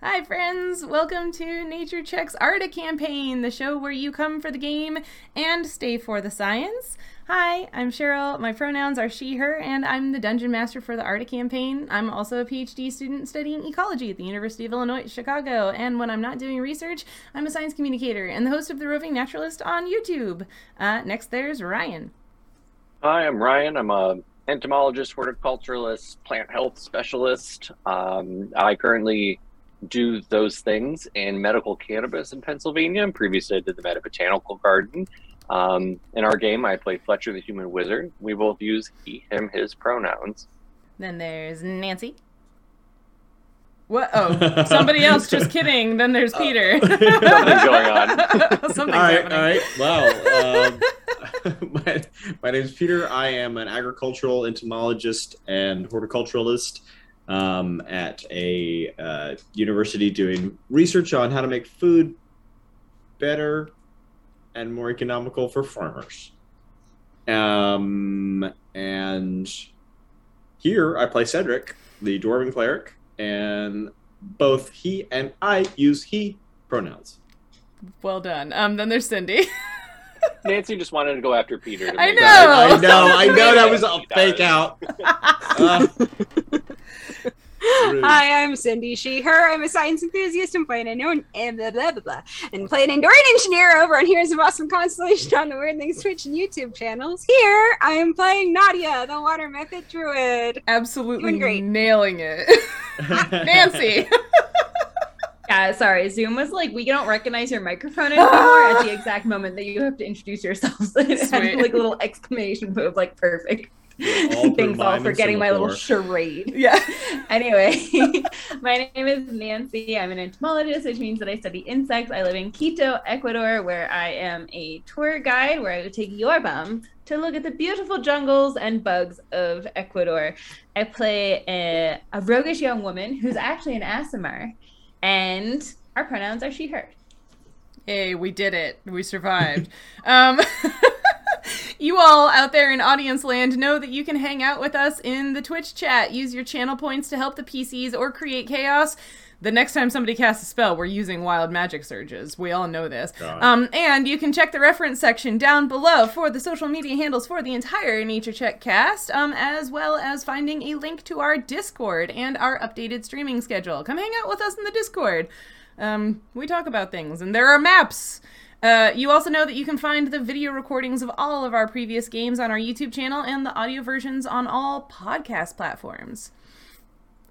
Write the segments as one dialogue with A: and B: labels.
A: Hi, friends! Welcome to Nature Check's Arda campaign, the show where you come for the game and stay for the science. Hi, I'm Cheryl. My pronouns are she, her, and I'm the dungeon master for the Arda campaign. I'm also a PhD student studying ecology at the University of Illinois at Chicago, and when I'm not doing research, I'm a science communicator and the host of The Roving Naturalist on YouTube. Uh, next, there's Ryan.
B: Hi, I'm Ryan. I'm a entomologist, horticulturalist, plant health specialist. Um, I currently do those things in medical cannabis in Pennsylvania. And previously, I did the Meta Botanical Garden. Um, in our game, I play Fletcher the Human Wizard. We both use he, him, his pronouns.
A: Then there's Nancy. What? Oh, somebody else. Just kidding. Then there's
C: Oh.
A: Peter.
B: Something's going on.
A: Something's
C: all right,
A: happening.
C: all right. Wow. Um, my, my name's Peter. I am an agricultural entomologist and horticulturalist um, at a uh, university doing research on how to make food better and more economical for farmers. Um, and here I play Cedric, the dwarven cleric, and both he and I use he pronouns.
A: Well done. Um, then there's Cindy.
B: Nancy just wanted to go after Peter. to
A: I
B: make
A: know.
B: up.
C: I know, I know that was a
B: He
C: fake
B: does.
C: out. Uh, Rude.
D: Hi, I'm Cindy She Her. I'm a science enthusiast and playing an indoor and blah blah blah blah and playing an Andorian engineer over on Here's of Awesome Constellation on the Weird Things Twitch and YouTube channels. Here I am playing Nadia, the water method druid.
A: Absolutely
D: Doing great.
A: nailing it. Nancy.
E: Yeah, sorry. Zoom was like, we don't recognize your microphone anymore at the exact moment that you have to introduce yourselves. it
A: Sweet.
E: had like a little exclamation point of like perfect.
C: all through
E: Thanks all
C: mime
E: for
C: in
E: getting my little
C: Singapore.
E: charade.
A: yeah.
E: Anyway, my name is Nancy. I'm an entomologist, which means that I study insects. I live in Quito, Ecuador, where I am a tour guide where I would take your bum to look at the beautiful jungles and bugs of Ecuador. I play a, a roguish young woman who's actually an Asimar, and our pronouns are she, her.
A: Hey, we did it. We survived. um, you all out there in audience land know that you can hang out with us in the Twitch chat. Use your channel points to help the PCs or create chaos. The next time somebody casts a spell, we're using wild magic surges. We all know this.
C: God.
A: Um, and you can check the reference section down below for the social media handles for the entire Nature Check cast, um, as well as finding a link to our Discord and our updated streaming schedule. Come hang out with us in the Discord. Um, we talk about things, and there are maps. Uh, you also know that you can find the video recordings of all of our previous games on our YouTube channel and the audio versions on all podcast platforms.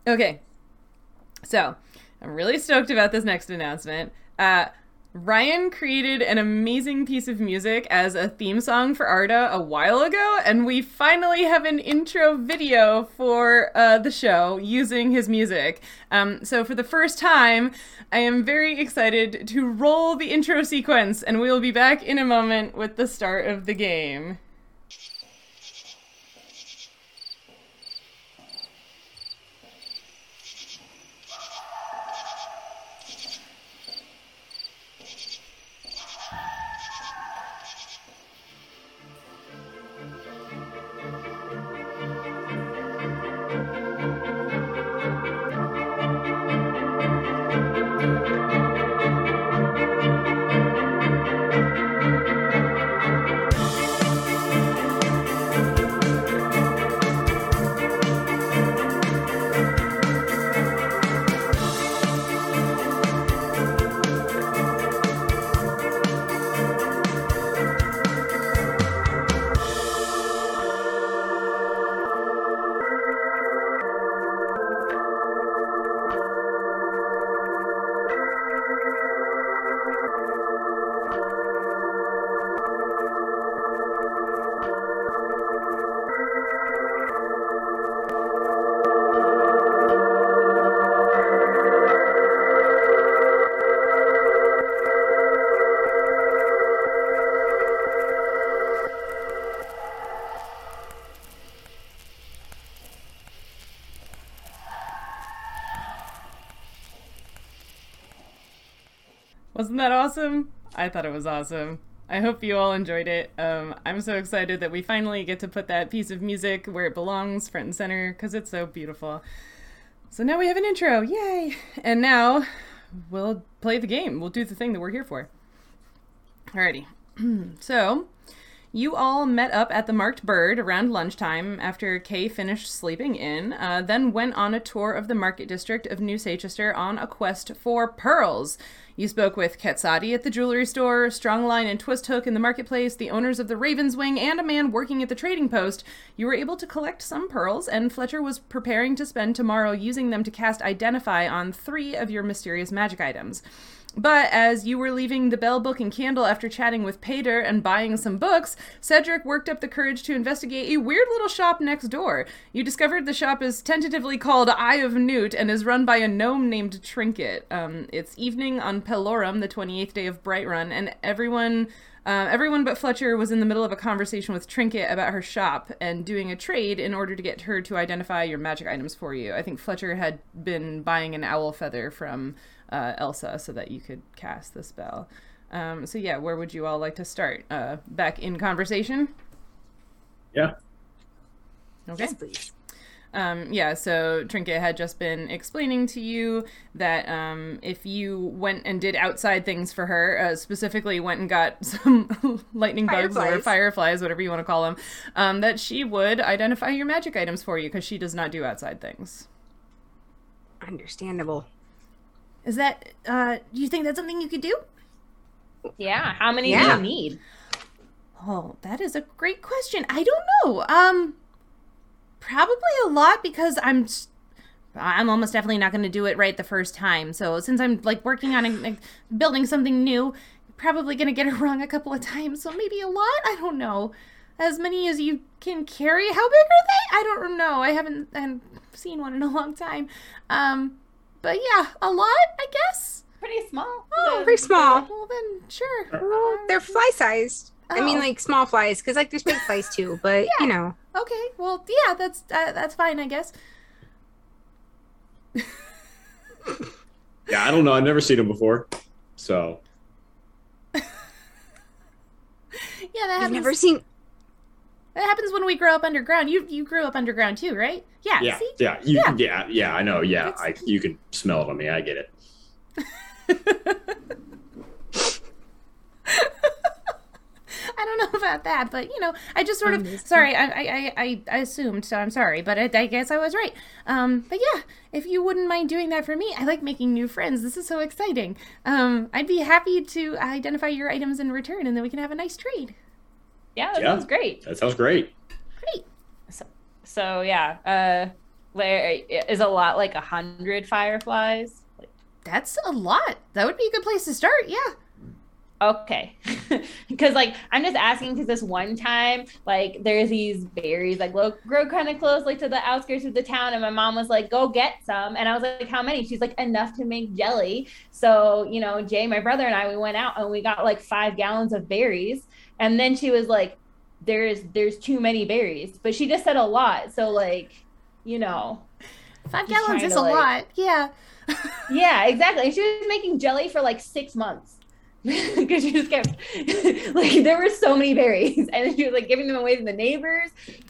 A: Okay, so I'm really stoked about this next announcement. Uh, Ryan created an amazing piece of music as a theme song for Arda a while ago, and we finally have an intro video for uh, the show using his music. Um, so, for the first time, I am very excited to roll the intro sequence, and we will be back in a moment with the start of the game. Wasn't that awesome? I thought it was awesome. I hope you all enjoyed it. Um, I'm so excited that we finally get to put that piece of music where it belongs, front and center, because it's so beautiful. So now we have an intro. Yay! And now we'll play the game. We'll do the thing that we're here for. Alrighty. so you all met up at the Marked Bird around lunchtime after Kay finished sleeping in, uh, then went on a tour of the market district of New Sachester on a quest for pearls. You spoke with Ketsati at the jewelry store, Strongline and Twist Hook in the marketplace, the owners of the Raven's Wing, and a man working at the trading post. You were able to collect some pearls, and Fletcher was preparing to spend tomorrow using them to cast Identify on three of your mysterious magic items. But as you were leaving the Bell Book and Candle after chatting with Pater and buying some books, Cedric worked up the courage to investigate a weird little shop next door. You discovered the shop is tentatively called Eye of Newt and is run by a gnome named Trinket. Um, it's evening on Pelorum, the 28th day of Brightrun, and everyone. Uh, everyone but Fletcher was in the middle of a conversation with Trinket about her shop and doing a trade in order to get her to identify your magic items for you. I think Fletcher had been buying an owl feather from uh, Elsa so that you could cast the spell. Um, so yeah, where would you all like to start? Uh, back in conversation.
C: Yeah.
A: Okay.
D: Yes, please.
A: Um, yeah, so Trinket had just been explaining to you that um, if you went and did outside things for her, uh, specifically went and got some lightning bugs or
D: Fireflies.
A: fireflies, whatever you want to call them, um, that she would identify your magic items for you because she does not do outside things.
D: Understandable.
A: Is that, uh, do you think that's something you could do?
E: Yeah. How many do
D: Yeah.
E: you need?
A: Oh, that is a great question. I don't know. Um, probably a lot because I'm, s- I'm almost definitely not going to do it right the first time. So since I'm like working on like building something new, probably going to get it wrong a couple of times. So maybe a lot. I don't know. As many as you can carry. How big are they? I don't know. I haven't, I haven't seen one in a long time. Um, but yeah, a lot, I guess.
E: Pretty small.
A: Oh,
E: The-
D: Pretty small.
A: Well then, sure.
D: Uh,
A: Um,
D: Well, they're fly sized. I mean,
A: Oh.
D: like small flies, because like there's big flies too. But you know,
A: Okay. Well, yeah, that's uh, that's fine, I guess.
C: Yeah, I don't know. I've never seen him before. So
A: Yeah, that
D: I've
A: happens.
D: never seen.
A: That happens when we grow up underground. You you grew up underground too, right? Yeah.
C: yeah,
A: See?
C: yeah, you,
A: Yeah.
C: yeah, yeah, I know. Yeah, I,
A: That's-
C: you can smell it on me. I get it.
A: I don't know about that, but you know, I just sort of
D: Mm, it's-
A: sorry. I I, I I assumed, so I'm sorry, but I, I guess I was right. Um, but yeah, if you wouldn't mind doing that for me, I like making new friends. This is so exciting. Um, I'd be happy to identify your items in return, and then we can have a nice trade.
E: Yeah, that
C: Yeah.
E: sounds great.
C: That sounds great.
A: Great.
E: So yeah, uh, where is a lot like a hundred fireflies? Like,
A: That's a lot. That would be a good place to start. Yeah.
E: Okay, because like I'm just asking because this one time like there's these berries like lo- grow kind of close like to the outskirts of the town, and my mom was like, "Go get some," and I was like, "How many?" She's like, "Enough to make jelly." So you know, Jay, my brother, and I we went out and we got like five gallons of berries, and then she was like, "There's there's too many berries," but she just said a lot, so like you know
A: Five
E: He's
A: gallons
E: trying
A: is
E: to,
A: a
E: like-
A: lot. Yeah.
E: Yeah, exactly. And she was making jelly for like six months because she just kept like there were so many berries, and she was like giving them away to the neighbors.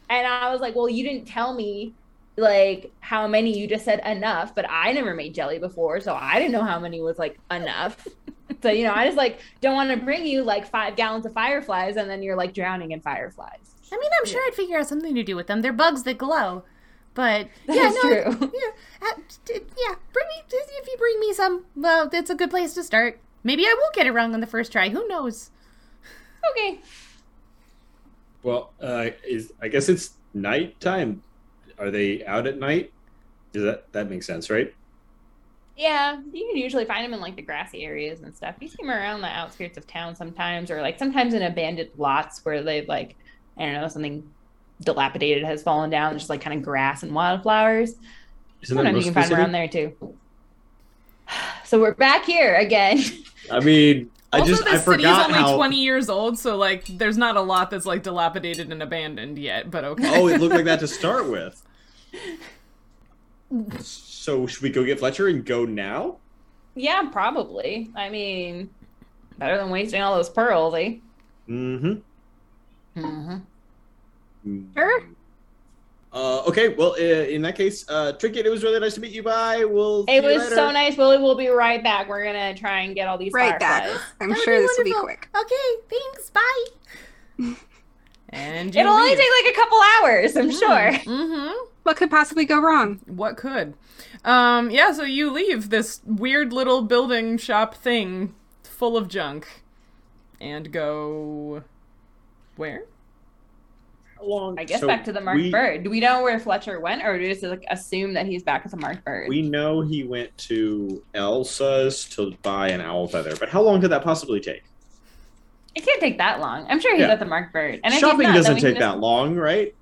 E: And I was like, "Well, you didn't tell me like how many. You just said enough, but I never made jelly before, so I didn't know how many was like enough." so you know, I just like don't want to bring you like five gallons of fireflies, and then you're like drowning in fireflies.
A: I mean, I'm sure I'd figure out something to do with them. They're bugs that glow. But yeah,
E: That's
A: no,
E: true.
A: uh, d- yeah. Bring me if you bring me some. Well, that's a good place to start. Maybe I will get it wrong on the first try. Who knows?
E: okay.
C: Well, uh, is I guess it's nighttime. Are they out at night? Does that that make sense, right?
E: Yeah, you can usually find them in like the grassy areas and stuff. You see them around the outskirts of town sometimes, or like sometimes in abandoned lots where they've like, I don't know, something dilapidated has fallen down, just like kind of grass and wildflowers.
C: Isn't that
E: Sometimes you
C: most
E: can
C: of the
E: find them
C: city?
E: around there too. So we're back here again.
C: I mean, I
A: also,
C: just I
A: this city is
C: forgot
A: only
C: how.
A: 20 years old, so like, there's not a lot that's like dilapidated and abandoned yet. But okay.
C: oh, it looked like that to start with. So should we go get Fletcher and go now?
E: yeah, probably. I mean, better than wasting all those pearls, eh?
C: Mm-hmm.
E: Mm-hmm.
D: Sure.
C: Uh, okay, well, uh, in that case, uh, Trinket, it was really nice to meet you. Bye. We'll. see
E: It
C: you
E: was
C: later.
E: so nice, Willie. We'll be right back. We're gonna try and get all these
D: Right back.
E: fireflies.
D: I'm
A: That would
D: sure
A: be
D: this will be
A: wonderful.
D: quick.
A: Okay, thanks. Bye. and you Hmm.
E: It'll only take like a couple hours, I'm sure.
A: Mm-hmm.
D: What could possibly go wrong?
A: What could? Um, yeah, so you leave this weird little building shop thing full of junk and go where?
C: How long-
E: I guess
C: so
E: back to the marked
C: we-
E: bird. Do we know where Fletcher went, or do we just like assume that he's back at the marked bird?
C: We know he went to Elsa's to buy an owl feather, but how long could that possibly take?
E: it can't take that long. I'm sure he's
C: Yeah.
E: at the marked bird. And if he's
C: Shopping
E: not, then
C: doesn't
E: we can
C: take
E: just-
C: that long, right?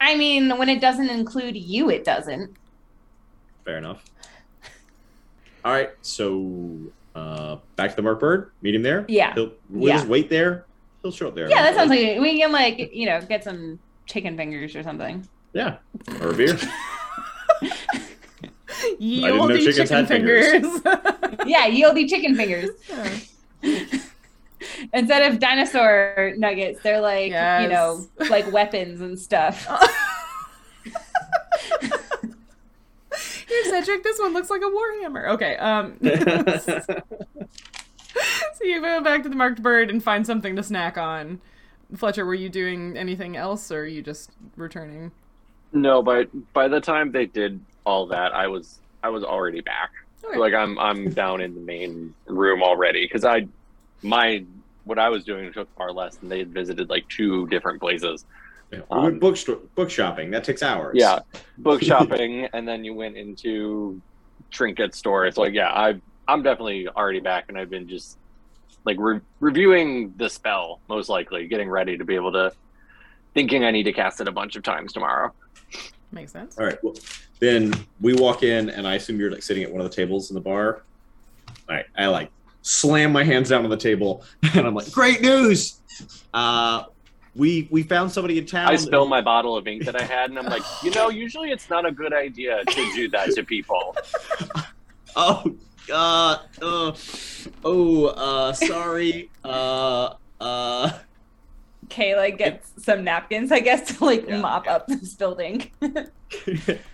E: I mean, when it doesn't include you, it doesn't.
C: Fair enough. All right, so uh, back to the Mark Bird. Meet him there.
E: Yeah.
C: He'll, we'll
E: Yeah.
C: just wait there. He'll show up there.
E: Yeah, that sounds like it. we can like you know get some chicken fingers or something.
C: Yeah, or a beer.
A: Ye
C: I didn't know
A: olde
C: chickens had fingers.
E: yeah, yieldy chicken fingers
A: fingers.
E: instead of dinosaur nuggets. They're like you
A: Yes. Oh.
E: know like weapons and stuff.
A: Here, Cedric, this one looks like a Warhammer. Okay, um, so you go back to the marked bird and find something to snack on. Fletcher, were you doing anything else or are you just returning?
B: No, but by the time they did all that, I was I was already back.
A: Okay.
B: Like I'm I'm down in the main room already because I my what I was doing took far less, and they had visited like two different places.
C: we
B: Um,
C: went book, book shopping. That takes hours.
B: Yeah, book shopping, and then you went into trinket store. It's like yeah, I I'm definitely already back, and I've been just like re- reviewing the spell most likely, getting ready to be able to thinking I need to cast it a bunch of times tomorrow.
A: Makes sense.
C: All right. Well, then we walk in, and I assume you're like sitting at one of the tables in the bar. All right. I like slam my hands down on the table, and I'm like, "Great news! Uh, we we found somebody in town."
B: I spill my bottle of ink that I had, and I'm like, you know, usually it's not a good idea to do that to people.
C: Oh, uh, uh, oh, uh, sorry. Uh, uh,
E: Kayla gets some napkins, I guess, to like
C: Yeah,
E: mop up this building.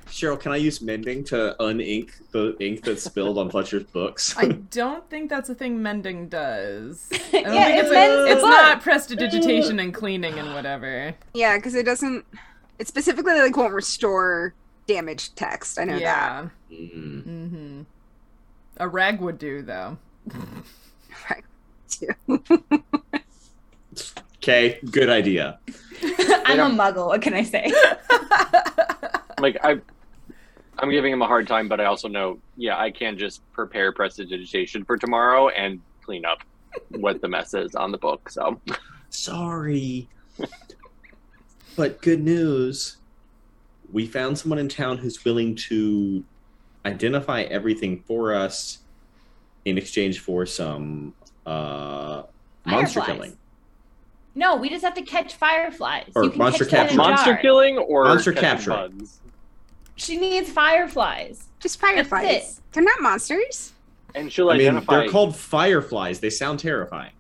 C: Cheryl, can I use mending to unink the ink that's spilled on Fletcher's books?
A: I don't think that's a thing mending does. I don't
E: Yeah,
A: think
E: it
A: it's,
E: mends the
A: it's
E: book.
A: not prestidigitation and cleaning and whatever.
D: Yeah, because it doesn't. It specifically like won't restore damaged text. I know that.
A: Yeah.
C: Mm.
A: Mm-hmm. A rag would do, though.
C: Okay, good idea.
E: I'm
B: don't-
E: a muggle. What can I say?
B: Like I, I'm giving him a hard time, but I also know, yeah, I can just prepare prestidigitation for tomorrow and clean up what the mess is on the book. So
C: Sorry. but good news. We found someone in town who's willing to identify everything for us in exchange for some uh, monster
E: Fireflies.
C: killing.
E: No, we just have to catch fireflies.
C: Or
E: you can
C: monster
E: catch that in a
B: monster
E: jar.
B: killing or
C: Monster
B: catching
C: capture.
B: bugs?
E: She needs fireflies.
D: Just
E: That's
D: fireflies. They're not monsters.
B: and she'll
C: I mean,
B: identify.
C: they're called fireflies. They sound terrifying.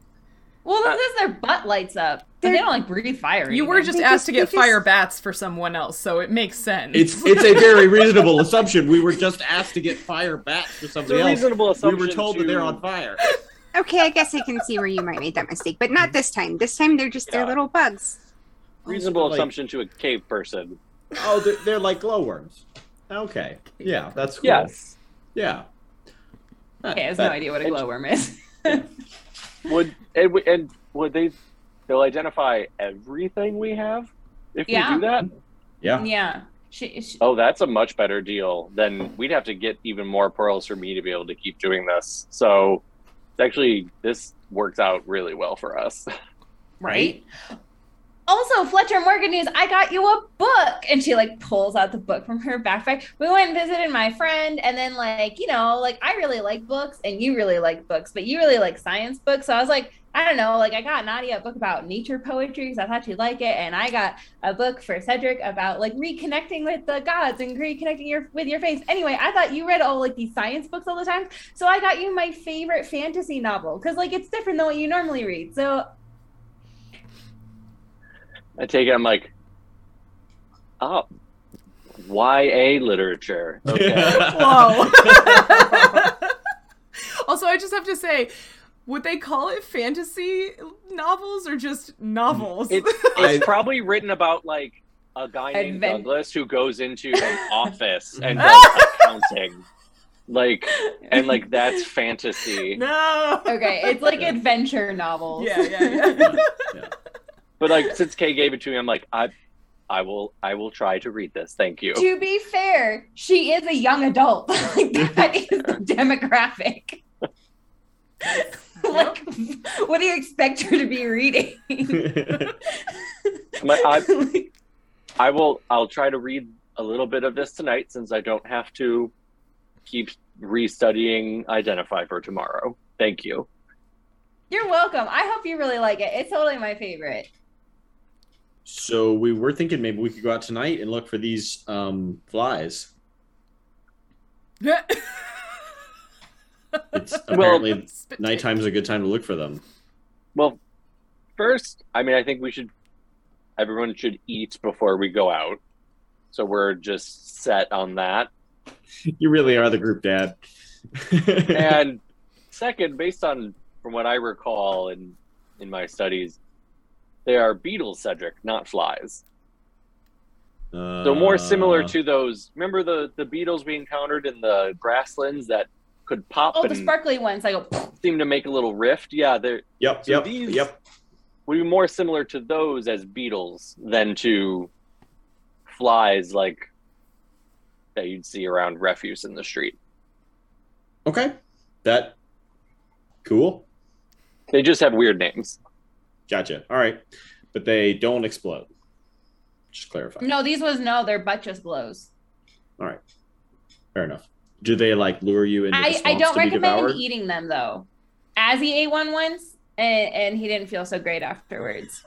E: Well,
B: Uh,
E: this is their butt lights up. But they
D: They're-
E: don't like breathe fire. or
A: You were
E: anything.
A: just
D: They
A: asked to get
D: just- they just-
A: fire bats for someone else, so it makes sense.
C: It's it's a very reasonable assumption. We were just asked to get fire bats for
B: It's a
C: somebody else.
B: reasonable
C: We
B: assumption.
C: were told
B: to-
C: that they're on fire.
D: Okay, I guess I can see where you might make that mistake, but not this time. This time they're just their
B: Yeah.
D: little bugs.
B: Reasonable
C: Like-
B: assumption to a cave person.
C: Oh, they're, they're like glowworms. Okay. Yeah, that's cool.
B: Yes.
C: Yeah.
E: Okay, I have
C: That-
E: no idea what a glowworm is.
B: Would and, w- and would they? They'll identify everything we have if
E: Yeah.
B: we do that.
C: Yeah.
E: yeah. She, she,
B: Oh, that's a much better deal than we'd have to get even more pearls for me to be able to keep doing this. So actually this works out really well for us.
E: right? Also, Fletcher Morgan News, I got you a book. And she like pulls out the book from her backpack. We went and visited my friend, and then like, you know, like I really like books and you really like books, but you really like science books. So I was like, I don't know, like I got Nadia a book about nature poetry because I thought she'd like it. And I got a book for Cedric about like reconnecting with the gods and reconnecting your with your face. Anyway, I thought you read all like these science books all the time. So I got you my favorite fantasy novel because like it's different than what you normally read. So
B: I take it I'm like up. YA oh, literature. Okay.
A: Whoa. also, I just have to say, would they call it fantasy novels or just novels?
B: It-
C: I-
B: it's probably written about like a guy named
E: Advent-
B: Douglas who goes into an office and does accounting. Like and like that's fantasy.
A: no.
E: okay, it's like adventure novels.
A: Yeah, yeah, yeah.
B: But like since Kay gave it to me, I'm like, I I will I will try to read this. Thank you.
E: To be fair, she is a young adult. like that is the demographic. like, what do you expect her to be reading?
B: I'm like, I
E: Like,
B: I will I'll try to read a little bit of this tonight since I don't have to keep restudying Identify for tomorrow. Thank you.
E: you're welcome. I hope you really like it. It's totally my favorite.
C: so we were thinking maybe we could go out tonight and look for these um, flies. It's apparently
A: Spit take.
C: nighttime's a good time to look for them.
B: Well, first, I mean, I think we should. Everyone should eat before we go out, so we're just set on that.
C: You really are the group dad.
B: And second, based on from what I recall in in my studies, they are beetles, Cedric, not flies. So more similar
C: Uh,
B: to those. Remember the the beetles we encountered in the grasslands that could pop
E: Oh, the
B: and
E: sparkly ones. I go.
B: seem to make a little rift. Yeah, they're
C: Yep,
B: So
C: yep,
B: these-
C: yep.
B: would be more similar to those as beetles than to flies like that you'd see around refuse in the street.
C: Okay. That cool.
B: They just have weird names.
C: Gotcha. All right. But they don't explode. Just clarify.
E: No, these ones. No, their butt just blows.
C: Fair enough. Do they like lure you into the
E: I, I
C: swamps
E: don't
C: to be
E: recommend
C: devoured?
E: eating them though. As he ate one once, and, and he didn't feel so great afterwards.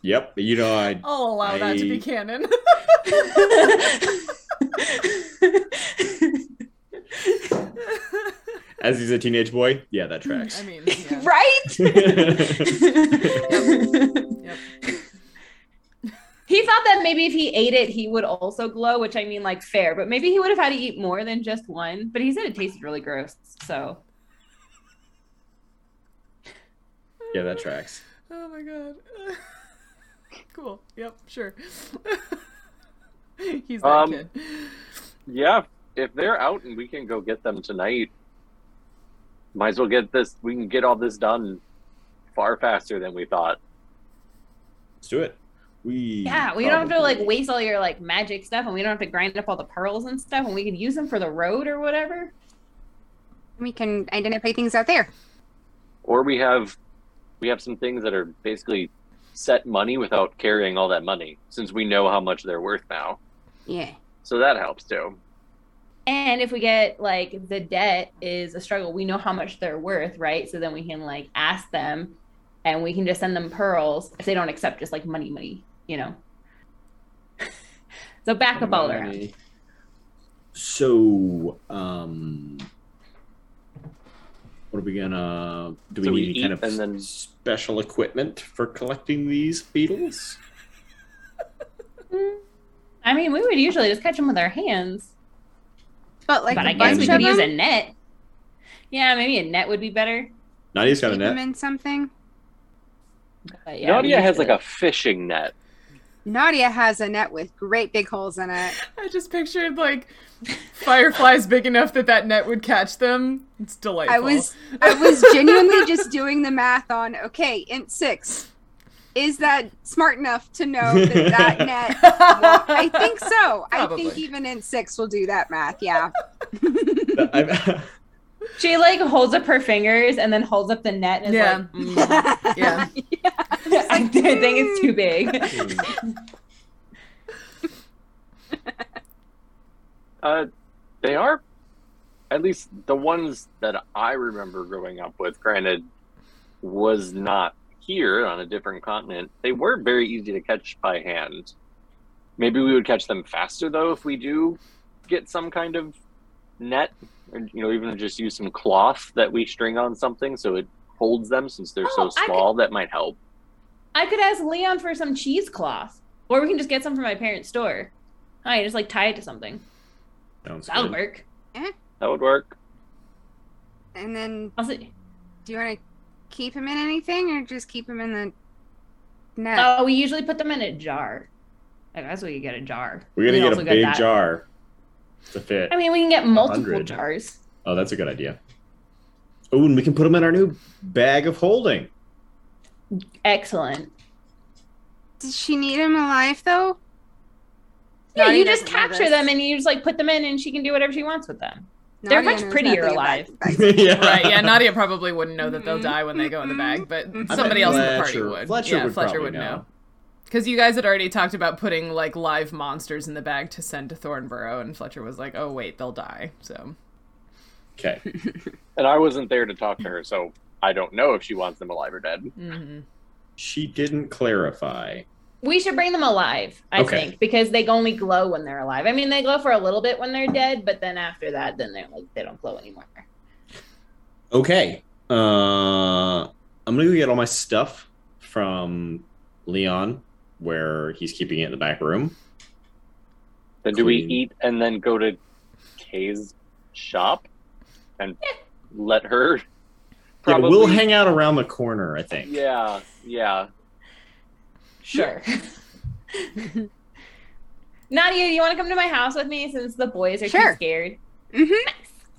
C: Yep. You know I
A: I'll allow that to
C: I-
A: be canon.
C: as he's a teenage boy, yeah, that tracks.
A: I mean, yeah.
E: right?
A: Yep.
E: He thought that maybe if he ate it, he would also glow, which I mean, like, fair, but maybe he would have had to eat more than just one. But he said it tasted really gross. So,
C: yeah, that tracks.
A: Oh my god. cool. Yep. Sure. He's that
B: Um,
A: kid.
B: Yeah, if they're out and we can go get them tonight, might as well get this. We can get all this done far faster than we thought.
C: Let's do it. We
E: yeah, we don't have to
C: probably-
E: like waste all your like magic stuff and we don't have to grind up all the pearls and stuff and we can use them for the road or whatever.
D: We can identify things out there.
B: Or we have we have some things that are basically set money without carrying all that money, since we know how much they're worth now.
D: Yeah.
B: So that helps too.
E: And if we get like the debt is a struggle, we know how much they're worth, right? So then we can like ask them and we can just send them pearls if they don't accept just like money, money, you know. so back up all around.
C: So um what are we gonna do we
B: So we
C: need any
B: eat
C: kind of
B: and then-
C: special equipment for collecting these beetles?
E: I mean, we would usually just catch them with our hands,
D: But like
E: but
D: a
E: I guess
D: bunch
E: we
D: of
E: could
D: them,
E: use a net. Yeah, maybe a net would be better.
C: Nadia's got a
D: keep them
C: net.
D: in something.
E: But yeah,
B: Nadia
E: we
B: has like
E: usually-
B: a fishing net.
D: Nadia has a net with great big holes in it.
A: I just pictured like fireflies big enough that that net would catch them. It's delightful.
D: I was I was genuinely just doing the math on okay, int six. Is that smart enough to know that that net? Well, I think so. I think
A: Probably.
D: even int six will do that math. Yeah.
C: I-
E: She like holds up her fingers and then holds up the net and is
A: Yeah.
E: like, "Mm."
A: Yeah.
E: I think it's too big.
B: Uh, they are, at least the ones that I remember growing up with. Granted, was not here on a different continent. They were very easy to catch by hand. Maybe we would catch them faster though if we do get some kind of net, or you know, even just use some cloth that we string on something so it holds them since they're
E: Oh,
B: so
E: I could-
B: small. That might help.
E: I could ask Leon for some cheesecloth. Or we can just get some from my parents' store. I just like tie it to something.
C: Sounds
E: That'll
C: good.
E: work.
B: That would work.
D: And then,
E: I'll see.
D: do you want to keep him in anything or just keep him in the net?
E: Oh, we usually put them in a jar. Like, that's what you get a jar.
C: We're gonna
E: We
C: get a
E: also got
C: big
E: that.
C: jar to fit.
E: I mean, we can get multiple
C: hundred.
E: jars.
C: oh, that's a good idea. Oh, and we can put them in our new bag of holding.
E: Excellent.
D: Did she need him alive though?
E: Yeah,
D: Naughty
E: you just
D: doesn't know
E: capture
D: this.
E: them and you just like put them in, and she can do whatever she wants with them. They're
D: Naughty
E: much
D: knows
E: prettier
D: nothing
E: alive.
D: about the bags.
C: yeah.
A: right. Yeah, Nadia probably wouldn't know that they'll
D: Mhm.
A: die when they go in the bag, but
D: Mhm.
C: I
A: somebody
C: bet
A: else in the party
C: Fletcher-
A: would.
C: Fletcher
A: yeah,
C: would
A: Fletcher
C: probably
A: would know. Because you guys had already talked about putting like live monsters in the bag to send to Thornborough, and Fletcher was like, "Oh wait, they'll die." So
C: Okay.
B: And I wasn't there to talk to her, so I don't know if she wants them alive or dead.
A: mhm.
C: She didn't clarify.
E: We should bring them alive, I
C: Okay.
E: think, because they only glow when they're alive. I mean, they glow for a little bit when they're dead, but then after that, then they're like they don't glow anymore.
C: Okay. Uh, I'm gonna go get all my stuff from Leon, where he's keeping it in the back room.
B: Then do we
C: Clean.
B: eat and then go to Kay's shop and let her?
C: Yeah,
B: Probably.
C: we'll hang out around the corner, I think.
B: Yeah, yeah.
E: Sure. Nadia, do you want to come to my house with me since the boys are
D: Sure.
E: too scared?
D: Mhm.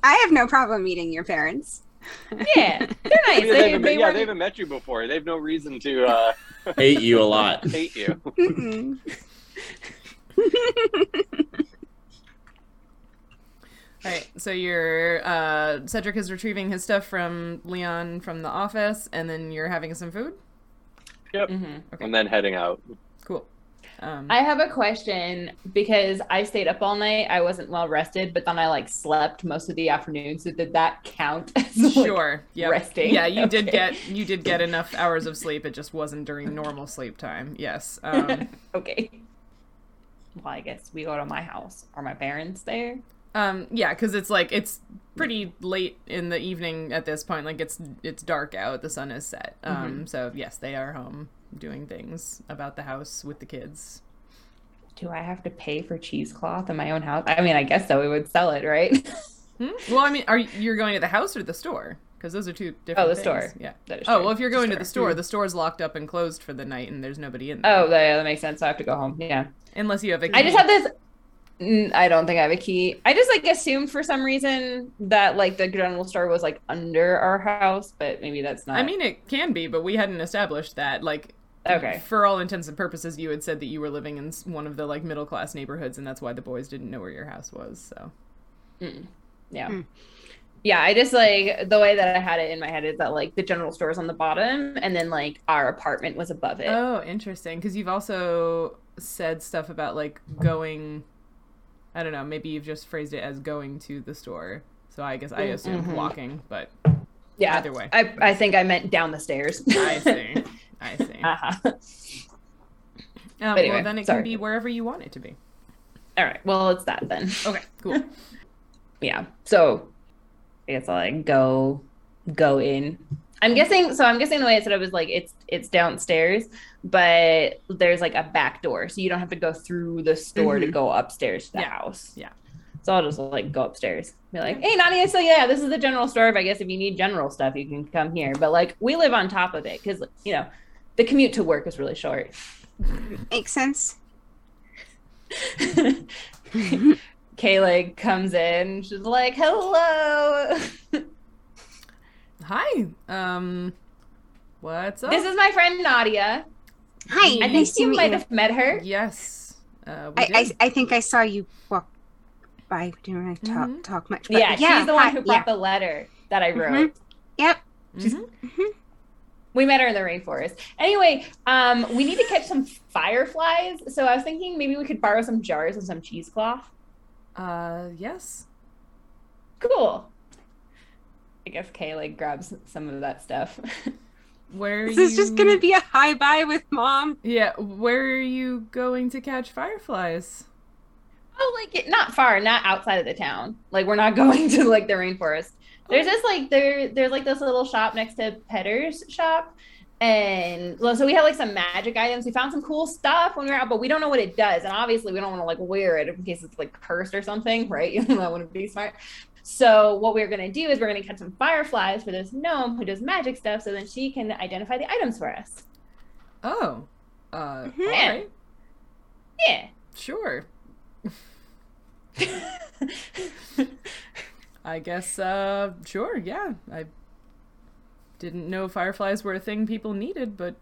D: I have no problem meeting your parents.
E: Yeah, they're nice.
B: Maybe they
E: they,
B: haven't
E: they
B: met- yeah,
E: weren't-
B: they haven't met you before. They have no reason to uh,
C: Hate you a lot.
B: hate you.
D: Mm-mm.
A: All right. So you're uh, Cedric is retrieving his stuff from Leon from the office, and then you're having some food. Mm-hmm.
E: Mhm.
B: And then heading out.
A: Cool. Um,
E: I have a question because I stayed up all night. I wasn't well rested, but then I like slept most of the afternoon. So did that count as like,
A: sure. Yep.
E: resting?
A: Yeah, you did
E: Okay.
A: get you did get enough hours of sleep. It just wasn't during normal sleep time. Yes. Um,
E: okay. Well, I guess we go to my house. Are my parents there?
A: Um, yeah, because it's like it's pretty late in the evening at this point. Like it's it's dark out. The sun is set. Um,
E: Mm-hmm.
A: so yes, they are home doing things about the house with the kids.
E: Do I have to pay for cheesecloth in my own house? I mean, I guess so. We would sell it, right?
A: Hmm? Well, I mean, are you- you're going to the house or the store? Because those are two different.
E: Oh, the
A: things.
E: store.
A: Yeah.
E: That is
A: Oh
E: true.
A: well, if you're going to the store,
E: Mhm.
A: the store's locked up and closed for the night, and there's nobody in there.
E: Oh, that, that makes sense. So I have to go home. Yeah.
A: unless you have a.
E: I just
A: key.
E: have this. Mm, I don't think I have a key. I just like assumed for some reason that like the general store was like under our house, but maybe that's not.
A: I mean, it can be, but we hadn't established that. Like,
E: okay,
A: for all intents and purposes, you had said that you were living in s- one of the like middle class neighborhoods, and that's why the boys didn't know where your house was. So.
E: Mm. yeah,
D: Hmm.
E: yeah. I just like the way that I had it in my head is that like the general store is on the bottom, and then like our apartment was above it.
A: Oh, interesting. Because you've also said stuff about like going. I don't know. Maybe you've just phrased it as going to the store. So I guess I assumed
E: Mhm.
A: walking, but
E: yeah,
A: either way.
E: I I think I meant down the stairs.
A: I see. I see.
D: Ah,
A: Um,
E: uh-huh. anyway,
A: well, then it
E: sorry.
A: can be wherever you want it to be.
E: All right. Well, it's that then.
A: Okay, cool.
E: yeah so i guess i'll like go go in i'm guessing so i'm guessing the way i said it was like it's it's downstairs but there's like a back door so you don't have to go through the store to
D: Mhm.
E: go upstairs to the
A: Mm-hmm. Yeah.
E: house
A: Yeah.
E: so i'll just like go upstairs be like hey nadia so yeah this is the general store but i guess if you need general stuff you can come here but like we live on top of it because you know the commute to work is really short
D: Makes sense.
E: kayla comes in she's like hello
A: Hi. Um, what's up?
E: This is my friend Nadia.
D: Hi,
E: I
D: nice
E: think
D: to
E: you
D: meet
E: might
D: you.
E: have met her.
A: yes. Uh, we
D: I, I
A: did.
D: I think I saw you walk by. We didn't really talk
A: Mhm.
D: talk much. But
E: Mm-hmm. Yeah, she's the one
D: hi,
E: who
D: yeah.
E: brought the letter that I wrote.
D: Mhm. Yep. just-
A: Mhm.
E: We met her in the rainforest. Anyway, um, we need to catch some fireflies. So I was thinking maybe we could borrow some jars and some cheesecloth.
A: Uh, yes.
E: Cool. I guess Kay like grabs some of that stuff.
A: Where
D: This
A: you...
D: is just gonna be a high bye with mom.
A: Yeah. Where are you going to catch fireflies?
E: oh, like it, not far, not outside of the town. Like we're not going to like the rainforest. There's this like there there's like this little shop next to Petter's shop And well, so we had like some magic items. We found some cool stuff when we were out, but we don't know what it does. And obviously, we don't want to like wear it in case it's like cursed or something, right? You know, I want to be smart. So what we're gonna do is we're gonna catch some fireflies for this gnome who does magic stuff, so then she can identify the items for us.
A: Oh. Uh,
D: Mhm.
A: all right.
E: Yeah.
A: Sure. I guess, uh, sure, yeah. I didn't know fireflies were a thing people needed, but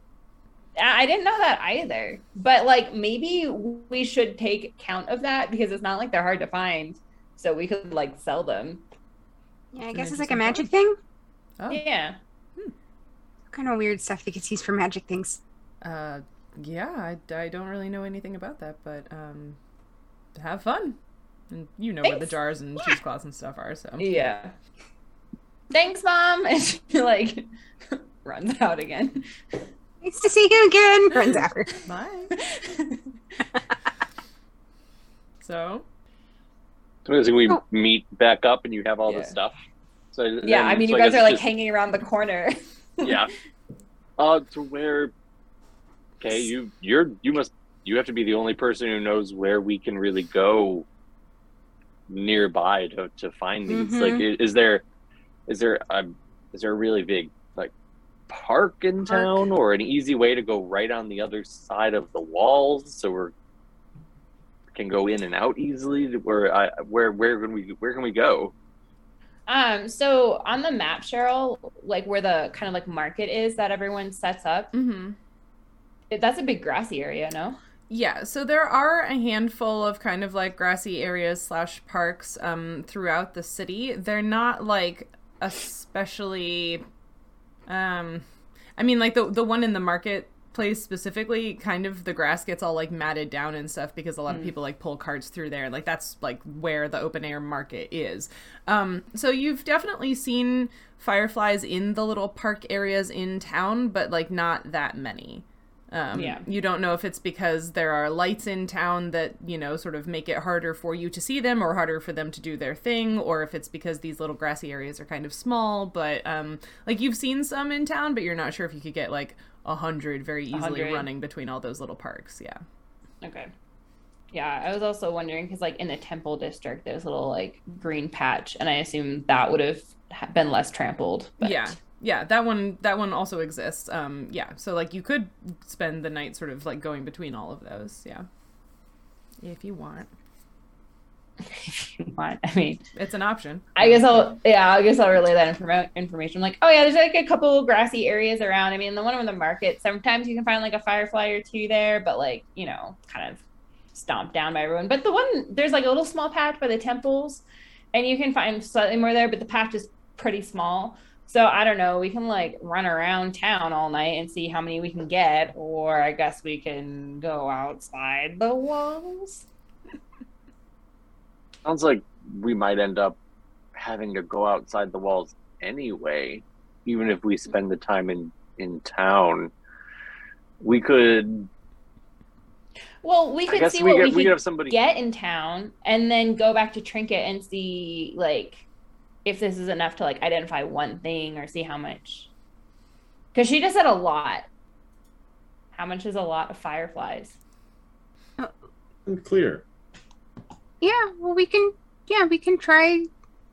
E: I I didn't know that either. But like maybe we should take count of that because it's not like they're hard to find. So we could like sell them.
D: Yeah, I
A: An
D: guess it's like a
A: interesting
D: magic thing.
A: oh,
E: Yeah.
D: Kind of weird stuff because he's for magic things.
A: uh, yeah, I, I don't really know anything about that, but, um, have fun. And you know where the
E: Thanks.
A: jars and cheesecloths and stuff are, so.
E: Yeah. Thanks, mom. And she like runs out again.
D: Nice to see you again. Runs after.
A: Bye. So,
B: So as we
D: Oh.
B: meet back up and you have all
E: Yeah.
B: the stuff. So
E: yeah,
B: then
E: I mean
B: it's
E: you guys
B: it's
E: are like
B: just-
E: hanging around the corner.
B: yeah. Uh, to where? Okay, you you're you must you have to be the only person who knows where we can really go nearby to to find these.
D: Mhm.
B: Like, i- is there is there a is there a really big like park in
D: Park.
B: town or an easy way to go right on the other side of the walls so we're can go in and out easily? Where I where where can we where can we go?
E: Um, so on the map, Cheryl, like where the kind of like market is that everyone sets up,
A: mm-hmm.
E: that's a big grassy area, no?
A: Yeah, so there are a handful of kind of like grassy areas slash parks um, throughout the city. They're not like especially, um, I mean, like the the one in the marketplace specifically, kind of the grass gets all like matted down and stuff because a lot of
E: Mm.
A: people like pull carts through there. Like that's like where the open air market is. Um, so you've definitely seen fireflies in the little park areas in town, but like not that many. Um,
E: Yeah.
A: You don't know if it's because there are lights in town that, you know, sort of make it harder for you to see them or harder for them to do their thing, or if it's because these little grassy areas are kind of small. But, um, like, you've seen some in town, but you're not sure if you could get, like, a hundred very easily
E: 100.
A: running between all those little parks. Yeah.
E: Okay. Yeah, I was also wondering because, like, in the temple district, there's a little like green patch, and I assume that would have ha- been less trampled. but-
A: Yeah. Yeah, that one that one also exists. Um yeah, so like you could spend the night sort of like going between all of those, yeah. If you want.
E: If you want. I mean,
A: It's an option.
E: I guess I'll, yeah, I guess I'll relay that inform- information. Like, oh, yeah, there's like a couple grassy areas around. I mean, the one on the market, sometimes you can find like a firefly or two there, but like, you know, kind of stomped down by everyone. But the one, there's like a little small patch by the temples, and you can find slightly more there, but the patch is pretty small. So I don't know. We can like run around town all night and see how many we can get, or I guess we can go outside the walls.
B: Sounds like we might end up having to go outside the walls anyway, even if we spend the time in in town. We could,
E: Well, we
B: I
E: could
B: guess,
E: see
B: we
E: what
B: could,
E: we
B: we,
E: could
B: could have somebody.
E: get in town and then go back to Trinket and see like if this is enough to like identify one thing or see how much. Because she just said a lot. How much is a lot of fireflies?
C: Clear.
D: Yeah, well, we can. Yeah, we can try,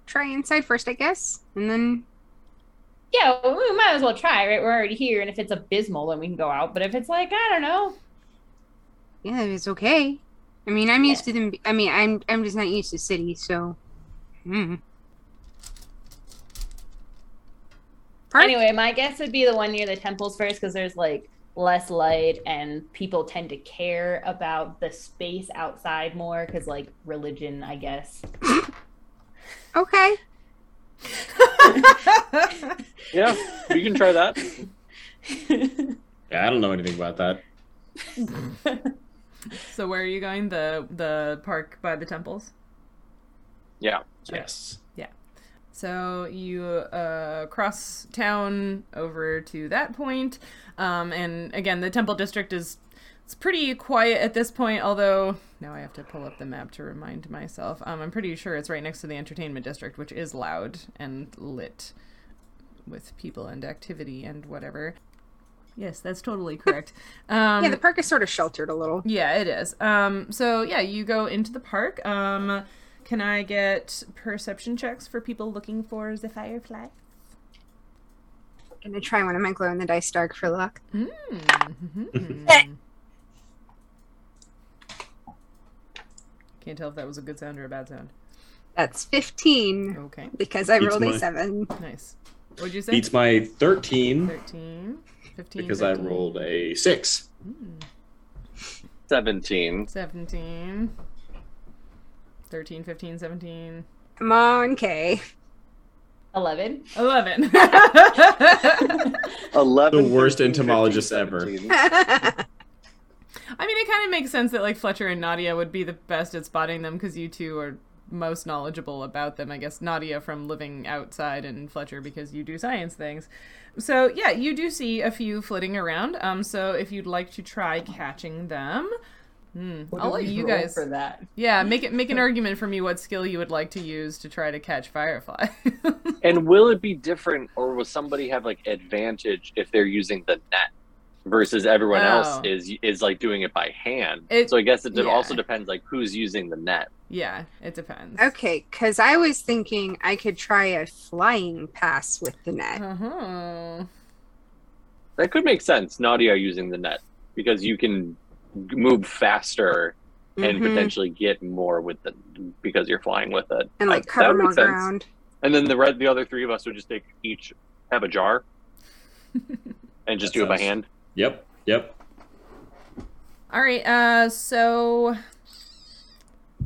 D: try inside first, I guess, and then
E: Yeah, well, we might as well try, right? We're already here, and if it's abysmal, then we can go out. But if it's like I don't know,
D: yeah, it's okay. I mean, I'm used to them. I mean, I'm I'm just not used to city, so. Hmm. Park?
E: anyway, my guess would be the one near the temples first because there's like less light and people tend to care about the space outside more because like religion, I guess.
D: Okay.
B: Yeah, we can try that.
C: Yeah, I don't know anything about that.
A: so where are you going? The the park by the temples?
B: Yeah,
C: Yes.
A: So you uh, cross town over to that point, um, and again, the temple district is it's pretty quiet at this point. Although now I have to pull up the map to remind myself. Um, I'm pretty sure it's right next to the entertainment district, which is loud and lit with people and activity and whatever. Yes, that's totally correct. Um,
D: yeah, the park is sort of sheltered a little.
A: Yeah, it is. Um, so yeah, you go into the park. Um, can I get perception checks for people looking for the firefly?
D: I'm gonna try one of my glow in the dice dark for luck.
A: Mm-hmm. Can't tell if that was a good sound or a bad sound.
D: That's 15
A: Okay,
D: because I
C: Beats
D: rolled
C: my-
D: a seven.
A: nice. What'd you say?
C: Beats my 13
A: 13, 15,
C: because I
A: 13.
C: rolled a 6.
A: Mm,
B: 17.
A: 17. 13, 15, 17.
D: Come on, Kay.
E: 11.
A: 11.
B: 11.
C: The worst
B: 13,
C: entomologist
B: 15,
C: ever.
B: 17.
A: I mean, it kind of makes sense that like Fletcher and Nadia would be the best at spotting them because you two are most knowledgeable about them. I guess Nadia from living outside and Fletcher because you do science things. So yeah, you do see a few flitting around. Um, so if you'd like to try catching them, hmm, I'll let you guys.
E: for that.
A: Yeah, make it make an argument for me what skill you would like to use to try to catch Firefly.
B: And will it be different, or will somebody have like advantage if they're using the net versus everyone
A: Oh.
B: else is is like doing it by hand?
A: It-
B: so I guess it de-
A: yeah.
B: also depends like who's using the net.
A: yeah, it depends.
D: Okay, because I was thinking I could try a flying pass with the net.
A: Uh-huh.
B: That could make sense. Nadia using the net because you can g- move faster and
D: Mhm.
B: potentially get more with the because you're flying with it.
D: And, like
B: That- Oh, that
D: cover
B: would
D: more
B: make sense.
D: ground.
B: And then the red, the other three of us would just take each have a jar and just
C: That
B: do it by
C: sounds-
B: hand.
C: Yep. Yep.
A: All right. Uh, so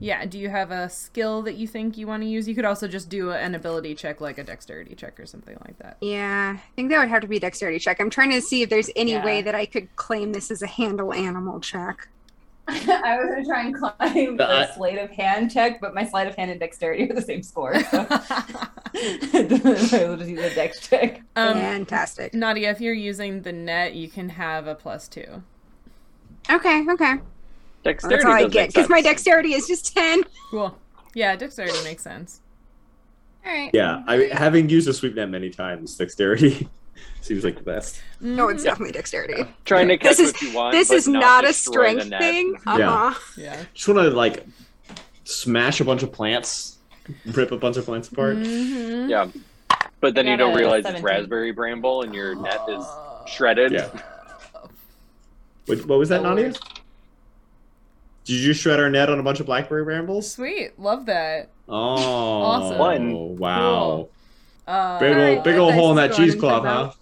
A: yeah, do you have a skill that you think you want to use? You could also just do an ability check, like a dexterity check or something like that.
D: Yeah, I think that would have to be a dexterity check. I'm trying to see if there's any
E: Yeah.
D: way that I could claim this as a handle animal check.
E: I was going to try and climb
C: But
E: the
B: uh,
C: I-
E: sleight of hand check, but my sleight of hand and dexterity are the same score. So. I'll just use a dex check.
A: um,
D: Fantastic.
A: Nadia, if you're using the net, you can have a plus two.
D: Okay, okay. Well,
B: Dexterity
D: that's all I
B: does
D: get
B: make
D: because my
B: sense.
D: dexterity is just 10.
A: Cool. Yeah, dexterity makes sense.
D: All right.
C: Yeah. I having used a sweep net many times, dexterity seems like the best.
D: No, it's
A: Mhm.
D: definitely dexterity.
B: Trying to catch
D: This is-
B: what you want.
D: This
B: but
D: is not a
B: destroy the
D: strength
B: net.
D: thing. Uh
C: Yeah.
D: huh.
A: Mm-hmm. yeah.
C: Just want to like smash a bunch of plants, rip a bunch of plants apart.
A: Mhm.
B: Yeah. But then
E: I
B: you
E: got
B: don't
E: a
B: realize
E: 17.
B: it's raspberry bramble and your net is shredded.
C: Yeah. What, what was that, Nadia? Did you shred our net on a bunch of blackberry brambles?
A: Sweet, love that.
C: Oh,
A: Awesome.
B: One.
C: Wow.
A: Uh,
C: Big
D: Alright,
C: old, big old
D: that
C: hole in that
D: dice is going
C: cheescloth,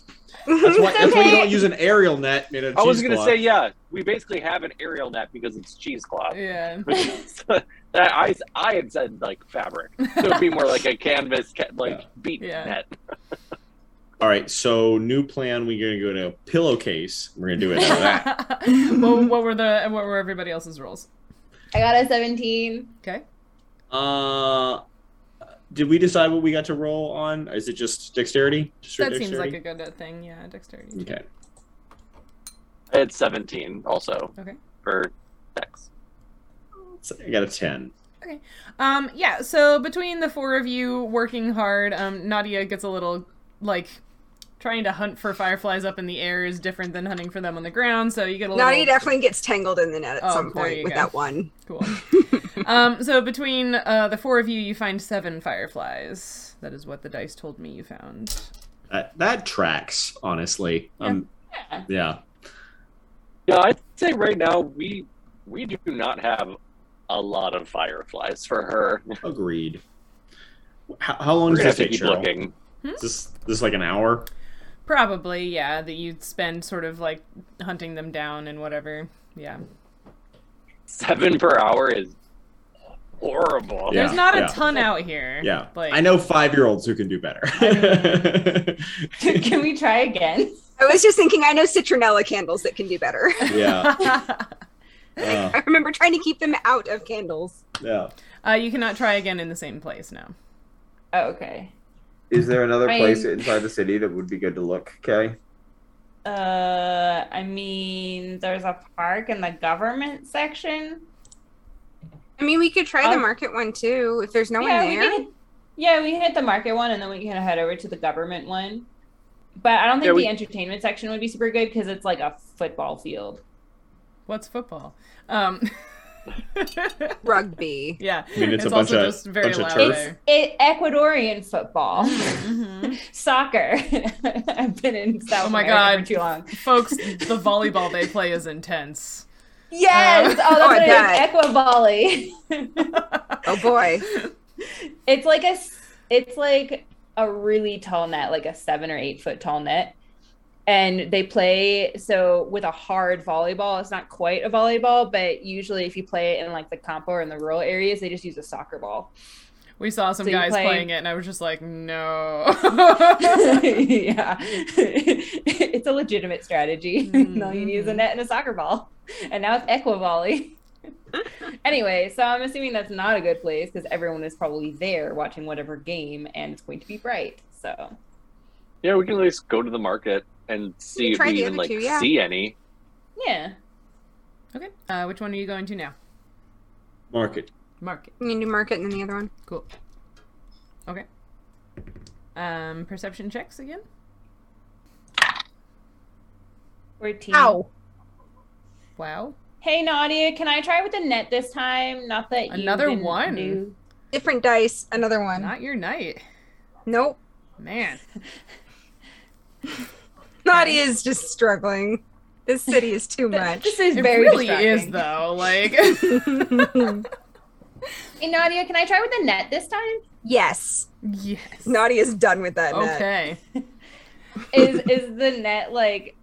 D: in
C: huh? That's why, that's why you don't use an aerial net made of
B: I was gonna
C: cheesecloth.
B: say yeah. We basically have an aerial net because it's cheesecloth.
A: Yeah.
B: Which is- that I I had said like fabric, so it'd be more like a canvas ca- like
C: Yeah.
B: beat
A: Yeah.
B: net.
C: All right, so new plan. We're gonna go to a pillowcase. We're gonna do it out of that.
A: what, what were the what were everybody else's roles?
E: I got a 17.
A: Okay.
C: Uh, did we decide what we got to roll on? Is it just dexterity? Just straight
A: That seems like a
C: dexterity? Mm.
A: good uh, thing. Yeah, dexterity.
C: okay.
B: It's seventeen also.
A: Okay.
B: For sex.
C: So I got a ten.
A: Um, yeah, so between the four of you working hard, um, Nadia gets a little like trying to hunt for fireflies up in the air is different than hunting for them on the ground, so you get a little
D: Naughty definitely gets tangled in the net at
A: Oh,
D: some
A: there
D: point
A: you
D: with
A: go.
D: that one.
A: cool. um, so between uh, the four of you, you find seven fireflies. That is what the dice told me you found.
C: That, that tracks, honestly. Um,
E: Yeah.
C: yeah.
B: Yeah, I'd say right now we we do not have a lot of fireflies for her.
C: Agreed. How, how long
B: We're
C: does
B: gonna have
C: this
B: to keep
C: take? Cheryl?
B: looking.
C: Is this this like an hour?
A: Probably, yeah, that you'd spend sort of like hunting them down and whatever. Yeah.
B: Seven per hour is horrible.
C: Yeah,
A: There's not
C: yeah.
A: a ton out here.
C: Yeah.
A: Like
C: I know five year olds who can do better.
E: Can we try again?
D: I was just thinking, I know citronella candles that can do better.
C: yeah. Uh,
D: I remember trying to keep them out of candles.
C: yeah.
A: uh, you cannot try again in the same place now.
E: Oh, okay.
F: Is there another
E: I-
F: place inside the city that would be good to look, Kay?
E: Uh, I mean, there's a park in the government section.
D: I mean, we could try
E: Oh.
D: the market one too if there's no
E: yeah,
D: one
E: we
D: there.
E: can hit- yeah, we hit the market one, and then we can head over to the government one. But I don't think
B: Yeah, we-
E: the entertainment section would be super good because it's like a football field.
A: What's football? Um,
D: Rugby.
A: yeah.
C: I mean, it's a bunch
A: also
C: of-
A: just very
C: bunch of
A: loud
C: turf.
A: there.
E: It, e, Ecuadorian football,
A: Mhm.
E: soccer. I've been in South
A: Oh my
E: America
A: God.
E: for too long.
A: Folks, the volleyball they play is intense. Um,
E: Yes, oh,
D: Oh, I
E: that's what it is. Equivolley.
D: Oh boy.
E: it's like a, s- it's like a really tall net, like a seven or eight foot tall net, and they play so with a hard volleyball. It's not quite a volleyball, but usually if you play it in like the campo or in the rural areas, they just use a soccer ball.
A: We saw some
E: So you
A: guys
E: play-
A: playing it, and I was just like, no.
E: yeah, it's a legitimate strategy. They'll use a
A: Mhm.
E: net and a soccer ball, and now it's equivolley. anyway, so I'm assuming that's not a good place because everyone is probably there watching whatever game, and it's going to be bright. So
B: Yeah, we can at least go to the market and see if
D: try
B: we
D: the
B: even
D: other
B: like
D: two, yeah.
B: see any.
E: yeah,
A: okay. Uh, which one are you going to now?
C: Market.
A: Market.
D: You can do market and then the other one.
A: Cool. Okay. Um, perception checks again.
E: 14.
A: Wow.
E: Hey Nadia, can I try with the net this time? Not that you
A: Another
E: didn't
A: one?
E: do-
D: Different dice, another
E: Um,
D: one.
A: Not your night,
D: nope.
A: man.
D: Nadia is just struggling. This city is too much.
E: This is
A: It
E: very
A: really is
E: distracting.
A: though. Like,
E: Hey Nadia, can I try with the net this time?
D: yes.
A: yes.
D: Nadia's done with that. net.
A: okay.
E: Is is the net like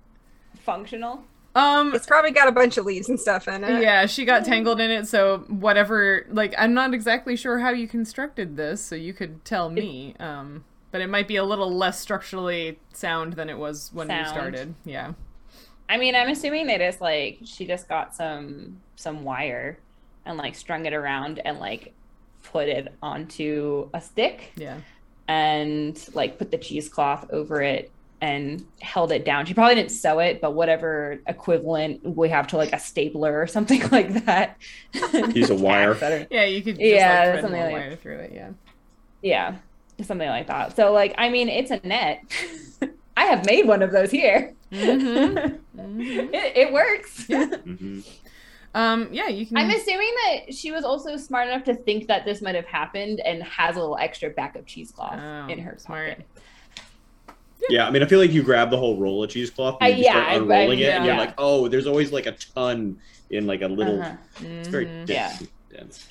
E: functional?
A: Um.
D: It's probably got a bunch of leaves and stuff in it.
A: Yeah, she got tangled in it. So whatever. Like, I'm not exactly sure how you constructed this, so you could tell me. Um. But it might be a little less structurally sound than it was when we
E: Sound.
A: started. Yeah.
E: I mean, I'm assuming they just like she just got some some wire and like strung it around and like put it onto a stick
A: Yeah.
E: and like put the cheesecloth over it and held it down. She probably didn't sew it, but whatever equivalent we have to like a stapler or something like that.
C: Use a wire.
E: I don't-
A: Yeah, you could just
E: Yeah,
A: like thread
E: something
A: more
E: like-
A: wire through it. Yeah.
E: yeah, something like that. So like, I mean, it's a net. I have made one of those here. Mm-hmm.
A: Mhm. Mhm.
E: it, it works.
C: hmm
A: Um. Yeah, you can.
E: I'm assuming that she was also smart enough to think that this might have happened and has a little extra backup cheesecloth
A: Oh,
E: in her
A: smart.
E: pocket.
C: Yeah, I mean, I feel like you grab the whole roll of cheesecloth and
E: Uh,
C: you just
E: yeah,
C: start
E: I- I-
C: unrolling it, and you're
E: yeah.
C: like, oh, there's always like a ton in like a little.
E: Uh-huh.
C: It's very
A: Mhm.
C: dense. dense.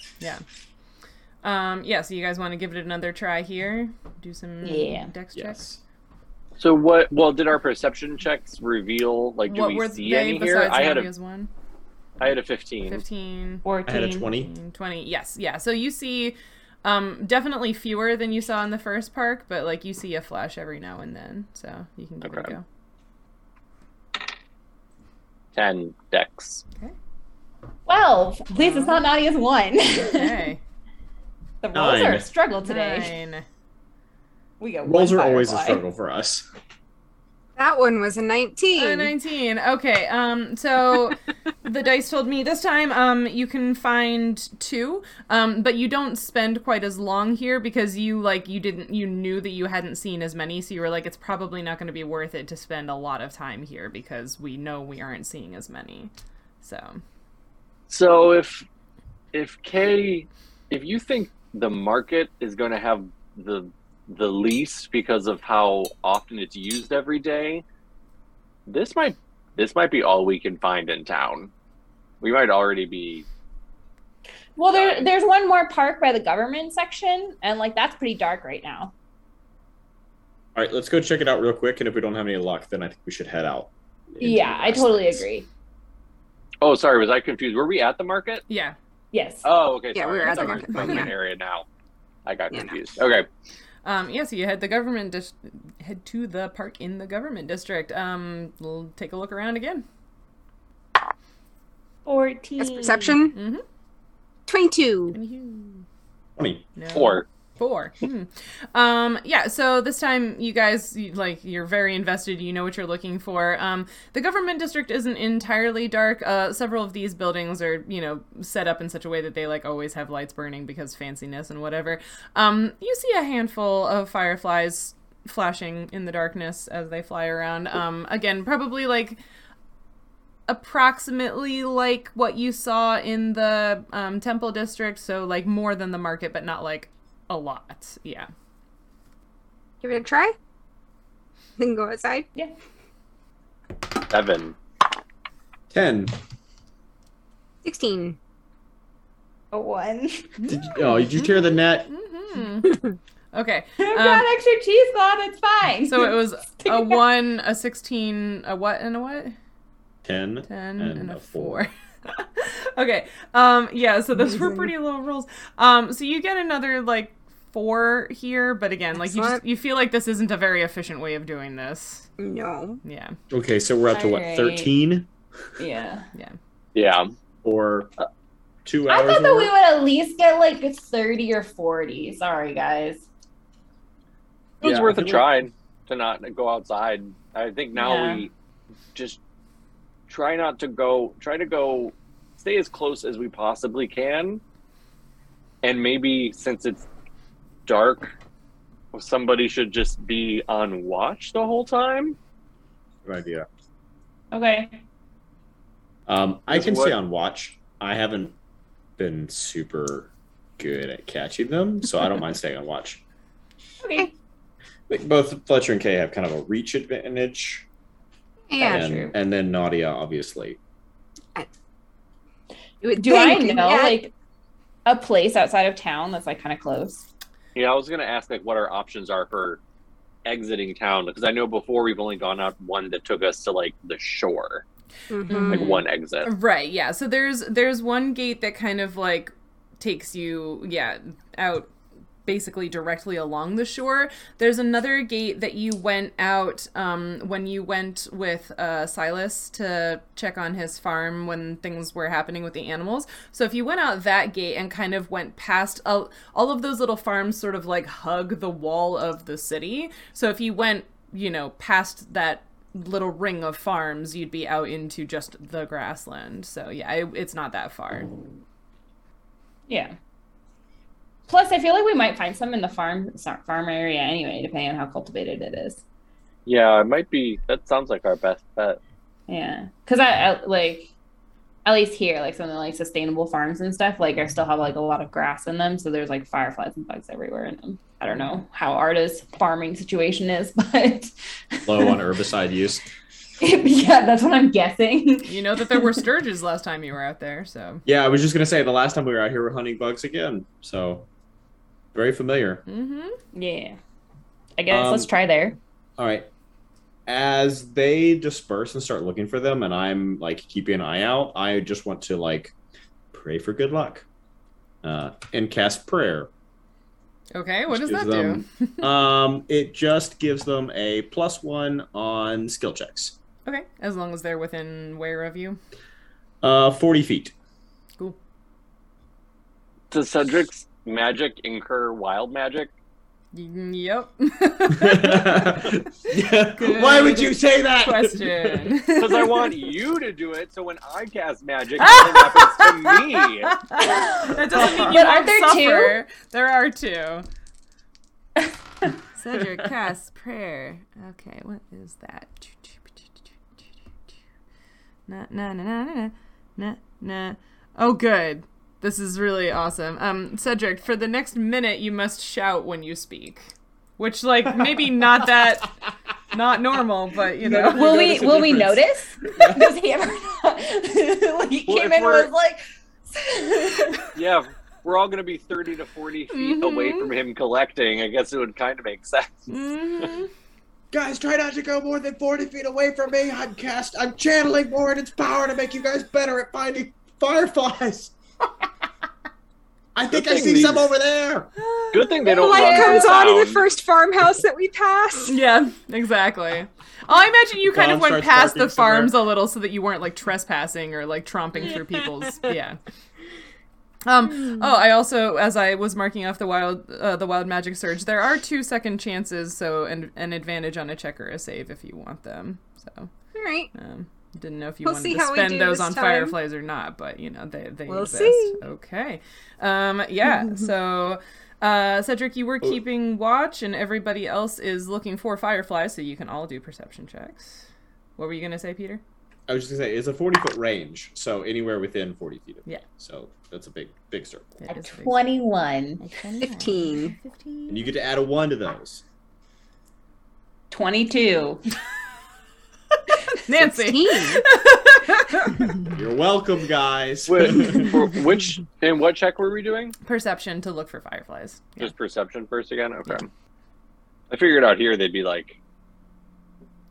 A: Um. Yeah. So you guys want to give it another try here? Do some
E: Yeah.
A: dex checks.
C: Yes.
B: So what? Well, did our perception checks reveal like do
A: what
B: we
A: were
B: see
A: they
B: any here?
A: besides
B: I had a
A: Nadia's one?
B: I had a fifteen.
A: 15,
E: Fourteen.
C: I had a 20.
A: 15, 20. Yes. Yeah. So you see, um, definitely fewer than you saw in the first park, but like you see a flash every now and then, so you can give it
B: Okay.
A: a go.
B: Ten decks.
E: Twelve. Please,
A: Oh.
E: it's not Nadia's one.
A: Okay.
E: the rolls are a
C: Nine.
E: struggle today.
A: Nine.
E: We got
C: Rolls
E: one
C: are always a
E: firefly.
C: struggle for us.
D: That one was a 19.
A: Uh, 19. Okay. Um so the dice told me this time um you can find two. Um but you don't spend quite as long here because you like you didn't you knew that you hadn't seen as many so you were like it's probably not going to be worth it to spend a lot of time here because we know we aren't seeing as many. So
B: So if if Kay, if you think the market is going to have the the least because of how often it's used every day, this might this might be all we can find in town. We might already be
E: Well, there, there's one more park by the government section, and like that's pretty dark right now.
C: All right, let's go check it out real quick, and if we don't have any luck, then I think we should head out. into
E: yeah,
C: the
E: I totally
C: grasslands.
E: agree.
B: Oh, sorry, was I confused? Were we at the market?
A: yeah.
E: Yes.
B: Oh, okay.
D: Yeah,
B: sorry.
D: we were
B: I
D: at the
B: thought
D: market.
B: in
D: Yeah.
B: an area now. I got
D: Yeah, no.
B: confused. Okay.
A: Um yeah, so you head the government dis- head to the park in the government district. Um we'll take a look around again.
E: Fourteen.
D: That's perception.
A: Mhm.
D: 22.
C: Funny.
A: No.
B: Or
A: Four. Hmm. Um, yeah. So this time, you guys you, like you're very invested. You know what you're looking for. Um, the government district isn't entirely dark. Uh, several of these buildings are you know set up in such a way that they like always have lights burning because fanciness and whatever. Um, you see a handful of fireflies flashing in the darkness as they fly around. Um, again, probably like approximately like what you saw in the um, temple district, so like more than the market, but not like a lot. Yeah.
D: Give it a try. Then go outside.
B: Seven.
C: 10.
D: 16.
E: A one.
C: Did you, oh, did you tear the net?
A: Mm-hmm. okay.
E: I've got extra cheese on. It's fine.
A: Um, So it was a one, a sixteen, a what, and a what?
C: 10.
A: 10 and, a 4. okay. Um yeah, so those were pretty low rolls. Um so you get another like 4 here, but again, like you just,
D: Excellent.
A: you feel like this isn't a very efficient way of doing this.
D: No.
A: Yeah.
C: Okay, so we're up to what,
E: Alright.
C: 13?
E: yeah.
B: Yeah.
C: Or two
E: I
C: hours?
E: thought that
C: more?
E: we would at least get like 30 or 40. Sorry, guys.
B: It was
C: Yeah,
B: worth
C: I
B: a
C: feel
B: try to not go outside. I think now
E: Yeah.
B: we just try not to go, try to go, stay as close as we possibly can. And maybe since it's dark, somebody should just be on watch the whole time.
C: Good idea.
E: Okay.
C: Um, I
B: Is
C: can
B: what-
C: stay on watch. I haven't been super good at catching them, so I don't mind staying on watch.
E: Okay.
C: Like both Fletcher and Kay have kind of a reach advantage,
D: Yeah.
E: Yeah.
C: and,
E: true.
C: and then Nadia obviously.
E: Do I
D: Thank you,
E: know
D: Dad.
E: like a place outside of town that's like kind of close?
B: Yeah, I was going to ask like what our options are for exiting town because I know before we've only gone out one that took us to like the shore,
D: Mhm.
B: like
C: Mm-hmm.
B: one exit.
A: Right. Yeah. So there's there's one gate that kind of like takes you yeah out basically directly along the shore. There's another gate that you went out um, when you went with uh, Silas to check on his farm when things were happening with the animals. So if you went out that gate and kind of went past all, all of those little farms, sort of like hug the wall of the city. So if you went you know past that little ring of farms you'd be out into just the grassland so yeah it, it's not that far
E: Yeah. Plus, I feel like we might find some in the farm farm area anyway, depending on how cultivated it is.
B: Yeah, it might be. That sounds like our best bet.
E: Yeah, because I, I like at least here, like some of the like sustainable farms and stuff, like I still have like a lot of grass in them, so there's like fireflies and bugs everywhere in them. I don't know how Arda's farming situation is, but
C: Low on herbicide use.
E: yeah, that's what I'm guessing.
A: you know that there were sturges last time you were out there so
C: Yeah, I was just gonna say the last time we were out here, we're hunting bugs again, so very familiar.
A: mm-hmm.
E: Yeah, I guess
C: Um,
E: let's try there.
C: All right. As they disperse and start looking for them, and I'm like keeping an eye out, I just want to like pray for good luck uh, and cast prayer.
A: okay what does
C: Gives
A: that do
C: them- um, it just gives them a plus one on skill checks,
A: okay as long as they're within where of you
C: uh, 40 feet.
B: Does Cedric's magic incur wild magic?
A: yep
C: Why would you say that?
A: question
B: Because I want you to do it, so when I cast magic, nothing happens to me.
A: that doesn't mean you
E: But
A: won't
E: aren't there two?
A: suffer. There are two. Cedric casts prayer. Okay, what is that? Na na na na na na na na. Oh, good. This is really awesome. Um, Cedric, for the next minute, you must shout when you speak, which, like, maybe not that, not normal, but you know.
E: Will we
C: notice a
E: will we
C: difference.
E: notice? Does he ever? like, he
B: Well, if
E: came in and
B: we're-
E: was like,
B: Yeah, we're all going to be 30 to 40 feet
D: Mm-hmm.
A: Mhm.
B: away from him collecting. I guess it would kind of make sense.
D: Mm-hmm.
A: Mhm.
C: Guys, try not to go more than 40 feet away from me. I'm cast. I'm channeling more in its power to make you guys better at finding fireflies. I think I
B: thing
C: see
B: these-
C: some over there.
B: Good thing they
D: The
B: don't
D: light
B: run
D: comes
B: through
D: on in the
B: town.
D: first farmhouse that we pass.
A: Yeah, exactly. I imagine you kind
C: Dom
A: of went
C: starts
A: past
C: barking
A: the farms a little so that you weren't like trespassing or like tromping through people's. Yeah. Um. Oh, I also, as I was marking off the wild, uh, the wild magic surge, there are two second chances, so an, an advantage on a check or a save if you want them. So,
D: All right.
A: um, didn't know if you
D: We'll see
A: wanted to
D: how we do
A: spend those
D: this
A: on
D: time.
A: fireflies or not, but you know they they
D: We'll
A: exist.
D: see.
A: Okay. Um. Yeah. so, Uh, Cedric, you were
C: Oh.
A: keeping watch, and everybody else is looking for fireflies, so you can all do perception checks. What were you gonna say, Peter?
C: I was just gonna say it's a forty foot range, so anywhere within forty feet of me.
A: Yeah.
C: So that's a big big circle.
A: That
E: A
A: is a big-
E: 21.
A: a 29.
D: 15.
A: 15.
C: And you get to add a one to those.
E: 22.
A: Nancy.
D: 16.
C: You're welcome, guys.
B: Wh- for which and what check were we doing?
A: Perception to look for fireflies. Yeah.
B: Just perception first again. Okay. I figured out here they'd be like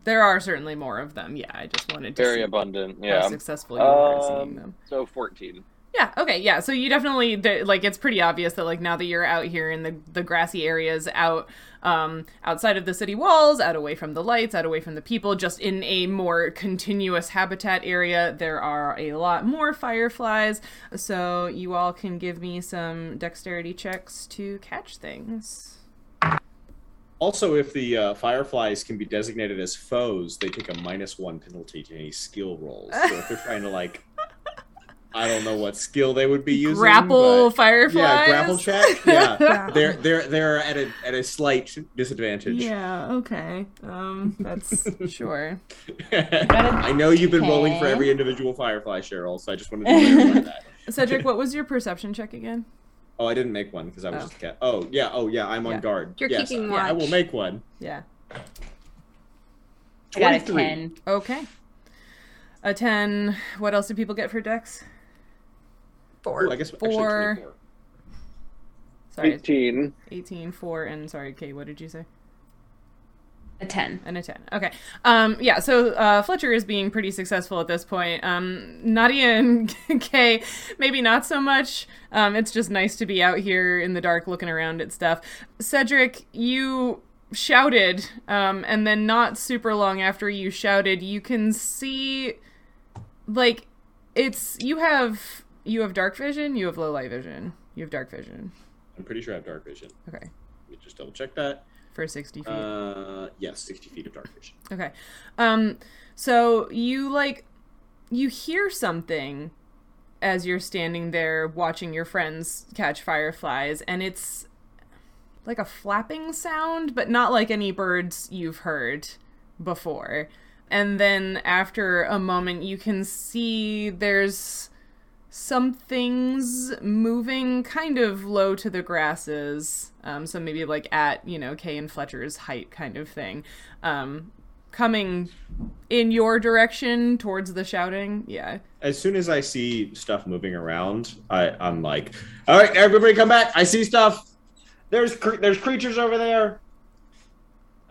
A: There are certainly more of them. Yeah, I just wanted to
B: very
A: see
B: abundant.
A: how
B: Yeah.
A: successful you were at
B: Um,
A: seeing them.
B: So fourteen.
A: Yeah. Okay. Yeah. So you definitely th- like it's pretty obvious that like now that you're out here in the the grassy areas out um outside of the city walls, out away from the lights, out away from the people, just in a more continuous habitat area, there are a lot more fireflies. So you all can give me some dexterity checks to catch things.
C: Also, if the uh, fireflies can be designated as foes, they take a minus one penalty to any skill rolls. So if they're trying to like, I don't know what skill they would be using.
A: grapple
C: but-
A: fireflies.
C: Yeah, grapple check. Yeah,
D: Wow.
C: they're they're they're at a at a slight disadvantage.
A: Yeah, okay. Um, that's sure.
C: I know you've been rolling for
E: Okay.
C: every individual firefly, Cheryl. So I just wanted to clarify that.
A: Cedric, what was your perception check again?
C: Oh, I didn't make one because I was
A: Oh.
C: just cat. Oh yeah, oh yeah, I'm
A: Yeah.
C: on guard.
D: You're
C: yes,
D: keeping
C: I- I will
D: watch.
C: make one.
A: Yeah.
E: I got a
C: 23.
E: 10.
A: Okay. A 10. What else do people get for dex?
C: Ooh, I
D: Four.
C: guess
A: Four.
C: actually 24.
A: Sorry, it's
B: Eighteen.
A: 18, 4, and sorry, Kay, what did you say?
E: A 10.
A: And a 10. Okay. Um, yeah, so uh, Fletcher is being pretty successful at this point. Um, Nadia and Kay, maybe not so much. Um, it's just nice to be out here in the dark looking around at stuff. Cedric, you shouted, um, and then not super long after you shouted, you can see, like, it's you have you have dark vision, you have low light vision, you have dark vision.
C: I'm pretty sure I have dark vision.
A: Okay,
C: Let me just double check that.
A: for sixty feet.
C: Uh, yes, 60 feet of dark vision.
A: Okay. Um so you like you hear something as you're standing there watching your friends catch fireflies and it's like a flapping sound but not like any birds you've heard before. And then after a moment you can see there's something's moving kind of low to the grasses um, so maybe like at you know kay and fletcher's height kind of thing um, coming in your direction towards the shouting yeah
C: As soon as I see stuff moving around, I, I'm like, all right, everybody come back. I see stuff. There's cre- there's creatures over there.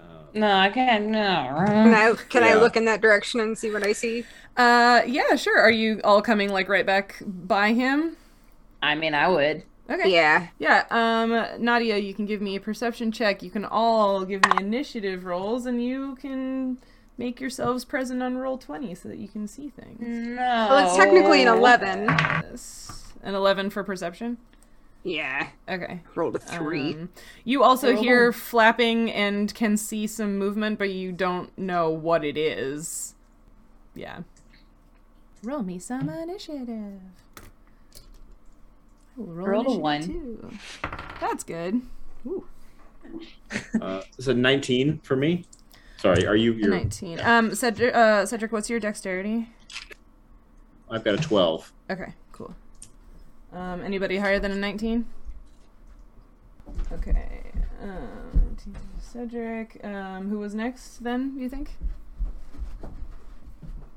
C: Um,
E: No, I can't.
D: Can
E: No.
D: I, can I
C: Yeah.
D: look in that direction and see what I see?
A: uh yeah sure are you all coming like right back by him
E: I mean, I would.
A: okay
D: Yeah.
A: yeah um nadia you can give me a perception check you can all give me initiative rolls and you can make yourselves present on roll 20 so that you can see things
E: No.
D: Well, it's technically an 11.
A: Yes. An 11 for perception?
D: Yeah.
A: Okay.
D: Rolled a three.
A: Um, you also hear flapping and can see some movement, but you don't know what it is. Yeah. Roll me some initiative. I will roll
E: Rolled a
A: initiative
E: one.
A: too. That's good. Ooh,
C: uh, it's a 19 for me. Sorry, are you?
A: a
C: You're,
A: 19. Um, Cedric, uh, Cedric, what's your dexterity?
C: I've got a 12.
A: Okay, cool. Um, anybody higher than a 19? Okay. Um, Cedric. Um, who was next then, you think?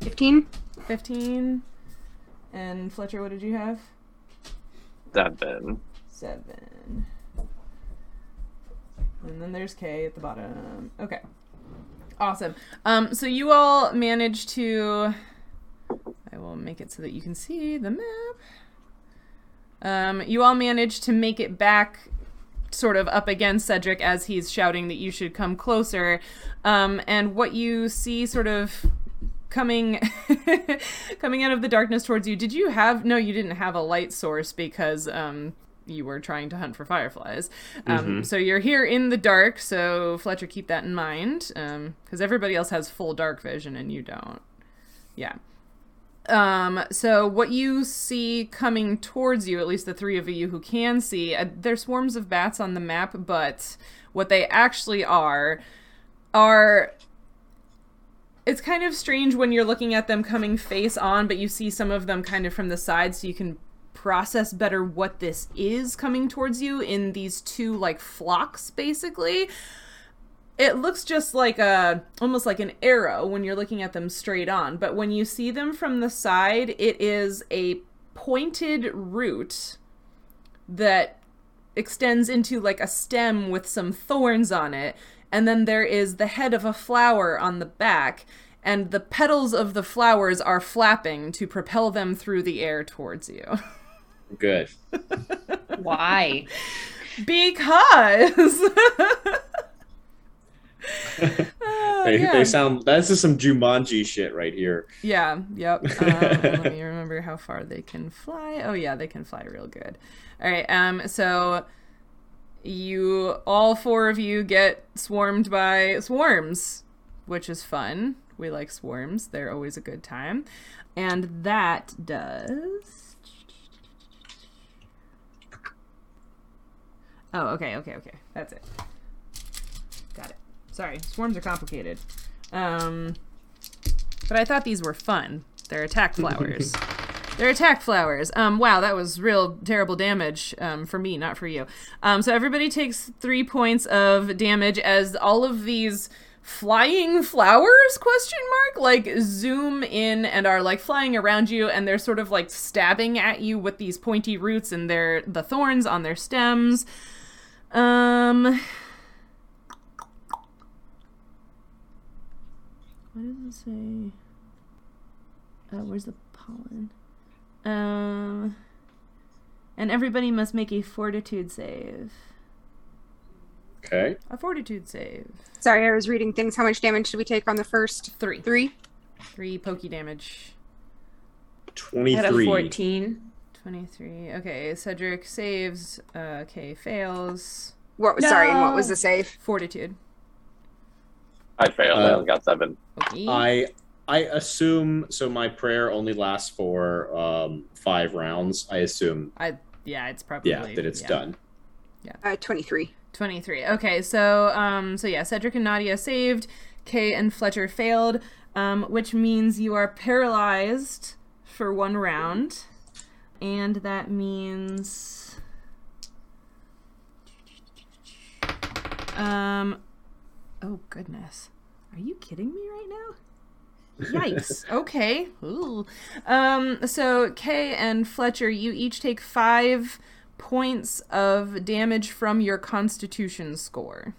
D: 15?
A: 15. And Fletcher, what did you have?
B: Seven.
A: Seven. And then there's K at the bottom. Okay. Awesome. Um, so you all managed to. I will make it so that you can see the map. Um, you all managed to make it back sort of up against Cedric as he's shouting that you should come closer. Um, and what you see sort of coming coming out of the darkness towards you. Did you have no, you didn't have a light source because um you were trying to hunt for fireflies. Um,
C: Mhm.
A: So you're here in the dark. So Fletcher, keep that in um, mind, because everybody else has full dark vision and you don't. Yeah. Um, so what you see coming towards you, at least the three of you who can see, uh, there's swarms of bats on the map, but what they actually are are it's kind of strange when you're looking at them coming face on, but you see some of them kind of from the side, so you can process better what this is coming towards you in these two like flocks, basically. It looks just like a almost like an arrow when you're looking at them straight on, but when you see them from the side, it is a pointed root that extends into like a stem with some thorns on it and then there is the head of a flower on the back, and the petals of the flowers are flapping to propel them through the air towards you.
C: Good.
E: Why?
A: because. Uh, Oh,
C: They,
A: yeah.
C: they sound. That's just some Jumanji shit right here.
A: Yeah, yep. Um, let me remember how far they can fly. Oh, yeah, they can fly real good. All right, um, so you, all four of you, get swarmed by swarms, which is fun. We like swarms, they're always a good time. And that does. Oh, okay, okay, okay. That's it. Got it. Sorry, swarms are complicated. Um, but I thought these were fun. They're attack flowers. They're attack flowers. Um, wow, that was real terrible damage um, for me, not for you. Um, so everybody takes three points of damage as all of these flying flowers question mark like zoom in and are like flying around you and they're sort of like stabbing at you with these pointy roots and their the thorns on their stems um What does it say? Uh, where's the pollen? Um, and everybody must make a fortitude save.
C: Okay.
A: A fortitude save.
D: Sorry, I was reading things. How much damage did we take on the first
A: Three.
D: three?
A: Three pokey damage.
E: Out of
C: Twenty-three.
E: 14.
A: 23. Okay, Cedric saves. Uh, okay, fails.
D: What? Sorry, and what was
E: No.
D: the save?
A: Fortitude.
B: I failed. I
C: Uh,
B: only got seven.
A: Okay.
C: I I assume so. My prayer only lasts for um five rounds. I assume.
A: yeah, it's probably.
C: Yeah, that it's
A: yeah.
C: done.
D: Uh, Twenty-three.
A: 23. Okay, so um so yeah, Cedric and Nadia saved, Kay and Fletcher failed, um which means you are paralyzed for one round. And that means um oh goodness. Are you kidding me right now? Yikes. Okay. Ooh. Um, so Kay and Fletcher, you each take five points of damage from your constitution score,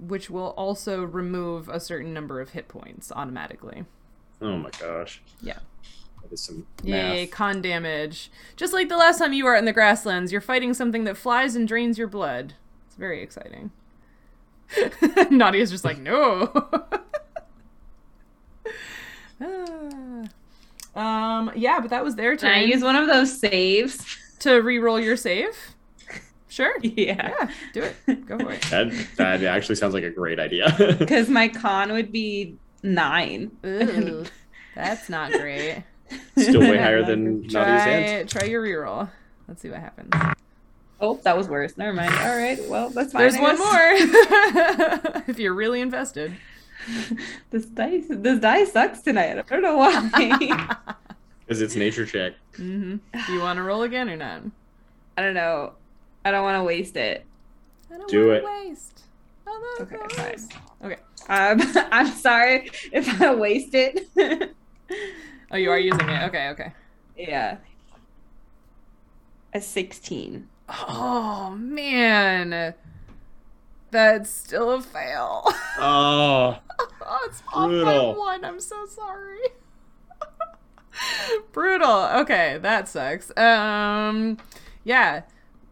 A: which will also remove a certain number of hit points automatically.
C: Oh my gosh.
A: Yeah.
C: That is some
A: Yay,
C: math.
A: con damage. Just like the last time you were out in the grasslands, you're fighting something that flies and drains your blood. It's very exciting. Nadia's just like, no. Ah. um, yeah, but that was their
E: Can
A: turn.
E: I use one of those saves?
A: to re-roll your save? Sure.
E: yeah.
A: Yeah, do it. Go for it.
C: That that actually sounds like a great idea.
E: Because my con would be nine.
A: Ooh, that's not great.
C: Still way higher than Nadia's hands.
A: Try, try your reroll. Let's see what happens.
E: Oh, that was worse. Never mind. All right. Well, that's fine.
A: There's
E: I
A: one
E: guess.
A: more. if you're really invested.
E: This dice, this die sucks tonight. I don't know why.
C: Because it's nature check.
A: hmm Do you want to roll again or not?
E: I don't know. I don't want to waste it.
A: I don't
C: Do
A: wanna Waste. I love
E: Okay,
A: those.
E: Um, I'm sorry if I waste it.
A: Oh, you are using it. Okay, okay.
E: yeah. A 16.
A: Oh man, that's still a fail.
C: Oh,
A: Oh, it's off by
C: Brutal.
A: one. I'm so sorry. Brutal. Okay, that sucks. Um, yeah.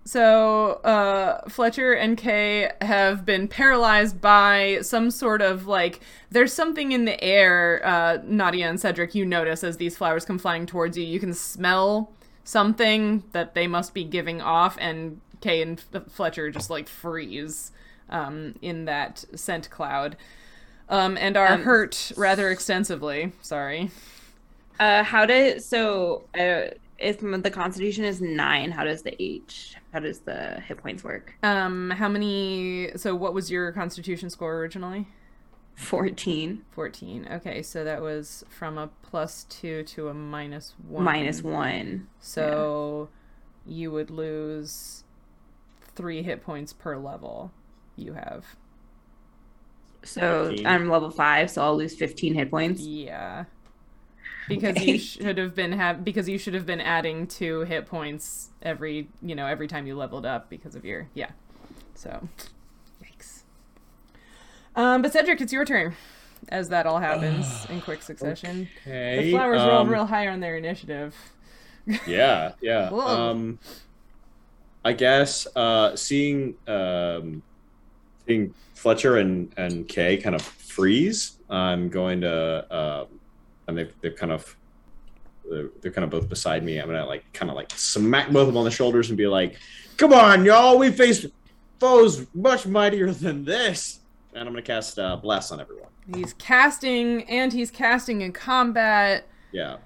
A: So uh, Fletcher and Kay have been paralyzed by some sort of like there's something in the air. Uh, Nadia and Cedric, you notice as these flowers come flying towards you, you can smell something that they must be giving off, and Kay and F- Fletcher just like freeze um, in that scent cloud um, and are
E: Um,
A: hurt rather extensively. Sorry.
E: Uh, how does so? Uh, if the Constitution is nine, how does the age? How does the hit points work?
A: Um, how many? So, what was your Constitution score originally?
E: Fourteen
A: 14. Okay, so that was from a plus two to a minus one.
E: minus one.
A: So you would lose three hit points per level you have.
E: So
C: 15.
E: I'm level five, so I'll lose fifteen hit points.
A: Yeah. Because
E: Okay.
A: you should have been have because you should have been adding two hit points every you know every time you leveled up because of your yeah, so yikes. Um, but Cedric, it's your turn, as that all happens in quick succession.
C: Okay.
A: The flowers roll
C: um,
A: real high on their initiative.
C: yeah yeah
A: Whoa.
C: um i guess uh seeing um seeing fletcher and and kay kind of freeze i'm going to um and they've, they've kind of they're, they're kind of both beside me i'm gonna like kind of like smack both of them on the shoulders and be like come on y'all we faced foes much mightier than this and i'm gonna cast uh blast on everyone
A: He's casting and he's casting in combat.
C: yeah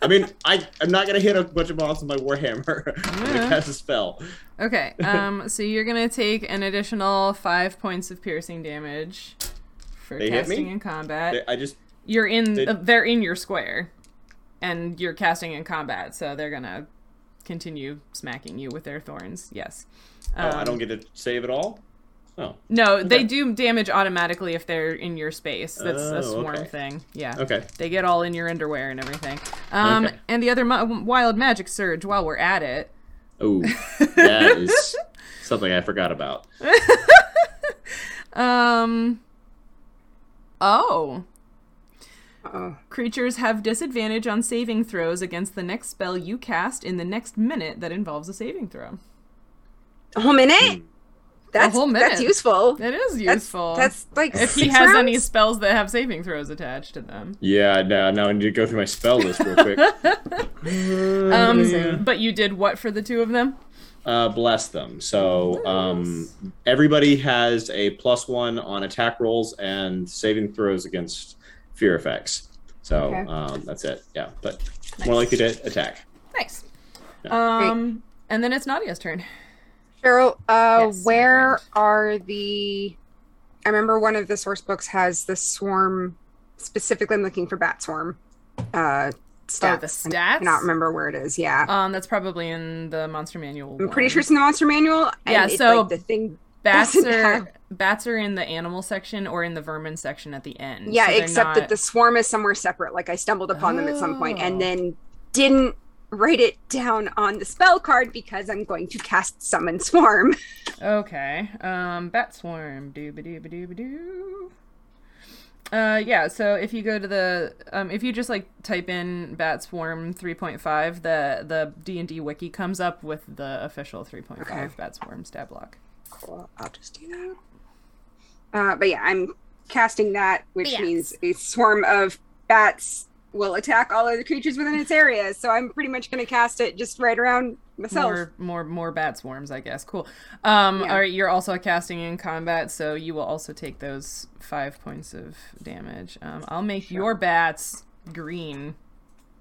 C: I mean, I, I'm not gonna hit a bunch of mobs with my warhammer. I'm gonna
A: Yeah.
C: cast a spell.
A: Okay, um, so you're gonna take an additional five points of piercing damage for
C: They hit me?
A: casting in combat.
C: They- I just
A: you're in
C: they-
A: uh, they're in your square, and you're casting in combat, so they're gonna continue smacking you with their thorns. Yes. Um,
C: oh, I don't get to save at all. Oh,
A: No, they
C: okay.
A: do damage automatically if they're in your space. That's a
C: Oh,
A: swarm
C: okay.
A: thing. Yeah.
C: okay.
A: They get all in your underwear and everything. Um,
C: Okay.
A: And the other mo- wild magic surge while we're at it.
C: Oh, that is something I forgot about.
A: Um. Oh.
D: Uh-oh.
A: Creatures have disadvantage on saving throws against the next spell you cast in the next minute that involves a saving throw.
D: A whole
A: Hmm.
D: minute? That's,
A: whole
D: that's
A: minute.
D: useful.
A: That is
D: That's-
A: useful.
D: That's, like
A: if he
D: six
A: has
D: rounds?
A: any spells that have saving throws attached to them.
C: Yeah, now now I need to go through my spell list real quick.
A: Um, But you did what for the two of them?
C: uh, bless them. So um, everybody has a plus one on attack rolls and saving throws against fear effects. So
D: Okay.
C: um, that's it. Yeah, but more likely to attack.
A: Nice.
C: Yeah.
A: Um, and then it's Nadia's turn.
D: Cheryl, uh,
A: Yes, my
D: where
A: friend.
D: are the? I remember one of the source books has the swarm. Specifically, I'm looking for bat swarm. Uh, stats.
A: Oh, the stats.
D: I cannot remember where it is. Yeah,
A: Um, that's probably in the monster manual.
D: I'm pretty
A: one.
D: sure it's in the monster manual. And
A: Oh, Yeah,
D: it's
A: so-
D: like the thing.
A: bats
D: doesn't
A: are
D: have-
A: bats are in the animal section or in the vermin section at the end. Mm,
D: Yeah,
A: so they're
D: except that
A: not-
D: the swarm is somewhere separate. Like I stumbled upon them at some point
A: Oh.
D: and then didn't write it down on the spell card because I'm going to cast summon swarm.
A: Okay. Um, bat swarm. Dooba dooba dooba doo. Uh, yeah. So if you go to the, um, if you just like type in bat swarm 3.5, the the D and D wiki comes up with the official 3.5
D: Okay.
A: bat swarm stat block.
D: Cool. I'll just do that. Uh, but yeah, I'm casting that, which
A: Yes.
D: means a swarm of bats will attack all other creatures within its area. So I'm pretty much going to cast it just right around myself.
A: More, more, more bat swarms, I guess. Cool. Um,
D: Yeah.
A: all right, you're also casting in combat, so you will also take those five points of damage. Um, I'll make your bats green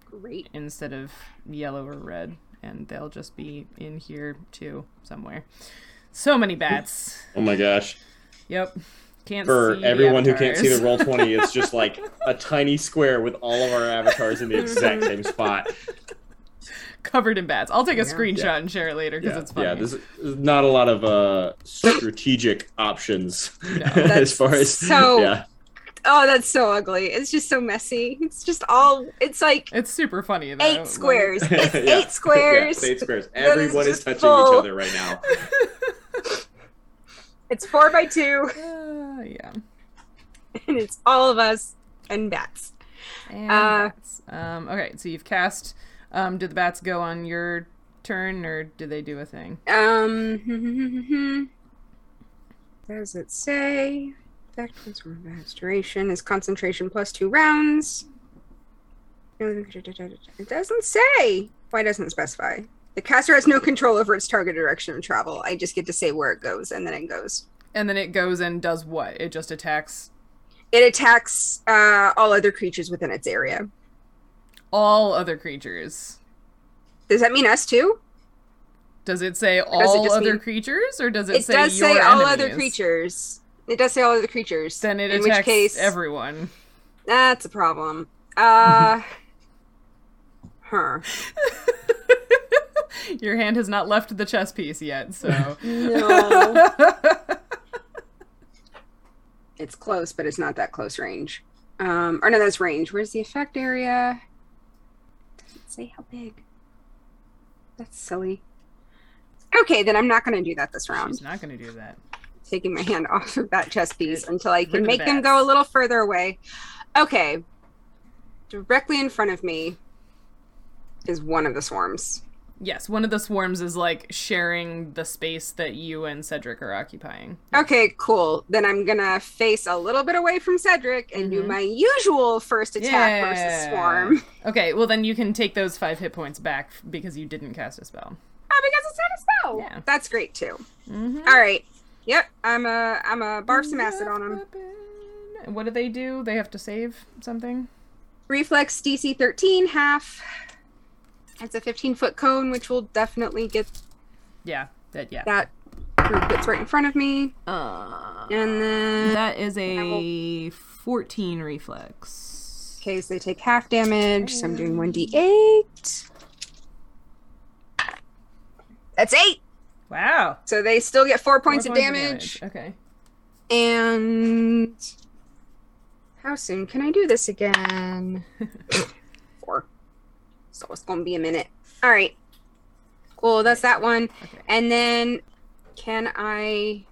D: Great.
A: instead of yellow or red, and they'll just be in here too somewhere. So many bats.
C: Oh my gosh.
A: Yep. Can't
C: for
A: see
C: everyone who can't see the
A: avatars.
C: roll 20 it's just like a tiny square with all of our avatars in the exact same spot
A: covered in bats. I'll take a
D: Yeah.
A: screenshot
C: Yeah.
A: and share it later because
C: yeah,
A: it's funny.
C: yeah there's, there's not a lot of uh strategic options as
D: That's
C: far as
D: so-
C: yeah
D: Oh, that's so ugly. It's just so messy. It's just all, it's like
A: It's super funny though.
D: eight
A: Like,
D: squares. It's
C: Yeah.
D: eight squares.
C: Yeah, eight squares
D: That is
C: everyone is,
D: just
C: touching
D: full.
C: each other right now
D: It's four by two,
A: uh, yeah.
D: and it's all of us and bats.
A: And
D: Uh,
A: bats. Um, okay, so you've cast. Um, did the bats go on your turn, or do they do a thing?
D: Um, what does it say? Effect transform bats. Duration is concentration plus two rounds. It doesn't say. Why doesn't it specify? The caster has no control over its target direction of travel. I just get to say where it goes, and then it goes.
A: And then it goes and does what? It just attacks.
D: It attacks uh, all other creatures within its area.
A: all other creatures.
D: Does that mean us too?
A: Does it say
D: it
A: all
D: just
A: other
D: mean-
A: creatures, or does it,
D: It
A: say
D: does
A: your
D: say all
A: enemies?
D: other creatures. It does say all other creatures.
A: Then it
D: in
A: attacks
D: which case,
A: everyone.
D: that's a problem. Uh, her.
A: Your hand has not left the chess piece yet, so.
D: No, it's close, but it's not that close range. Um, or no, that's range. Where's the effect area? Doesn't say how big. That's silly. Okay, then I'm not going to do that this round.
A: She's not going to do that.
D: taking my hand off of that chess piece until I
A: Rid
D: can
A: of the
D: make them
A: bats.
D: go a little further away. Okay. Directly in front of me is one of the swarms.
A: Yes, one of the swarms is like sharing the space that you and Cedric are occupying.
D: Okay, cool. Then I'm gonna face a little bit away from Cedric and
A: Mhm.
D: do my usual first attack versus
A: Yeah.
D: swarm.
A: Okay, well then you can take those five hit points back f- because you didn't cast a spell.
D: Oh, because it's not a spell.
A: Yeah.
D: That's great too.
A: Mm-hmm.
D: All right. um, Yep, I'm a I'm a barf some acid on him.
A: What do they do? They have to save something.
D: Reflex DC 13 half. It's a 15 foot cone, which will definitely get
A: Yeah, that yeah.
D: that group that's right in front of me.
A: Uh,
D: And then
A: that is
D: I
A: a fourteen reflex.
D: Okay, so they take half damage, so I'm doing 1d8. Um. That's eight!
A: Wow.
D: So they still get four points,
A: Four
D: of, damage.
A: Okay.
D: And. How soon can I do this again? four. So it's gonna be a minute. Alright. Cool, that's that one.
A: Okay.
D: And then can I.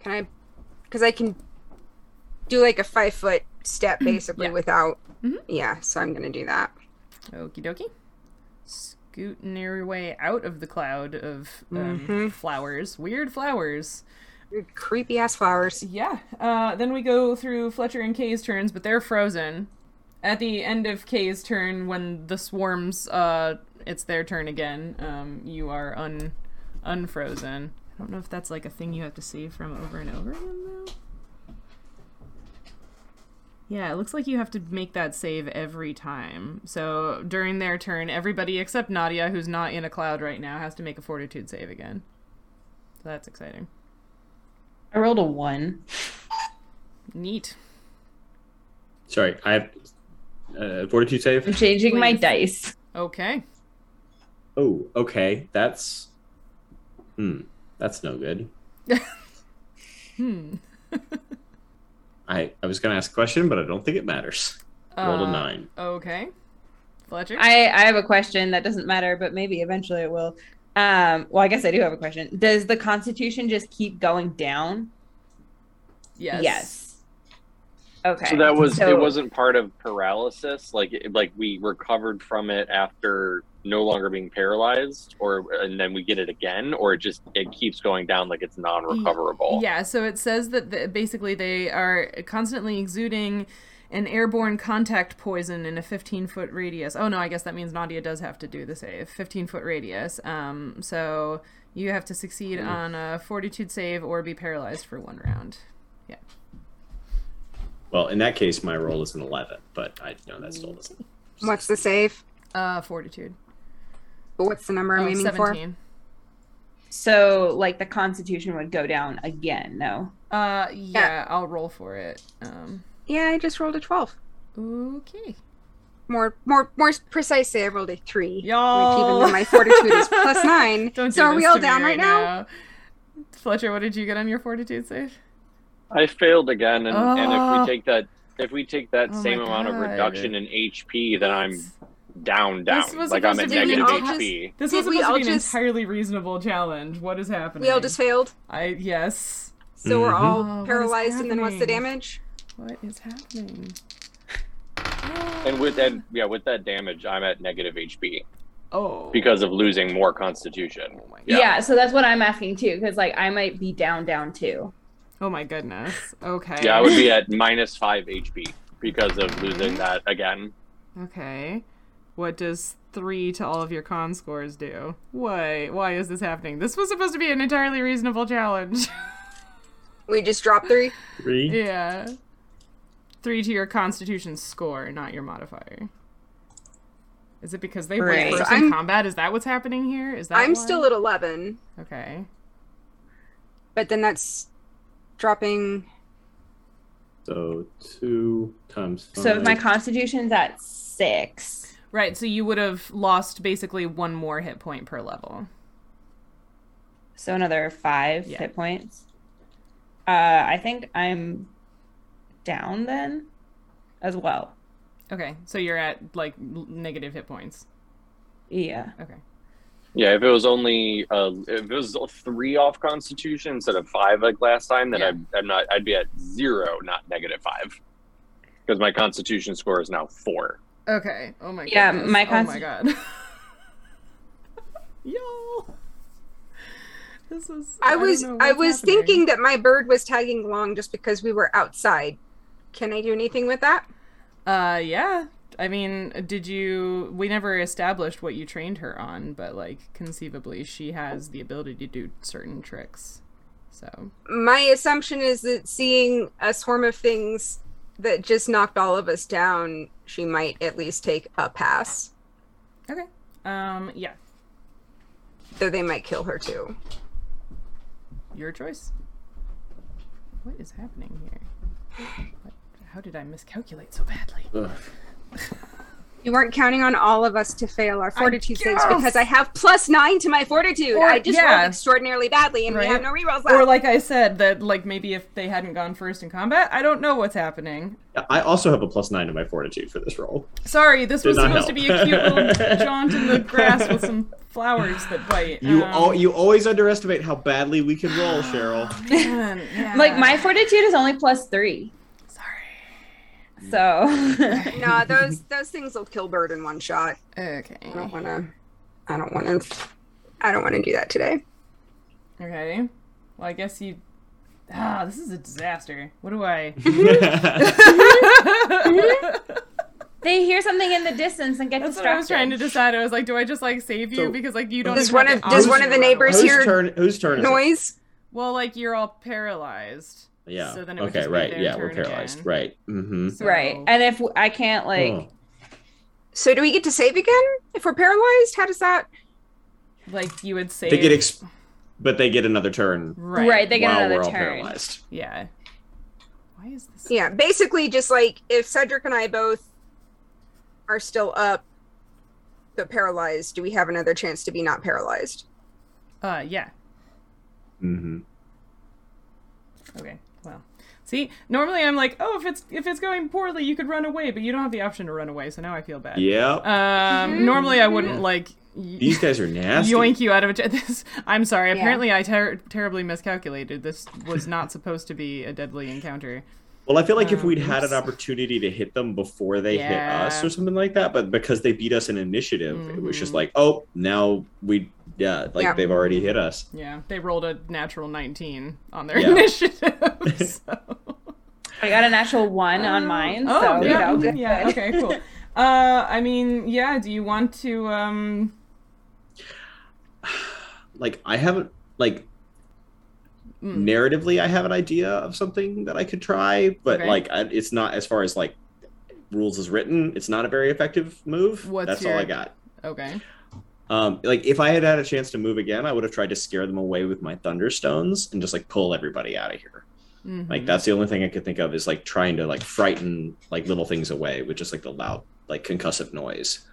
D: Can I. Because I can do like a five foot step basically
A: Mm-hmm. Yeah.
D: without.
A: Mhm.
D: Yeah, so I'm gonna do that.
A: Okie dokie. Scooting your way out of the cloud of um,
D: Mhm.
A: flowers, weird flowers.
D: Weird, creepy ass flowers.
A: Yeah. Uh, then we go through Fletcher and Kay's turns, but they're frozen. At the end of Kay's turn, when the swarms, uh, it's their turn again. Um, you are un unfrozen. I don't know if that's like a thing you have to save from over and over again, though. Yeah, it looks like you have to make that save every time. So during their turn, everybody except Nadia, who's not in a cloud right now, has to make a fortitude save again. So that's exciting.
E: I rolled a one.
A: Neat.
C: Sorry, I have uh, fortitude
E: I'm
C: save.
E: changing my
A: Please.
E: dice.
A: Okay.
C: Oh, okay. That's hmm. That's no good.
A: Hmm.
C: I I was gonna ask a question, but I don't think it matters. Rolled
A: Uh,
C: a nine.
A: Okay. Fletcher?
E: I, I have a question that doesn't matter, but maybe eventually it will. Um, well, I guess I do have a question. Does the Constitution just keep going down?
A: yes.
E: Okay.
B: So that was
E: So-
B: it. Wasn't part of paralysis. Like it, like we recovered from it after no longer being paralyzed, or and then we get it again, or it just it keeps going down like it's non-recoverable.
A: Mm, Yeah, so it says that the, basically they are constantly exuding an airborne contact poison in a 15 foot radius. Oh no, I guess that means Nadia does have to do the save. 15 foot radius. Um, so you have to succeed
C: Mm.
A: on a fortitude save or be paralyzed for one round.
C: Well, in that case, my roll is an eleven, but I know that still doesn't.
D: What's the save?
A: Uh, fortitude.
D: But What's the number I'm
A: Oh,
D: aiming for?
A: 17.
E: So, like, the Constitution would go down again, no?
A: Uh, yeah, I'll roll for it. Um,
D: Yeah, I just rolled a twelve.
A: okay.
D: More, more, more precisely, I rolled a three. Like,
A: Y'all.
D: even though my fortitude is plus nine.
A: Don't
D: so
A: do
D: are we
A: this
D: all
A: to me
D: down right now?
A: Fletcher, what did you get on your fortitude save?
B: I failed again, and, and if
A: Oh.
B: we take that if we take that
A: Oh my
B: same amount of
A: God.
B: reduction in HP, then I'm down down.
A: This was
B: like I'm at
A: supposed
D: to be an
B: negative
D: all-
B: HP.
A: This
D: Did
A: was
D: we
A: supposed to
D: all
A: be an
D: just-
A: entirely reasonable challenge. What is happening?
D: We all just failed,
A: I yes.
D: so we're all
A: Mhm. Oh, what is
D: paralyzed. And then what's the
A: happening?
D: damage?
A: What is happening?
B: And with that, yeah, with that damage, I'm at negative HP
A: oh,
B: because of losing more Constitution.
A: oh my,
E: Yeah.
B: Yeah.
E: so that's what I'm asking too, because, like, I might be down, down too.
A: oh my goodness. Okay.
B: Yeah, I would be at minus five HP because of losing that again.
A: Okay. What does three to all of your con scores do? Why? Why is this happening? This was supposed to be an entirely reasonable challenge.
D: We just dropped three.
C: Three.
A: yeah. Three to your Constitution score, not your modifier. Is it because they
E: Right.
A: were
E: So
A: first in
D: I'm-
A: combat? Is that what's happening here? Is that
D: I'm
A: why?
D: still at 11,
A: okay.
D: but then that's dropping.
C: So two times. Five.
B: Mm-hmm.
E: So if my constitution's at six.
A: Right, so you would have lost basically one more hit point per level.
E: So another five
A: Yeah.
E: hit points. Uh, I think I'm down then as well.
A: Okay, so you're at like l- negative hit points.
E: Yeah.
A: Okay.
B: Yeah, if it was only uh, if it was three off Constitution instead of five like last time, then
A: Yeah.
B: I'm, I'm not. I'd be at zero, not negative five, because my Constitution score is now four.
A: Okay. Oh my god.
E: Yeah, my
A: Oh my
E: consti-
A: god. Yo. This is
D: I
A: don't
D: was
A: know
D: I
A: what's
D: was
A: happening.
D: thinking that my bird was tagging along just because we were outside. Can I do anything with that?
A: Uh yeah. I mean, did you we never established what you trained her on, but like conceivably she has the ability to do certain tricks. So
D: My assumption is that seeing a swarm of things that just knocked all of us down, she might at least take a pass,
A: Okay. Um yeah.
D: though they might kill her too.
A: Your choice. What is happening here? What, how did I miscalculate so badly?
C: Ugh.
D: You weren't counting on all of us to fail our fortitude saves
A: guess.
D: because I have plus nine to my fortitude.
A: Or-
D: I just
A: yeah.
D: rolled extraordinarily badly and
A: Right.
D: we have no rerolls left.
A: Or like I said, that like maybe if they hadn't gone first in combat, I don't know what's happening.
C: I also have a plus nine to my fortitude for this roll.
A: Sorry, this
C: Did
A: was
C: not
A: supposed
C: help.
A: to be a cute little jaunt in the grass with some flowers that bite.
C: You
A: Um,
C: all you always underestimate how badly we can roll, Cheryl.
A: man, yeah.
E: Like my fortitude is only plus three.
A: Sorry.
E: So
D: no, those those things will kill bird in one shot. I don't
A: Okay.
D: wanna I don't wanna I don't wanna do that today.
A: Okay. Well, I guess you. Ah, this is a disaster. What do I?
E: they hear something in the distance and get
A: That's what
E: distracted.
A: I was trying to decide. I was like, do I just like save you
C: So-
A: because like you don't?
D: Does
A: even
D: one
A: have
D: of- does one of the
A: option
D: neighbors
A: roll.
C: whose
D: here-
C: turn? Whose turn is it?
D: Noise?
A: Well, like you're all paralyzed.
C: Yeah.
A: So then it would
C: okay.
A: just be
C: Right.
A: their
C: Yeah. We're
A: turn
C: paralyzed.
A: again.
C: Right. Mm-hmm.
A: So-
E: Right. And if w- I can't like
D: So do we get to save again if we're paralyzed? How does that
A: like you would save.
C: They get ex- but they get another turn
E: right,
A: right.
E: they get
C: while we're
E: another
C: all
E: turn.
C: paralyzed.
A: Yeah. Why is this?
D: Yeah, basically just like if Cedric and I both are still up but paralyzed, do we have another chance to be not paralyzed?
A: Uh, yeah.
C: Mm-hmm.
A: Okay. Well, see, normally I'm like, oh, if it's if it's going poorly, you could run away, but you don't have the option to run away, so now I feel bad.
C: Yep.
D: Mm-hmm.
A: Um, normally I wouldn't
C: Yeah.
A: like.
C: These guys are nasty.
A: yoink you out of a jet. This, I'm sorry.
D: Yeah.
A: Apparently, I ter- terribly miscalculated. This was not supposed to be a deadly encounter.
C: Well, I feel like if
A: Um,
C: we'd had an
A: oops.
C: opportunity to hit them before they
A: Yeah.
C: hit us or something like that, but because they beat us in initiative, it was
A: Mhm.
C: just like, oh, now we, yeah, like
D: Yeah.
C: they've already hit us.
A: Yeah, they rolled a natural 19 on their
C: Yeah.
A: initiative. so.
E: I got a natural one on mine.
A: Oh,
E: so
A: yeah.
E: you know,
A: mhm, yeah. Okay, cool. Uh, I mean, yeah. Do you want to? Um,
C: Like, I haven't, like,
A: mm,
C: narratively, I have an idea of something that I could try, but
A: Okay.
C: like, I, it's not as far as like rules is written, it's not a very effective move.
A: What's
C: That's all
A: your-
C: I got.
A: okay.
C: Um, like if I had had a chance to move again, I would have tried to scare them away with my thunderstones and just like pull everybody out of here. Like
A: Mhm.
C: that's the only thing I could think of is like trying to like frighten like little things away with just like the loud like concussive noise.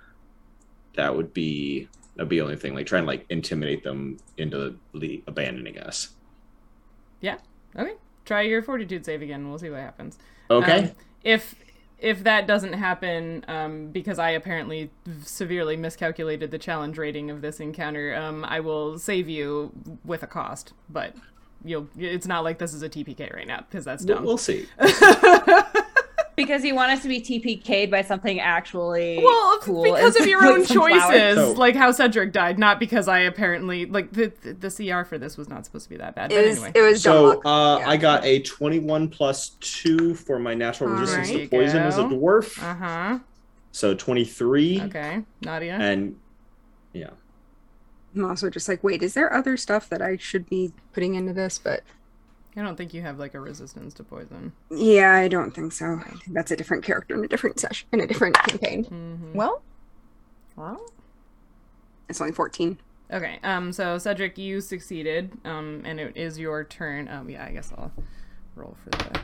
C: That would be that'd be the only thing like trying to like intimidate them into the abandoning us.
A: Okay. Try your fortitude save again. We'll see what happens.
C: Okay.
A: Um, if if that doesn't happen, um, because I apparently severely miscalculated the challenge rating of this encounter, um, I will save you with a cost. But you'll. It's not like this is a TPK right now because that's
C: We'll-
A: dumb.
C: we'll see.
E: because you want us to be TPK'd by something actually
A: Well, it's
E: cool
A: because of
E: and-
A: your
E: with
A: own
E: some flowers.
A: choices,
C: So-
A: like how Cedric died, not because I apparently like the the, the CR for this was not supposed to be that bad. But
D: It was
A: anyway,
D: it was dumb
C: So
D: luck.
C: uh,
D: Yeah.
C: I got a twenty-one plus two for my natural
D: All
C: resistance
A: right.
C: to poison as a
A: There you
C: dwarf.
A: uh huh.
C: So twenty-three.
A: Okay, Nadia.
C: And
D: I'm also just like, wait, is there other stuff that I should be putting into this? But
A: I don't think you have like a resistance to poison.
D: yeah, I don't think so. I think that's a different character in a different session in a different campaign.
A: hmm
D: Well,
A: Well,
D: It's only 14.
A: okay. Um, so Cedric, you succeeded. Um, and it is your turn. Um, yeah, I guess I'll roll for the.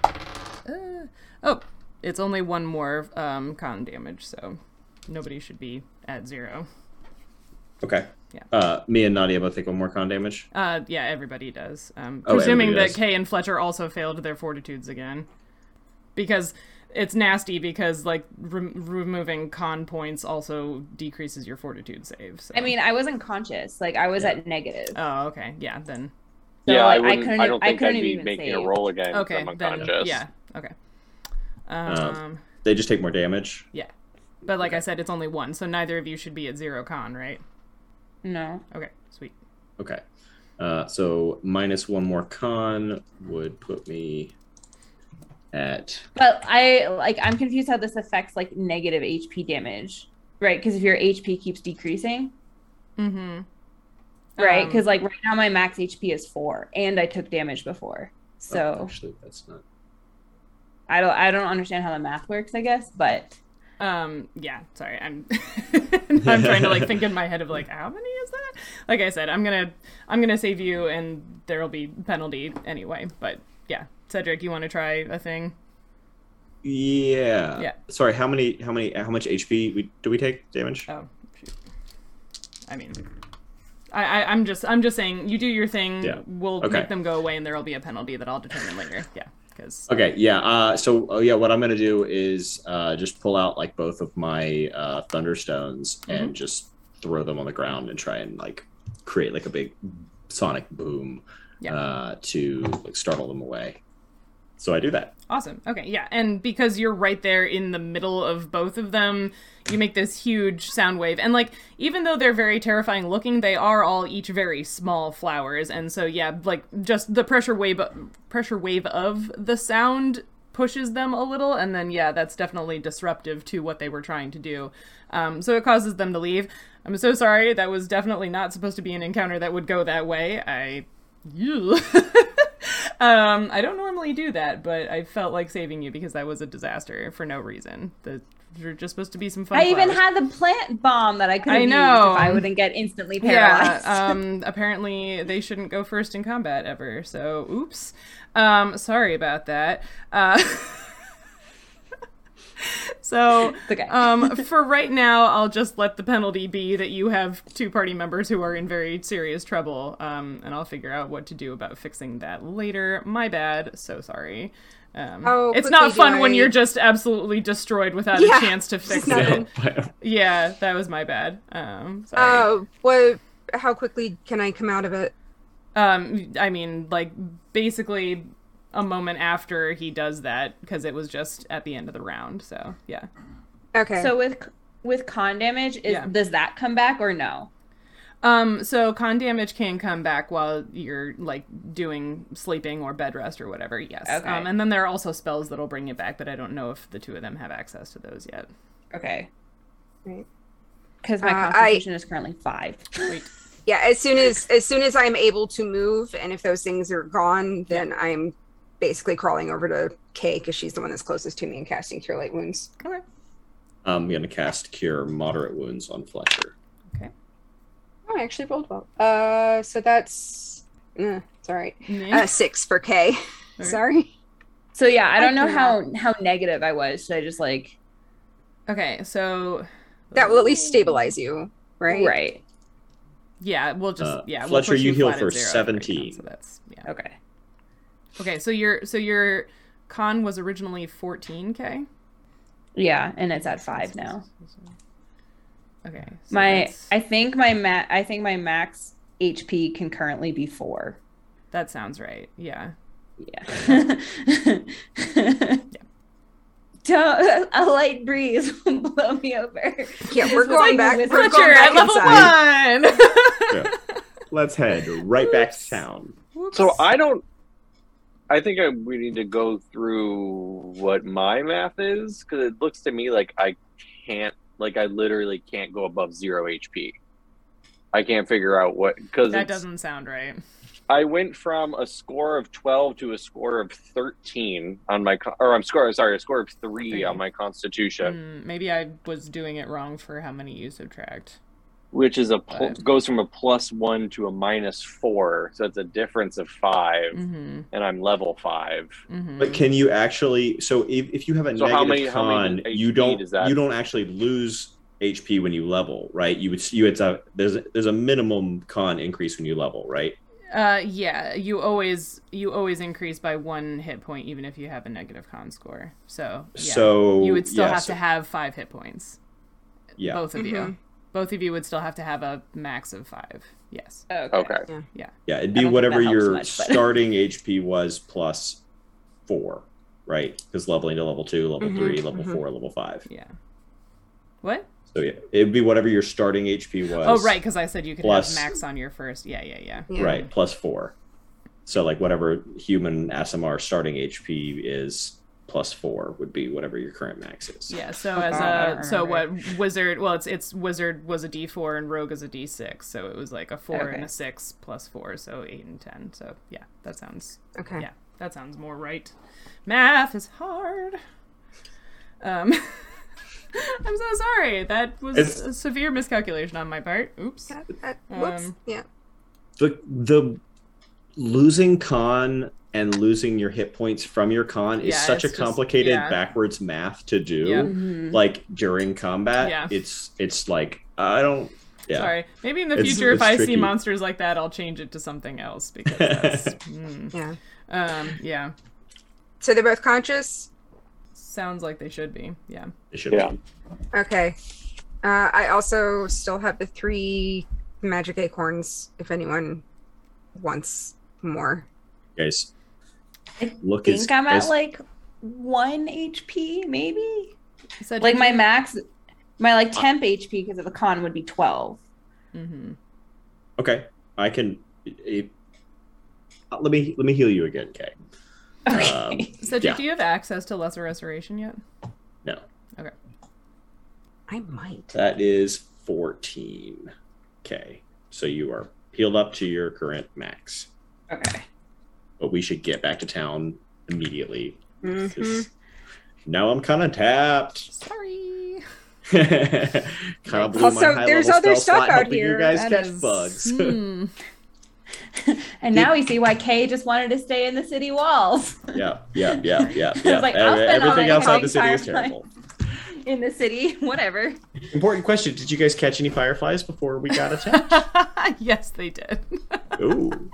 A: Uh, oh, it's only one more um con damage, so nobody should be at zero.
C: Okay.
A: Yeah.
C: Uh, me and Nadia both take one more con damage.
A: Uh, yeah, everybody does. Um,
C: Oh,
A: presuming
C: everybody
A: that
C: does.
A: Kay and Fletcher also failed their fortitudes again, because it's nasty. Because like re- removing con points also decreases your fortitude save. So.
E: I mean, I wasn't conscious. Like I was at negative.
A: oh, okay, yeah, then
E: So,
B: Uh, yeah,
E: like,
B: I
E: I
B: wouldn't.
E: couldn't
B: I,
E: have-
B: don't
E: I
B: think I would
E: couldn't have
B: be
E: even
B: making a
E: saved.
B: roll again. 'cause
A: okay,
B: I'm
A: then
B: unconscious.
A: yeah, okay. Um,
C: Um, They just take more damage.
A: but like I said, it's only one, so neither of you should be at zero con, right?
E: No.
A: Okay, sweet.
C: Okay. Uh, so minus one more con would put me at.
E: But I like I'm confused how this affects like negative HP damage, right? Because if your HP keeps decreasing,
A: Mm-hmm. Um,
E: right? Because like right now my max HP is four, and I took damage before,
C: oh,
E: so
C: actually, that's not.
E: I don't I don't understand how the math works. I guess, but
A: Um, yeah, sorry. I'm I'm trying to like think in my head of like how many is that? Like I said, I'm gonna I'm gonna save you and there'll be penalty anyway. But yeah. Cedric, you wanna try a thing?
C: Yeah.
A: Yeah.
C: Sorry. How many? How many? How much HP we, do we take damage?
A: Oh shoot. I mean I, I, I'm just I'm just saying you do your thing,
C: Yeah.
A: we'll
C: Okay.
A: make them go away and there'll be a penalty that I'll determine later. Yeah. Because
C: Okay, yeah. Uh, so, oh, yeah, what I'm gonna do is uh, just pull out like both of my uh, thunderstones
A: Mm-hmm.
C: and just throw them on the ground and try and like create like a big sonic boom
A: Yeah.
C: uh, to like startle them away. So I do that.
A: Awesome. Okay, yeah. And because you're right there in the middle of both of them, you make this huge sound wave. And like even though they're very terrifying looking, they are all each very small flowers. And so yeah, like just the pressure wave pressure wave of the sound pushes them a little and then yeah, that's definitely disruptive to what they were trying to do. Um, so it causes them to leave. I'm so sorry. That was definitely not supposed to be an encounter that would go that way. I you. um, I don't normally do that, but I felt like saving you because that was a disaster for no reason. The, you're just supposed to be some fun.
E: I even
A: flowers.
E: had the plant bomb that I could
A: I
E: have used if
A: know.
E: I wouldn't get instantly
A: yeah.
E: paralyzed.
A: Um, apparently they shouldn't go first in combat ever. So oops. Um, sorry about that. Uh, so
E: It's okay.
A: um, for right now, I'll just let the penalty be that you have two party members who are in very serious trouble, um, and I'll figure out what to do about fixing that later. My bad. So sorry. Um,
D: Oh,
A: it's
D: quickly
A: not fun
D: do
A: when
D: I-
A: you're just absolutely destroyed without
D: Yeah,
A: a chance to fix
D: just not
A: it.
D: fun.
A: Yeah, that was my bad. Um, sorry.
D: Oh, what? How quickly can I come out of it?
A: Um, I mean, like basically a moment after he does that because it was just at the end of the round. So yeah.
D: Okay.
E: so with with con damage, is,
A: Yeah.
E: does that come back or no?
A: Um, so con damage can come back while you're like doing sleeping or bed rest or whatever. Yes.
E: Okay.
A: Um, and then there are also spells that'll bring it back, but I don't know if the two of them have access to those yet.
E: Okay.
D: Right.
E: Because my
D: Uh, I-
E: constitution is currently five.
A: Wait.
D: yeah, as soon as as soon as I'm able to move, and if those things are gone, then I'm basically crawling over to Kay because she's the one that's closest to me and casting Cure Light Wounds.
C: I'm Um, gonna cast Cure Moderate Wounds on Fletcher.
D: Oh, I actually rolled well. Uh, so that's uh, it's all right.
A: Yeah.
D: Uh, six for Kay.
A: Okay.
D: Sorry.
E: So yeah, I don't know
D: can
E: how how negative I was. Should I just like
A: okay. So
D: That will at least stabilize you, right?
E: right?
A: yeah, we'll just
C: Uh,
A: yeah. we'll
C: Fletcher,
A: push
C: you heal
A: flat at
C: for
A: zero right now,
C: 17.
A: so that's yeah.
E: Okay.
A: Okay. So your so your con was originally 14k.
E: Yeah, and it's at five now.
A: Okay. so
E: My
A: that's-
E: I think my ma- I think my max HP can currently be four.
A: that sounds right. Yeah.
E: Yeah. Don't, a light breeze will blow me over.
D: Yeah, we're
E: This is
D: going
E: like
D: back.
E: with-
D: We're
A: Fletcher
D: going back
A: at level
D: inside.
A: one.
C: Let's head right back to town.
B: So I don't. I think I, we need to go through what my math is because it looks to me like I can't, like I literally can't go above zero HP. I can't figure out what because
A: That doesn't sound right.
B: I went from a score of 12 to a score of 13 on my, co- or I'm score, sorry, a score of three
A: Three.
B: on my constitution,
A: Hmm, maybe I was doing it wrong for how many you subtract.
B: which is a, pl-
A: Five.
B: goes from a plus one to a minus four. So it's a difference of 5
A: Mm-hmm.
B: and I'm level five.
A: Mm-hmm.
C: But can you actually? So if, if you have a
B: So
C: negative
B: how many- how
C: con,
B: many
C: you
B: HP
C: don't
B: does that-
C: you don't actually lose HP when you level, right? You would you it's a there's a, there's a minimum con increase when you level, right?
A: Uh, yeah, you always you always increase by one hit point, even if you have a negative con score. So yeah.
C: So
A: you would still
C: yeah,
A: have to
C: so-
A: have five hit points.
C: Yeah.
A: both of
D: Mhm.
A: you, both of you would still have to have a max of five. Yes.
E: Okay.
B: Okay.
C: yeah, it'd be
E: I don't think
C: whatever
E: that helps
C: your
E: much, but-
C: starting HP was plus four, right? Because leveling to level two, level
A: Mm-hmm,
D: Mhm,
C: three, level
D: mhm.
C: four, level five.
A: Yeah. What?
C: So yeah, it'd be whatever your starting HP was.
A: oh, right, because I said you could
C: plus-
A: have max on your first. Yeah, yeah, yeah.
D: Yeah.
C: Right, plus four. So like whatever human SMR starting HP is plus four would be whatever your current max is.
A: Yeah. So
E: Okay. I
A: as
E: don't
A: a so what
E: remember.
A: wizard? Well, it's it's wizard was a D four and rogue is a D six, so it was like a four
E: Okay.
A: and a six plus four, so eight and ten. So yeah, that sounds
D: Okay.
A: yeah, that sounds more right. Math is hard. Um. I'm so sorry. That was
C: It's-
A: a severe miscalculation on my part. Oops.
D: Uh, uh, whoops.
A: Um,
D: yeah.
C: The the losing con and losing your hit points from your con
A: Yeah,
C: is such a
A: it's just-
C: complicated
A: yeah.
C: backwards math to do.
A: Yeah.
E: Mm-hmm.
C: Like during combat,
A: Yeah.
C: it's it's like I don't. Yeah.
A: Sorry. Maybe in the
C: It's-
A: future, if
C: it's
A: I see
C: tricky.
A: monsters like that, I'll change it to something else because that's, mm.
D: Yeah.
A: um, yeah,
D: So they're both conscious.
A: sounds like they should be. Yeah.
C: It should
B: Yeah.
C: be.
D: Okay. Uh, I also still have the three magic acorns. If anyone wants more,
C: guys.
E: I
C: Look,
E: think
C: it's-
E: I'm at
C: it's-
E: like one HP, maybe.
A: So
E: Like my max, my like temp HP because of the con would be twelve.
A: hmm
C: okay. I can. It, uh, let me let me heal you again, Kay.
E: Okay.
C: Um,
A: So,
C: Yeah.
A: do you have access to lesser restoration yet?
C: No.
D: I might.
C: That is 14. Okay. So you are healed up to your current max.
E: okay.
C: But we should get back to town immediately.
A: Mm-hmm.
D: Mhm.
C: 'cause Now I'm kind of tapped.
A: Sorry.
C: kind of blew my
D: Also,
C: high
D: there's
C: level
D: other
C: spell
D: stuff
C: slot
D: out
C: helping
D: here.
C: You guys
A: That
C: catch
A: is-
C: bugs.
A: hmm.
E: And now we see why Kay just wanted to stay in the city walls.
C: yeah, yeah, yeah, yeah.
E: was
C: yeah.
E: like, I'll
C: Every-
E: spend all
C: everything
E: night
C: outside the
E: having
C: city is
E: fireflies.
C: terrible.
E: in the city, whatever.
C: Important question: Did you guys catch any fireflies before we got attacked?
A: Hmm. yes, they did.
C: Ooh,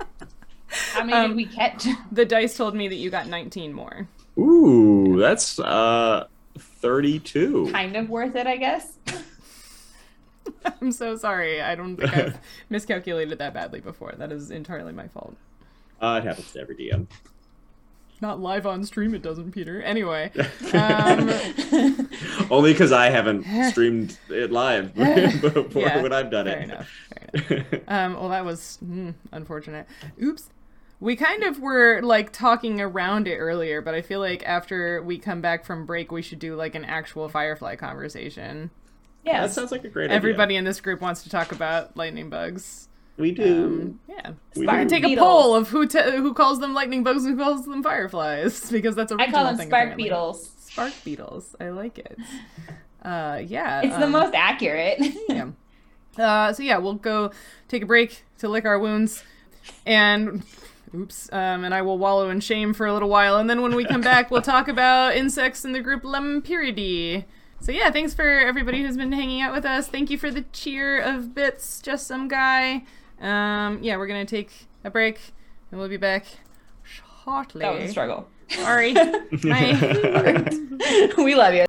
E: How many
A: Um,
E: did we catch?
A: The dice told me that you got 19 more.
C: ooh, that's uh, thirty-two.
E: kind of worth it, I guess.
A: I'm so sorry. I don't think I've miscalculated that badly before. That is entirely my fault.
C: Uh, it happens to every DM.
A: Not live on stream, it doesn't, Peter. Anyway. Um,
C: Only because I haven't streamed it live before
A: Yeah,
C: when I've done
A: Fair
C: it.
A: enough. Fair enough. Um, well, that was mm, unfortunate. Oops. We kind of were like talking around it earlier, but I feel like after we come back from break, we should do like an actual Firefly conversation.
E: yeah.
C: That sounds like a great
A: Everybody in this group wants to talk about lightning bugs.
C: idea. We do.
A: Um, yeah.
C: we
E: Spark.
C: do.
A: Take a
E: Beetles.
A: poll of who te- who calls them lightning bugs and who calls them fireflies because that's a
E: I
A: regional
E: call them
A: thing,
E: spark
A: apparently.
E: beetles.
A: Spark beetles. I like it. Uh, yeah.
E: It's the
A: um,
E: most accurate.
A: yeah. Uh, so yeah, we'll go take a break to lick our wounds, and oops, um, and I will wallow in shame for a little while, and then when we come back, we'll talk about insects in the group Lempiridae. So yeah, thanks for everybody who's been hanging out with us. Thank you for the cheer of bits, just some guy. Um, yeah, we're gonna take a break, and we'll be back shortly.
E: That was a struggle.
A: Sorry. Bye.
E: we love you.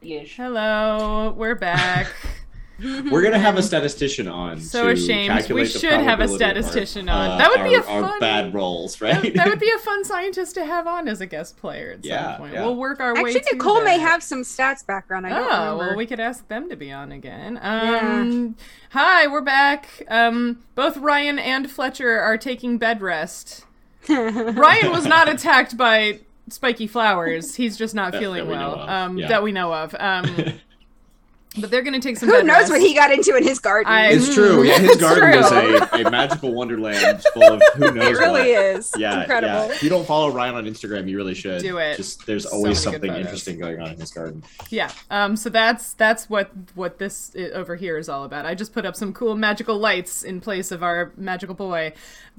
A: Hello, we're back.
C: We're gonna have a statistician on.
A: So
C: to
A: ashamed. We
C: calculate the
A: should have a
C: probability of our- uh,
A: statistician on. That would be
C: our,
A: a
C: our
A: fun-
C: bad rolls, right?
A: that, that would be a fun scientist to have on as a guest player at some
C: Yeah,
A: point.
C: yeah.
A: We'll work our way.
D: Actually,
A: to
D: Nicole may
A: that.
D: have some stats background. I don't
A: Oh,
D: remember.
A: well, we could ask them to be on again. Um, Hi, we're back. Um, both Ryan and Fletcher are taking bed rest. Ryan was not attacked by spiky flowers. He's just not
C: That-
A: feeling
C: that we know
A: well.
C: of,
A: um,
C: yeah.
A: That we know of. Um, But they're gonna take some.
D: Who
A: bed
D: knows
A: rest.
D: what he got into in his garden?
A: I-
C: It's true. Yeah, his
A: Mm, It's
C: garden
A: true.
C: is a, a magical wonderland full of who knows
D: it really
C: what.
D: is.
C: Yeah,
D: Incredible.
C: yeah. If you don't follow Ryan on Instagram, you really should.
A: Do it.
C: Just there's
A: So many
C: always
A: good
C: something
A: photos.
C: interesting going on in his garden.
A: Yeah. Um. So that's that's what what this i- over here is all about. I just put up some cool magical lights in place of our magical boy.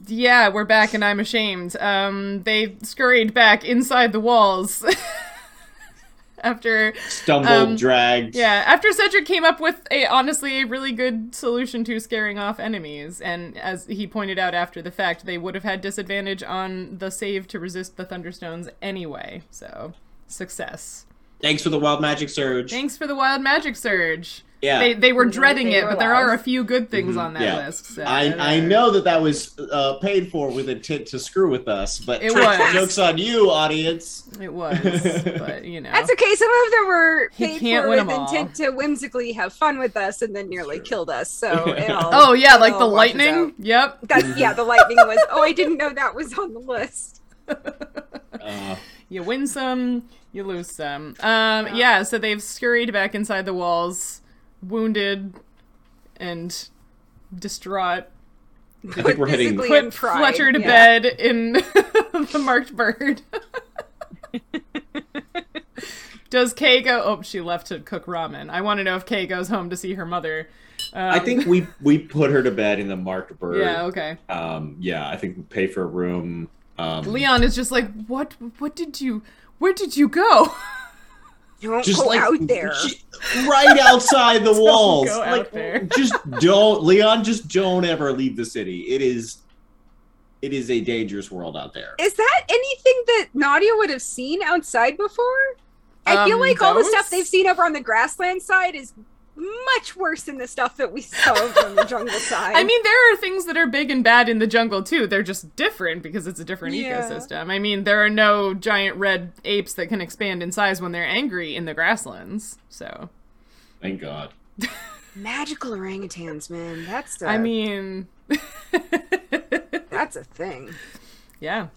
A: Yeah, we're back, and I'm ashamed. Um. They scurried back inside the walls. After
C: Stumbled,
A: Um,
C: dragged.
A: yeah, after Cedric came up with a honestly a really good solution to scaring off enemies, and as he pointed out after the fact, they would have had disadvantage on the save to resist the thunderstones anyway. So success.
C: Thanks for the wild magic surge.
A: Thanks for the wild magic surge.
C: yeah.
A: They, they were
E: Mhm,
A: dreading
E: they
A: it,
E: were
A: but there are a
E: wise.
A: few good things
C: Mhm,
A: on that
C: yeah.
A: list. So
C: I, I know that that was uh, paid for with intent to screw with us, but
A: It was.
C: jokes on you, audience.
A: it was, but you know,
D: That's okay. Some of them were
A: He
D: paid
A: can't
D: for
A: win
D: with
A: 'em all.
D: intent to whimsically have fun with us and then nearly
C: Sure.
D: killed us. So it all,
A: oh yeah,
D: it
A: like
D: all
A: the
D: washes out.
A: lightning. Yep.
D: That's, yeah, the lightning was. Oh, I didn't know that was on the list.
C: Uh,
A: You win some, you lose some. Um, yeah. So they've scurried back inside the walls, wounded and distraught.
C: I think we're hitting.
D: Physically
A: Put
D: and pride,
A: Fletcher to
D: yeah.
A: bed in the marked bird. Does Kay go? Oh, she left to cook ramen. I want to know if Kay goes home to see her mother. Um,
C: I think we we put her to bed in the marked bird.
A: Yeah. Okay.
C: Um, yeah, I think we pay for a room. Um,
A: Leon is just like, what? What did you? Where did you go?
D: Don't
C: just
D: go
C: like
D: out there.
C: she- right outside the walls.
A: go out
C: like,
A: there.
C: just don't, Leon. Just don't ever leave the city. It is, it is a dangerous world out there.
D: Is that anything that Nadia would have seen outside before? I feel
A: Um,
D: like all the
A: those?
D: stuff they've seen over on the grassland side is much worse than the stuff that we saw over on the jungle side.
A: I mean, there are things that are big and bad in the jungle too. They're just different because it's a different
D: Yeah.
A: ecosystem. I mean, there are no giant red apes that can expand in size when they're angry in the grasslands. So,
C: Thank God.
D: magical orangutans, man. That's I
A: I mean,
D: that's a thing.
A: yeah.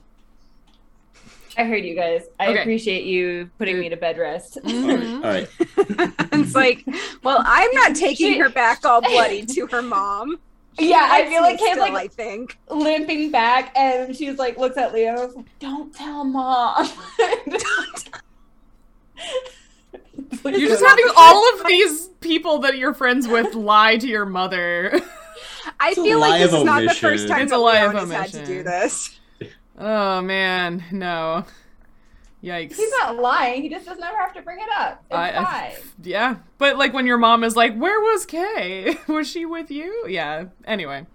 E: I heard you guys. I
A: Okay.
E: appreciate you putting me to bed rest.
A: Mm-hmm.
C: All right.
D: It's like, well, I'm not taking
E: She-
D: her back all bloody to her mom.
E: yeah, I
D: That's
E: feel like
D: me
E: Kay's
D: still,
E: like
D: I think.
E: limping back, and she's like looks at Leo. and was like, "Don't tell mom."
A: You're just having all of these people that you're friends with lie to your mother.
D: I
C: It's a
D: feel like
C: lie
D: this
C: of
D: is not the first
C: omission.
D: time
A: It's a
D: that
A: lie of
D: Leon has had to do
A: omission.
D: this.
A: Oh man, no. Yikes.
E: He's not lying. He just doesn't ever have to bring it up. It's
A: I- I-
E: fine.
A: Yeah, but like when your mom is like, "Where was Kay? Was she with you?" Yeah. Anyway,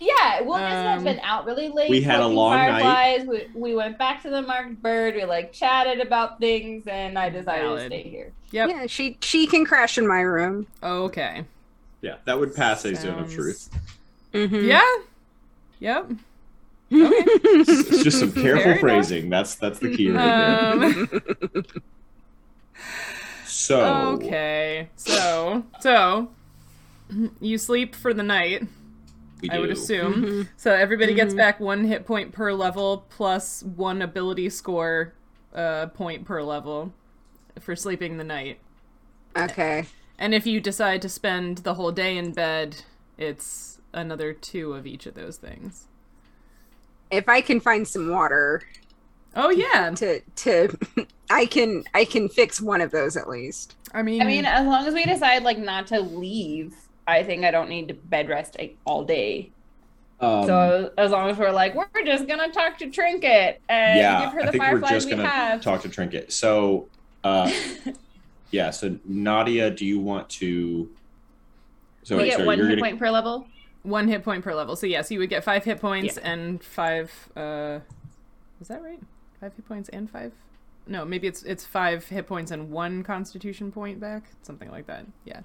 E: Yeah, well, this
A: Um,
E: had been out really late.
C: we had a
E: collecting
C: long night.
E: fireflies. night. We, we went back to the marked bird. We like chatted about things, and I decided
A: Valid.
E: to stay here.
A: Yep.
D: Yeah, she she can crash in my room.
A: okay.
C: Yeah, that would pass a zone of
A: Sounds-
C: truth.
D: Hmm.
A: Yeah. Yep.
C: It's just some
A: Fair
C: careful
A: enough.
C: phrasing. That's that's the key right there.
A: Um,
C: So
A: okay. So, so you sleep for the night,
C: we
A: I would
C: do.
A: assume.
D: Mm-hmm.
A: So everybody gets
D: Mhm.
A: back one hit point per level plus one ability score uh, point per level for sleeping the night.
D: Okay.
A: And if you decide to spend the whole day in bed, it's another two of each of those things.
D: If I can find some water
A: Oh yeah,
D: to to I can I can fix one of those at least.
A: I mean,
E: I mean,
D: uh,
E: as long as we decide like not to leave, I think I don't need to bed rest like, all day.
C: Um,
E: so as long as we're like, we're just gonna talk to Trinket and
C: yeah,
E: give her
C: I
E: the
C: think we're
E: fireflies
C: just
E: we
C: gonna
E: have.
C: talk to Trinket. So, uh, yeah. So Nadia, do you want to? So
E: we get
C: sorry,
E: one
C: you're
E: hit
C: gonna-
E: point per level.
A: one hit point per level. So yes, you would get five hit points and five. Uh, was that right? Five hit points and five. No, maybe it's it's five hit points and one Constitution point back, something like that. Yeah,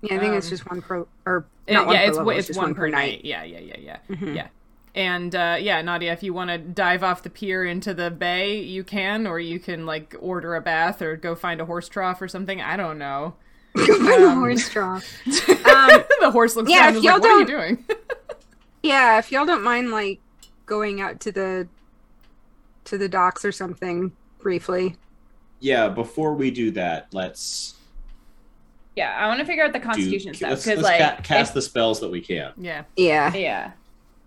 D: Yeah, I think it's
A: Um,
D: just one per or
A: It-
D: not one
A: yeah,
D: per
A: it's
D: level,
A: one- it's
D: just
A: one per night. Mm-hmm. Yeah, yeah, yeah, yeah.
D: Mhm.
A: Yeah. And uh, yeah, Nadia, if you want to dive off the pier into the bay, you can, or you can like order a bath or go find a horse trough or something. I don't know.
D: Find a
A: Um,
D: horse straw. Um,
A: the horse looks
D: yeah,
A: down and
D: if
A: is like,
D: y'all
A: "What are you doing?"
D: yeah, if y'all don't mind like going out to the to the docks or something briefly.
C: yeah. Before we do that, let's
E: Yeah, I want to figure out the constitution
C: do,
E: stuff
C: let's,
E: because
C: let's
E: like,
C: ca- cast
E: if-
C: the spells that we can.
A: Yeah.
D: Yeah,
E: yeah,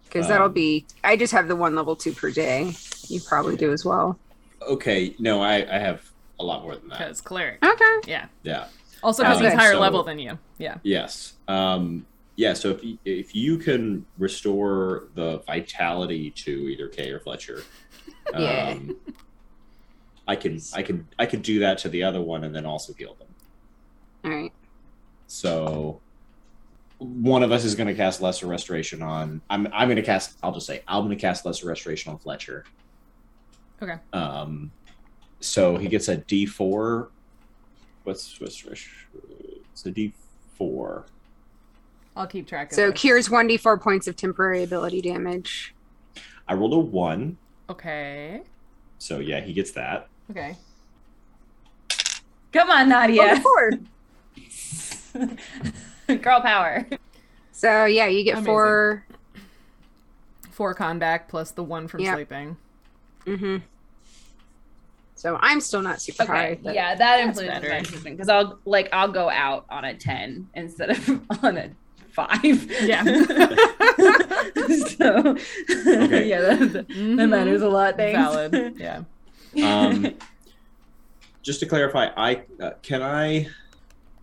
D: because
C: Um,
D: that'll be. I just have the one level two per day. You probably do as well.
C: Okay, no, I, I have a lot more than that.
A: Because cleric.
D: Okay.
A: Yeah.
C: Yeah.
A: Also because
D: Okay.
A: he's higher
C: So-
A: level than you. Yeah.
C: Yes. Um, yeah. So if y- if you can restore the vitality to either Kay or Fletcher, um,
D: Yeah.
C: I can I can I can do that to the other one and then also heal them.
D: All right.
C: So one of us is going to cast lesser restoration on. I'm I'm going to cast. I'll just say I'm going to cast lesser restoration on Fletcher.
A: Okay.
C: Um, so he gets a D four. What's what's it's a D four.
A: I'll keep track of
D: So
A: this.
D: cures one d four points of temporary ability damage.
C: I rolled a one,
A: Okay.
C: so yeah, he gets that.
A: Okay.
E: come on, Nadia,
D: Oh, four.
C: Oh.
E: girl power.
D: So yeah, you get
A: Amazing.
D: four.
A: Four con back plus the one from
D: Yeah.
A: sleeping.
D: Mm-hmm. So I'm still not super high.
E: Okay,
D: but-
E: yeah, that
A: That's
E: influences
A: better.
E: my decision because I'll like I'll go out on a ten instead of on a five.
A: Yeah.
E: so
C: Okay.
E: yeah, that, that
A: Mhm.
E: matters a lot. Thanks.
A: Valid. Yeah.
C: Um, just to clarify, I uh, can I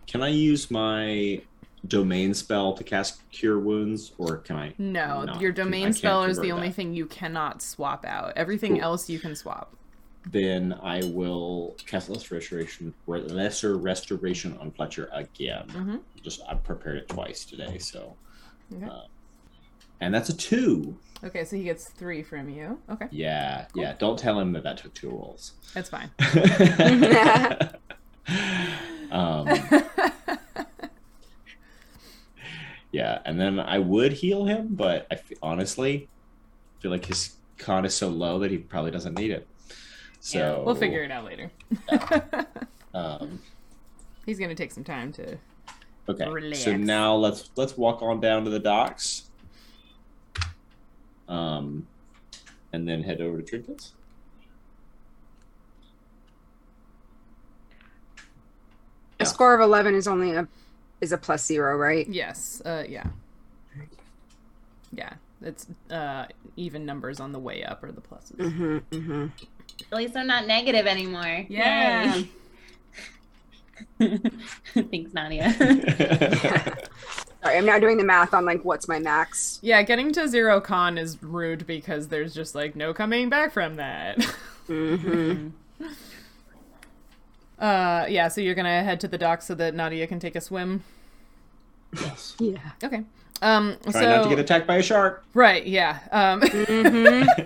C: can I use my domain spell to cast cure wounds, or can I?
A: No,
C: No,
A: your
C: I can't- I
A: domain
C: can't
A: spell is the
C: convert
A: only
C: that.
A: thing you cannot swap out. Everything
C: Cool.
A: else you can swap.
C: Then I will cast lesser restoration, re- lesser restoration on Fletcher again.
A: Mm-hmm.
C: Just I prepared it twice today, so.
A: Okay.
C: uh, and that's a two.
A: Okay, so he gets three from you. Okay,
C: Yeah, yeah. Don't tell him that that took two rolls.
A: that's fine.
C: um, Yeah, and then I would heal him, but I f- honestly feel like his con is so low that he probably doesn't need it. So
A: Yeah, we'll figure it out later.
C: Um,
A: He's gonna take some time to.
C: okay, so
A: Relax.
C: now let's let's walk on down to the docks, um, and then head over to Trinkets.
D: A score of eleven is only a is a plus zero, right?
A: Yes. Uh. Yeah. Yeah. It's uh even numbers on the way up or the pluses.
D: Mm-hmm. Mm-hmm.
E: At least I'm not negative anymore.
A: Yeah.
E: Yay. Thanks, Nadia.
D: Sorry, I'm now doing the math on like what's my max.
A: Yeah, getting to zero con is rude because there's just like no coming back from that.
D: Mm-hmm.
A: Uh, yeah, so you're gonna head to the dock so that Nadia can take a swim.
C: yes.
D: Yeah.
A: Okay. Um,
C: Try
A: so
C: not to get attacked by a shark.
A: right, yeah. Um,
D: Mm-hmm.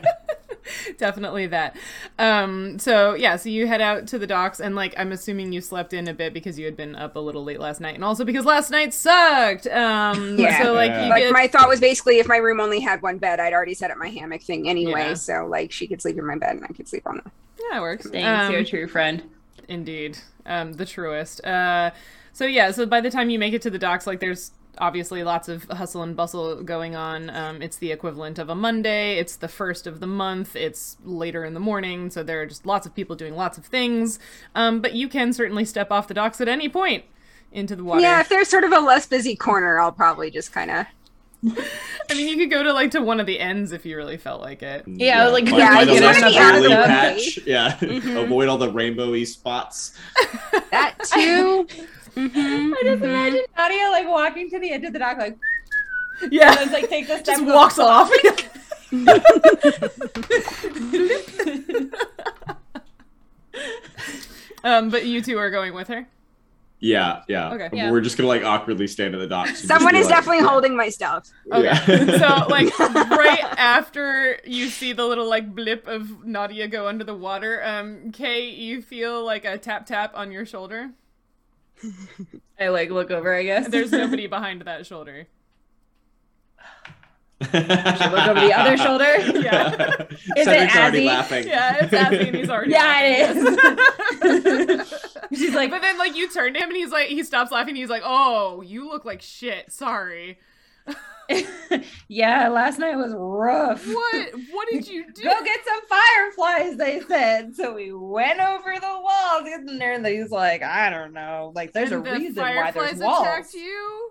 A: definitely that. Um, so yeah, so you head out to the docks, and like I'm assuming you slept in a bit because you had been up a little late last night, and also because last night sucked. Um,
D: Yeah.
A: so like
C: Yeah.
A: you
D: like
A: get
D: my thought was basically if my room only had one bed, I'd already set up my hammock thing anyway.
A: Yeah.
D: So like she could sleep in my bed and I could sleep on the.
A: yeah, it works.
E: Thanks,
A: Um,
E: you're a true friend.
A: Indeed. Um, the truest. Uh, so yeah, so by the time you make it to the docks, like there's obviously lots of hustle and bustle going on. Um, it's the equivalent of a Monday. It's the first of the month. It's later in the morning. So there are just lots of people doing lots of things. Um, but you can certainly step off the docks at any point into the water.
D: Yeah, if there's sort of a less busy corner, I'll probably just kind of.
A: I mean, you could go to like to one of the ends if you really felt like it.
E: Yeah, I was like,
C: by-
D: yeah,
C: by
D: I
C: the
D: get
C: less
D: out of the out of
C: oily
D: the way.
C: patch. Yeah,
D: Mhm.
C: avoid all the rainbowy spots.
D: That too. Mhm,
E: I just
D: mhm.
E: imagine Nadia like walking to the edge of the dock, like,
A: Yeah.
E: and, like take this
A: just walks off. um, but you two are going with her.
C: Yeah, yeah.
A: Okay.
E: Yeah.
C: We're just gonna like awkwardly stand at the docks. and
D: Someone
C: just be
D: is
C: like-
D: definitely holding my stuff.
A: Okay.
C: Yeah.
A: so like right after you see the little like blip of Nadia go under the water, um, Kay, you feel like a tap tap on your shoulder.
E: I like look over, I guess.
A: There's nobody behind that shoulder.
C: Should
E: look over the other shoulder.
A: Yeah.
E: Is
C: Cedric's
E: it
C: already
E: Azzy?
C: laughing.
A: Yeah, it's Abby and he's already.
E: Yeah, it
A: laughing.
E: She's like,
A: but then like you turn to him and he's like he stops laughing. He's like, "Oh, you look like shit. Sorry."
E: yeah, last night was rough.
A: What? What did you do?
E: Go get some fireflies, they said. So we went over the walls, isn't there? And he's like, I don't know. Like, there's
A: And
E: a
A: the
E: reason why there's
A: fireflies
E: walls.
A: attacked you.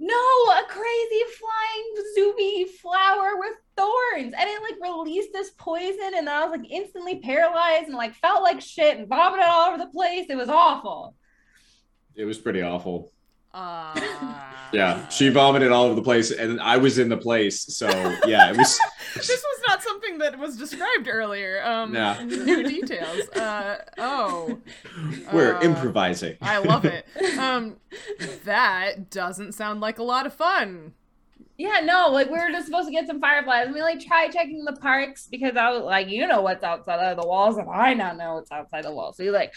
E: No, a crazy flying zoomy flower with thorns. And it like released this poison, and I was like instantly paralyzed and like felt like shit and vomited all over the place. It was awful.
C: It was pretty awful.
A: Ah.
C: Yeah, she vomited all over the place, and I was in the place. So yeah, it was.
A: this was not something that was described earlier. Um,
C: No.
A: New details. Uh, oh,
C: We're
A: Uh,
C: improvising.
A: I love it. Um, that doesn't sound like a lot of fun.
E: Yeah, no, like we were just supposed to get some fireflies. And we like try checking the parks because I was like, you know what's outside of the walls, and I now know what's outside the walls. So you like,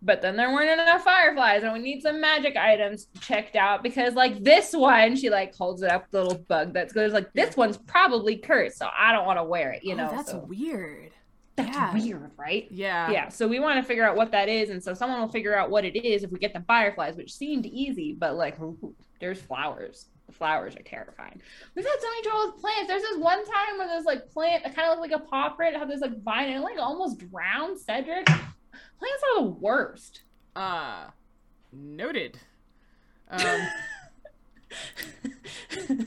E: but then there weren't enough fireflies, and we need some magic items checked out because like this one, she like holds it up, the little bug that's goes like this one's probably cursed, so I don't want to wear it, you
A: Oh,
E: know.
A: that's
E: so
A: weird.
E: that's
A: yeah.
E: weird, right?
A: Yeah.
E: yeah so we want to figure out what that is and so someone will figure out what it is if we get the fireflies which seemed easy but like ooh, there's flowers the flowers are terrifying we've had so many trouble with plants there's this one time where there's like plant kind of like a paw print how there's like vine and it like almost drowned cedric plants are the worst
A: Uh, noted. Um,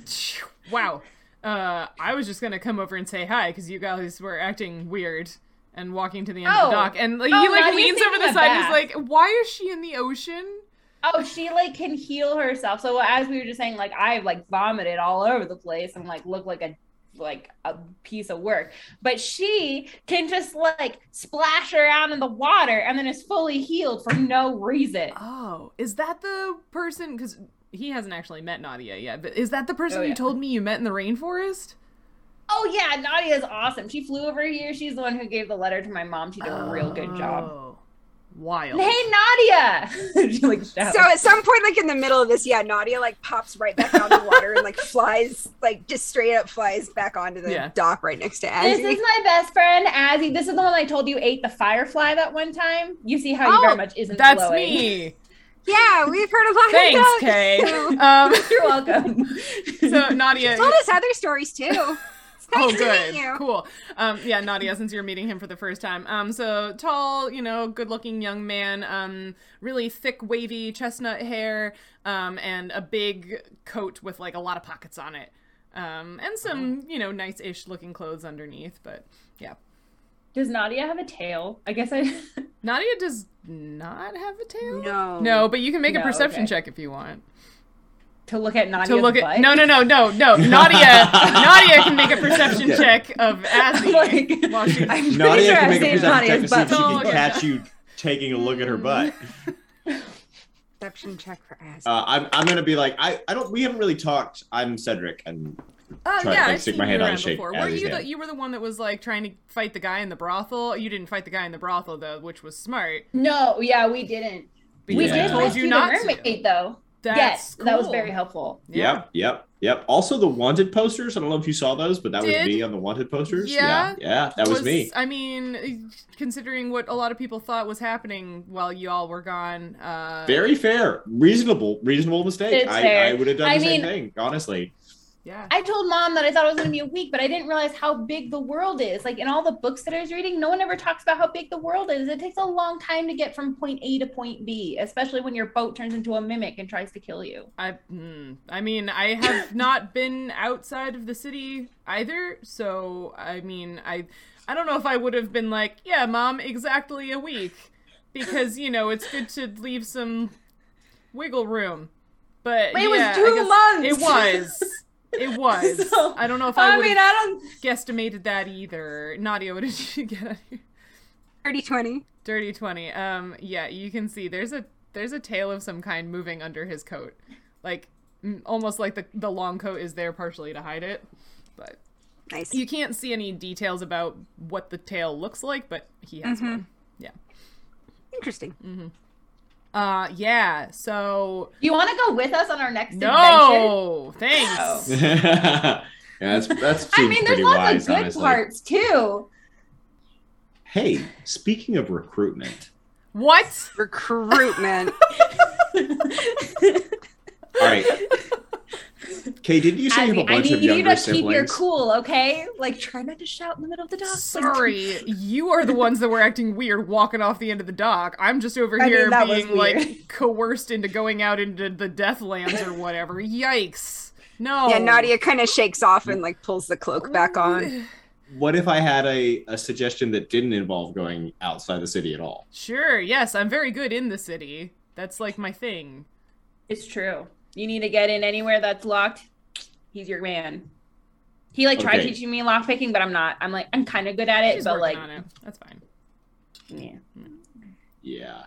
A: phew, wow. Uh, I was just gonna come over and say hi because you guys were acting weird and walking to the end of the
E: Oh.
A: dock, and like,
E: Oh,
A: he
E: no,
A: like
E: he's
A: leans over
E: taking
A: the
E: a
A: side. and
E: bath.
A: He's like, "Why is she in the ocean?"
E: oh she like can heal herself so as we were just saying like i've like vomited all over the place and like look like a like a piece of work but she can just like splash around in the water and then is fully healed for no reason
A: Oh, is that the person? Because he hasn't actually met Nadia yet, but is that the person
E: Oh,
A: you
E: yeah.
A: told me you met in the rainforest?
E: oh yeah nadia is awesome she flew over here she's the one who gave the letter to my mom she did a real good job
A: Oh, Wild.
E: hey nadia she like shouts.
D: So at some point, like in the middle of this, yeah, Nadia like pops right back out of the water and like flies, like just straight up flies back onto the
A: Yeah.
D: dock right next to
E: this
D: Azzy.
E: is my best friend, Azzy. This is the one I told you ate the firefly that one time. You see how he
A: Oh,
E: very much isn't
A: That's
E: glowing.
A: me.
D: yeah, we've heard a lot
A: Thanks,
D: of those.
A: Kay.
D: So,
A: Um,
E: You're welcome.
A: so Nadia.
D: told us other stories too. It's nice
A: Oh,
D: to
A: good.
D: meet you.
A: Cool. Um, yeah, Nadia, since you're meeting him for the first time. Um, so tall, you know, good looking young man, um, really thick, wavy chestnut hair, um, and a big coat with like a lot of pockets on it. Um, and some,
E: Oh.
A: you know, nice ish looking clothes underneath. But
E: Does Nadia have a tail? I guess I.
A: Nadia does not have a tail.
D: No,
A: No, but you can make a
E: No,
A: perception
E: okay.
A: check if you want.
E: to look at Nadia's
A: to look
E: butt.
A: at no no no no no Nadia Nadia can make a perception
C: Okay.
A: check of Azzy
E: Like-
A: while she
E: I'm pretty
C: Nadia
E: sure
C: can
E: I've
C: make a
E: seen
C: perception check to
E: Nadia's
C: see if she
E: butt.
A: Oh,
C: can
A: okay.
C: catch you taking a look at her butt.
D: perception check for Azzy.
C: Uh, I'm, I'm gonna be like, I, I don't. We haven't really talked. I'm Cedric, and
A: oh
C: Try to,
A: yeah
C: like,
A: I've
C: stick
A: seen
C: my
A: you
C: hand out
A: around
C: and shake
A: before were
C: Azzy's
A: you the,
C: hand.
A: you were the one that was like trying to fight the guy in the brothel you didn't fight the guy in the brothel though which was smart
E: No, yeah, we didn't.
A: because
E: We
C: Yeah.
A: I
E: did
A: told
E: rescue
A: you not
E: the mermaid,
A: to
E: though.
A: That's
E: yes, that was
A: cool.
E: very helpful.
A: yeah
C: yep, yep, yep. Also, the wanted posters. I don't know if you saw those, but that
A: Did-
C: was me on the wanted posters.
A: Yeah.
C: yeah, yeah, that was, me.
A: I mean considering what a lot of people thought was happening while you all were gone uh
C: Very fair, reasonable, reasonable mistake.
E: It's
C: I, I
E: fair.
C: would have done
E: I
C: the same
E: mean-
C: thing, honestly.
A: yeah
E: I told mom that I thought it was going to be a week, but I didn't realize how big the world is. Like in all the books that I was reading, no one ever talks about how big the world is. It takes a long time to get from point A to point B, especially when your boat turns into a mimic and tries to kill you.
A: I mm, I mean I have not been outside of the city either, so I mean I I don't know if I would have been like, yeah, mom, exactly a week because you know it's good to leave some wiggle room, but
E: But it
A: yeah,
E: was two
A: I
E: months.
A: guess- It was. It was.
E: So,
A: I don't know if I,
E: I
A: would
E: mean,
A: have
E: I don't.
A: guesstimated that either. Nadia, what did you get? On your
D: Thirty twenty.
A: dirty twenty? Um, yeah, you can see there's a there's a tail of some kind moving under his coat, like m- almost like the the long coat is there partially to hide it. But
D: Nice.
A: you can't see any details about what the tail looks like, but he has
D: Mhm.
A: one.
D: Interesting.
A: hmm Uh, yeah. So
E: You want to go with us on our next adventure?
A: no, thanks.
E: Oh.
C: yeah, that's that's
E: I
C: seems
E: mean, there's
C: pretty
E: lots
C: wise,
E: of good
C: honestly.
E: parts too.
C: Hey, speaking of recruitment,
A: What?
D: Recruitment.
C: all right. Kay, didn't you say you
E: Abby,
C: have a
E: I
C: bunch
E: need
C: of
E: you
C: younger
E: to keep your
C: siblings?
E: cool, okay? Like, try not to shout in the middle of the dock.
A: Sorry, you are the ones that were acting weird walking off the end of the dock. I'm just over
D: I mean,
A: here
D: that was
A: being like coerced into going out into the deathlands or whatever. Yikes. No.
D: Yeah, Nadia kind of shakes off and like pulls the cloak back on.
C: What if I had a, a suggestion that didn't involve going outside the city at all?
A: Sure, yes, I'm very good in the city. That's like my thing.
E: It's true. You need to get in anywhere that's locked. He's your man. He like tried
C: Okay.
E: teaching me lock picking, but I'm not. I'm like I'm kind of good at it,
A: She's
E: but
A: working
E: like
A: on it. That's fine.
E: yeah.
C: Yeah.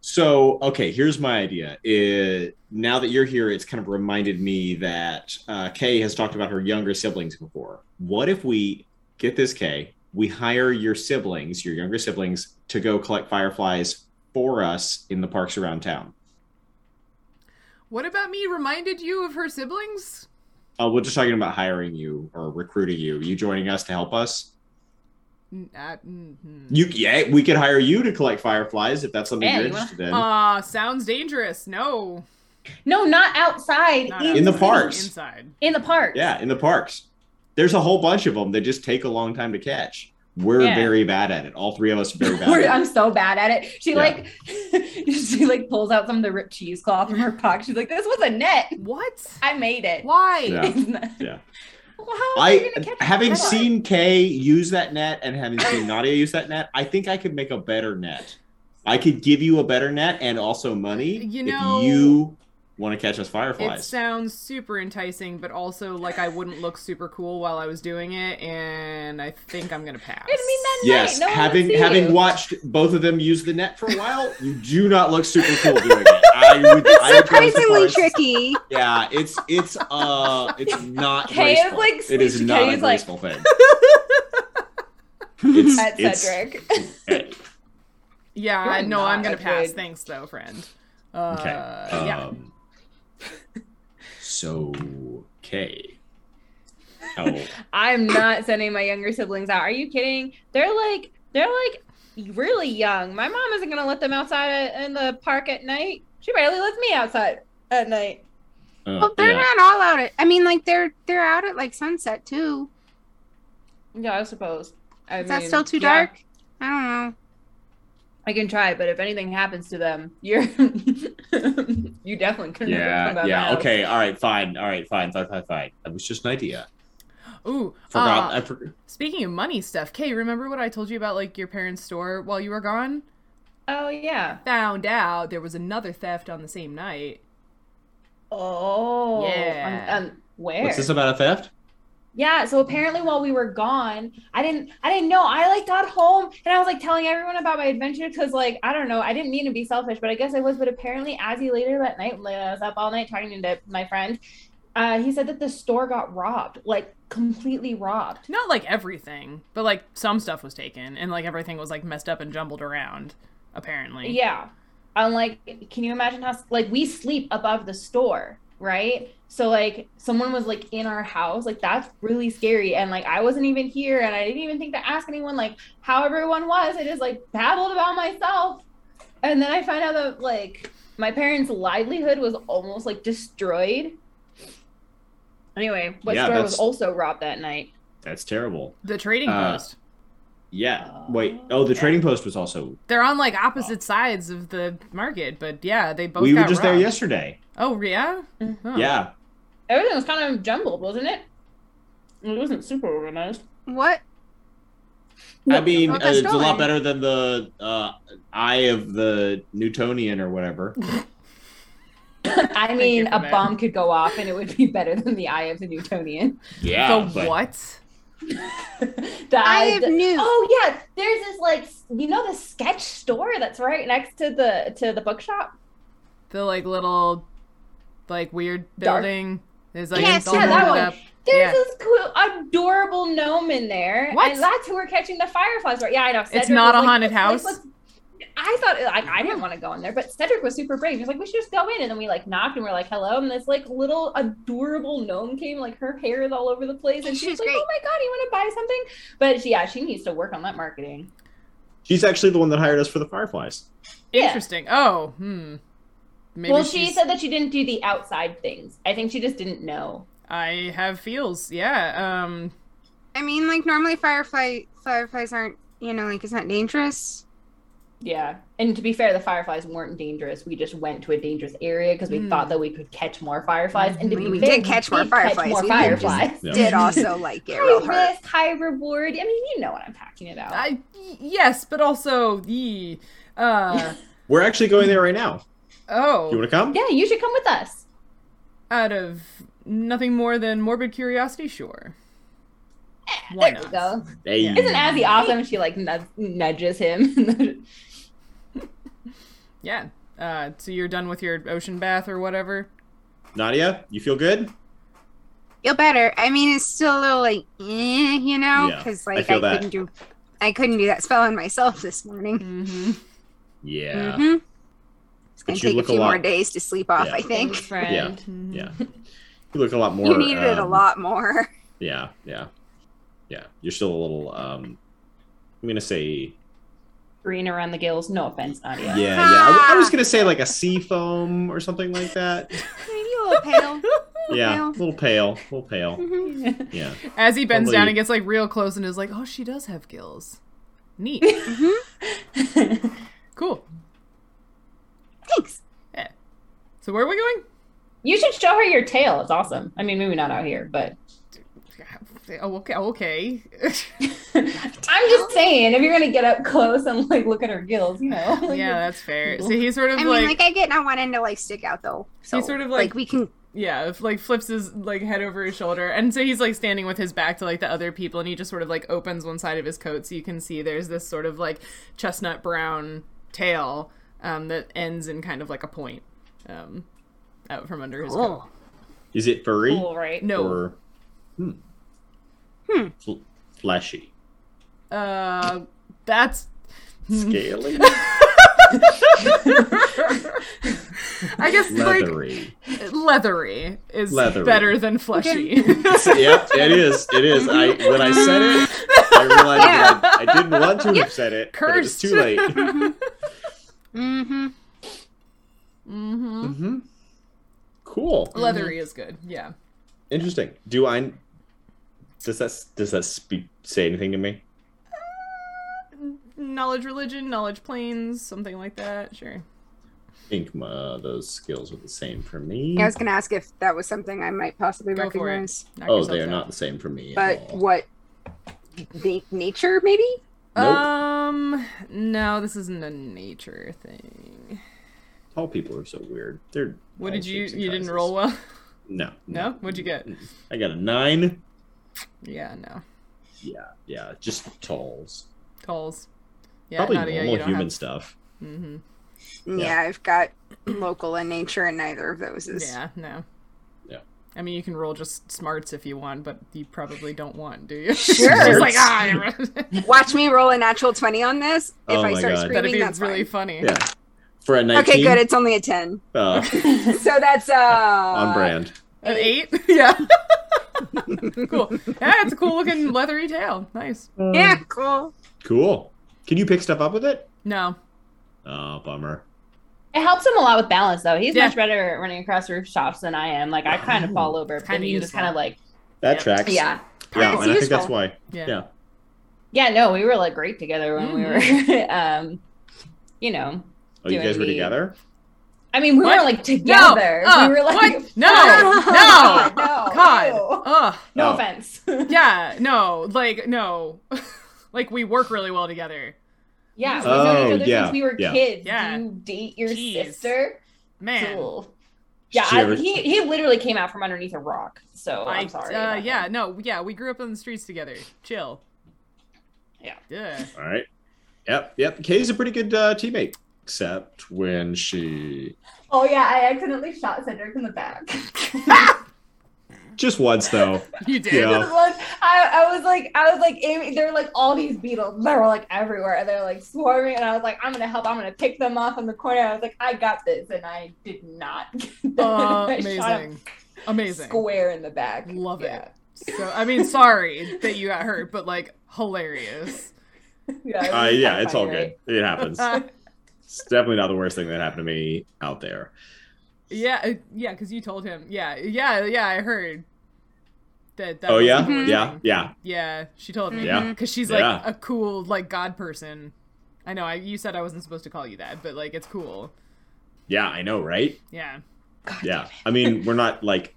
C: So okay, here's my idea. It, now that you're here, it's kind of reminded me that uh, Kay has talked about her younger siblings before. What if we get this, Kay? We hire your siblings, your younger siblings, to go collect fireflies for us in the parks around town.
A: What about me reminded you of her siblings?
C: Uh, we're just talking about hiring you or recruiting you. You joining us to help us?
A: N- uh, mhm.
C: You yeah, we could hire you to collect fireflies if that's something
E: Yeah,
C: you're
E: you wanna-
C: interested in.
A: Ah, sounds dangerous. No.
E: No, not outside.
A: not
E: in,
C: In the
A: outside,
C: parks.
A: Inside.
E: In the park.
C: yeah, in the parks. There's a whole bunch of them. They just take a long time to catch. We're
E: Yeah.
C: very bad at it. All three of us are very bad.
E: We're-
C: at it.
E: I'm so bad at it. She
C: Yeah.
E: like she like pulls out some of the ripped cheesecloth from her pocket. She's like, "This was a net.
A: What?
E: I made it."
A: Why?
C: Yeah.
E: It's not-
C: Yeah.
E: Well, how are
C: I
E: you gonna catch a
C: having
E: butterfly?
C: seen Kay use that net and having seen Nadia use that net, I think I could make a better net. I could give you a better net and also money
A: You
C: if
A: know-
C: you want to catch us
A: It
C: fireflies.
A: sounds super enticing, but also like I wouldn't look super cool while I was doing it, and I think I'm gonna pass.
E: I mean that
C: yes,
E: night. No
C: having
E: one would see
C: having
E: you.
C: watched both of them use the net for a while, you do not look super cool doing it. I would, I would go as far
D: Surprisingly
C: as-
D: tricky.
C: Yeah, it's it's uh it's not
E: Kay is,
C: graceful.
E: like,
C: it is
E: Kay
C: not a
E: is, like-
C: graceful thing. It's-
E: at
C: it's-
E: Cedric.
A: yeah,
E: You're
A: I- no, I'm
E: not
A: gonna
E: a
A: pass.
E: good-
A: Thanks though, friend. Uh,
C: Okay.
A: Yeah.
C: Um, so Kay. Oh,
E: I'm not sending my younger siblings out. Are you kidding? They're like they're like really young. My mom isn't gonna let them outside at- in the park at night. She barely lets me outside at night.
C: uh,
D: Well, they're
C: yeah.
D: not all out at. I mean, like they're they're out at like sunset too.
E: Yeah, I suppose. I
D: Is that
E: mean,
D: still too
E: yeah,
D: dark? I don't know.
E: I can try, but if anything happens to them, you're you definitely can never come
C: Yeah, yeah,
E: out. of the house.
C: okay, all right, fine, all right, fine, fine, fine, fine. That was just an idea.
A: Ooh.
C: Forgot,
A: uh,
C: I forgot.
A: Speaking of money stuff, Kay, remember what I told you about like your parents' store while you were gone?
E: Oh yeah.
A: Found out there was another theft on the same night.
E: Oh
A: Yeah.
E: Um, um, where?
C: What's this about a theft?
E: Yeah, so apparently while we were gone, I didn't I didn't know. I like got home and I was like telling everyone about my adventure because like I don't know, I didn't mean to be selfish, but I guess I was. But apparently Azzy later that night, when I was up all night talking to my friend, uh, he said that the store got robbed, like completely robbed.
A: Not like everything, but like some stuff was taken, and like everything was like messed up and jumbled around. Apparently.
E: Yeah. I'm like, can you imagine how like we sleep above the store, right? So like someone was like in our house, like that's really scary. And like I wasn't even here and I didn't even think to ask anyone like how everyone was. I just like babbled about myself. And then I find out that like my parents' livelihood was almost like destroyed. Anyway, what
C: Yeah,
E: store
C: that's-
E: was also robbed that night?
C: That's terrible.
A: The trading
C: Uh,
A: post.
C: Yeah.
E: Oh,
C: Wait. Oh, the
E: yeah.
C: trading post was also.
A: They're on like opposite sides of the market, but yeah, they both.
C: we were
A: got
C: just there
A: robbed.
C: yesterday.
A: Oh yeah.
E: Mhm.
A: Huh.
C: Yeah.
E: Everything was kind of jumbled, wasn't it? It wasn't super organized.
D: What?
C: I mean, uh,
D: Well, that's
C: it's a lot
D: going.
C: better than the uh, Eye of the Newtonian or whatever.
E: I
A: you
E: mean,
A: for
E: a
A: that.
E: bomb could go off and it would be better than the eye of the Newtonian.
C: Yeah.
A: the
C: but-
A: what?
E: the
D: I
E: eye of
D: have
E: the-
D: new.
E: Oh yeah, there's this like s- you know the sketch store that's right next to the to the bookshop.
A: The like little, like weird
E: Dark.
A: building. Is like
D: Yes,
A: all
D: yeah, that
A: boarded
E: one.
A: up. Yeah.
E: There's this cool, adorable gnome in there,
A: What?
E: and that's who we're catching the fireflies for. Yeah, I know. Cedric
A: not
E: was
A: a haunted
E: like,
A: house?
E: let's- I thought like I didn't want to go in there, but Cedric was super brave. He was like, "We should just go in." And then we like knocked, and we are like, "Hello!" And this like little adorable gnome came. Like her hair is all over the place, and
D: She
E: she's
D: was
E: like,
D: great.
E: "Oh my god, you want to buy something?" But she, yeah, she needs to work on that marketing.
C: She's actually the one that hired us for the fireflies.
E: Yeah.
A: Interesting. Oh, hmm. Maybe
E: well, she
A: she's-
E: said that she didn't do the outside things. I think she just didn't know.
A: I have feels. Yeah. Um.
D: I mean, like normally firefly fireflies aren't, you know, like it's not dangerous.
E: Yeah. And to be fair, the fireflies weren't dangerous. We just went to a dangerous area because we
A: Mm.
E: thought that we could catch more fireflies. And to
D: We-
E: be
D: Hmm. we
E: fair,
D: did catch more
E: did
D: fireflies.
E: more
D: We did just-
E: fireflies.
C: Yeah.
D: Did also like get real
E: High
D: hard.
E: risk, high reward. I mean, you know what I'm talking about.
A: I y- yes, but also the. Uh.
C: We're actually going there right now. You
A: oh.
C: want to come?
E: yeah, you should come with us.
A: Out of nothing more than morbid curiosity, sure. Why
E: Eh, There we
A: not?
E: go.
C: Hey.
A: Yeah.
E: Isn't Azzy awesome? She like nudge- nudges him.
A: Yeah. Uh. So you're done with your ocean bath or whatever.
C: Nadia, you feel good?
D: Feel better. I mean, it's still a little like, eh, you know,
C: Yeah,
D: because
C: I
D: like I,
C: feel that.
D: couldn't do, I couldn't do that spell on myself this morning.
A: Mm-hmm.
C: Yeah.
D: hmm It's
C: But
D: gonna
C: you
D: take a
C: look a
D: few more
C: lot-
D: days to sleep off.
C: Yeah.
D: I
E: Thanks,
D: think
E: friend.
A: Mm-hmm.
C: Yeah. You look a lot more.
D: you needed it a
C: um,
D: lot more.
C: Yeah, yeah, yeah. You're still a little. um I'm gonna say.
E: Green around the gills. No offense, Nadia.
C: Yeah, yeah. I, I was gonna say like a sea foam or something like that.
D: Maybe a little pale.
C: Yeah,
D: Pale.
C: a little pale, a little pale.
D: Mm-hmm.
C: Yeah.
A: As he bends
C: Probably-
A: down and gets like real close and is like, "Oh, she does have gills. Neat.
D: hmm
A: cool. Eh.
D: Thanks.
A: So where are we going?
E: you should show her your tail. It's awesome. I mean, maybe not out here, but
A: Oh, okay. Okay.
E: I'm just saying, if you're gonna get up close and like look at her gills, you know. like,
A: yeah, that's fair. So he sort of
D: I mean,
A: like,
D: like, I get not wanting to like stick out though. So
A: sort of, like-
D: we can.
A: yeah, if, like flips his like head over his shoulder, and so he's like standing with his back to like the other people, and he just sort of like opens one side of his coat so you can see there's this sort of like chestnut brown tail um, that ends in kind of like a point um, out from under his coat.
D: Oh,
C: Is it furry
E: cool, right?
A: No,
C: or hmm.
D: Hmm.
C: Fl- fleshy?
A: uh, that's Hmm.
C: Scaly,
A: I guess like
C: leathery.
A: leathery is
C: Leathery.
A: better than fleshy.
C: yep, it is. It is. I when I said it, I realized that I, I didn't want to have said it. But it
A: Cursed.
C: was too late.
D: mm-hmm.
A: hmm
C: hmm Cool.
A: Leathery is good. Yeah.
C: Interesting. Do I? Does that does that speak say anything to me?
A: Knowledge religion, knowledge planes, something like that. Sure.
C: I think my, those skills are the same for me.
D: Yeah, I was gonna ask if that was something I might possibly
A: Go for it.
D: recognize,
A: Knock
C: oh,
A: yourselves
C: they are
A: out.
C: not the same for me. at
D: but
C: all.
D: what? The nature, maybe.
C: Nope.
A: Um, no, this isn't a nature thing.
C: Tall people are so weird. They're
A: What
C: all
A: did you?
C: shapes and
A: You didn't
C: sizes. Mm-hmm.
A: roll well.
C: No,
A: No? What'd you get?
C: I got a nine.
A: yeah, no.
C: Yeah, yeah, just talls.
A: Talls. Yeah,
C: Probably
A: Nadia, you
C: normal
A: don't
C: human
A: have.
C: stuff.
A: hmm
D: Yeah. I've got local and nature, and neither of those is.
A: Yeah, no.
C: Yeah.
A: I mean, you can roll just smarts if you want, but you probably don't want, do you?
D: Sure.
A: just like ah, that'd
D: Watch me roll a natural twenty on this. If
C: Oh
D: I
C: my
D: start
C: God.
D: screaming,
A: be
D: that's
A: really
D: fine.
A: funny.
C: Yeah, for a nineteen.
D: Okay, good. It's only a ten,
C: uh,
D: so that's uh.
C: on brand.
A: An eight? yeah. cool. Yeah, it's a cool looking leathery tail. Nice.
D: Yeah,
A: Mm.
D: cool.
C: Cool. Can you pick stuff up with it?
A: No.
C: Oh, bummer.
E: It helps him a lot with balance, though. He's
A: Yeah.
E: much better at running across rooftops than I am. Like I kind of fall over, but
A: kinda
E: he just
A: useful.
E: kind of like,
C: That
A: Yep.
C: tracks.
E: yeah,
C: yeah.
D: It's
C: And I think
D: useful.
C: that's why.
A: Yeah.
C: Yeah.
E: yeah. No, we were like great together when we
A: Mm.
E: were, um, you know.
C: Oh, you
E: Doing
C: guys were
E: the-
C: together.
E: I mean, we
A: What?
E: weren't like together.
A: Uh,
E: we were like,
A: what? No. No.
E: God, no,
A: God.
E: ew.
A: Ugh.
E: No
C: Oh.
E: offense.
A: Yeah. No. Like no. like we work really well together.
E: yeah, we've
A: Oh,
E: known each other
C: yeah,
E: since we were
C: yeah.
E: kids.
A: Yeah.
E: Do you date your
A: Jeez.
E: sister?
A: Man.
E: Cool. Yeah,
C: Did you
E: I,
C: ever-
E: he he literally came out from underneath a rock. So I, am sorry.
A: Uh,
E: about
A: yeah.
E: that.
A: No. Yeah. We grew up on the streets together. Chill.
E: Yeah.
A: Yeah.
C: All right. Yep. Yep. Kay's a pretty good uh, teammate, except when she
E: Oh yeah, I accidentally shot Cedric in the back.
C: just once though.
A: You did.
C: Yeah.
E: This one- I, I was like, I was like, aiming, there were like all these beetles that were like everywhere, and they're like swarming, and I was like, I'm gonna help, I'm gonna pick them off in the corner. I was like, I got this, and I did not. Get them. I shot him
A: Uh, amazing. Amazing.
E: Square in the back.
A: Love it.
E: Yeah.
A: So I mean, sorry that you got hurt, but like hilarious.
E: Yeah, it
C: Uh,
E: was
C: yeah,
E: kinda
C: it's all
E: funny,
C: good.
E: right?
C: It happens.
A: Uh,
C: it's definitely not the worst thing that happened to me out there.
A: Yeah, uh, yeah, because you told him. Yeah, yeah, yeah. I heard that. that
C: Oh
A: was
C: yeah,
A: the
D: Mm-hmm.
A: whole
C: yeah,
A: thing.
C: yeah.
A: yeah. She told me.
C: Yeah.
A: because she's like
C: Yeah.
A: a cool like god person. I know. I you said I wasn't supposed to call you that, but like it's cool.
C: Yeah, I know, right?
A: Yeah.
C: Yeah. I mean, we're not like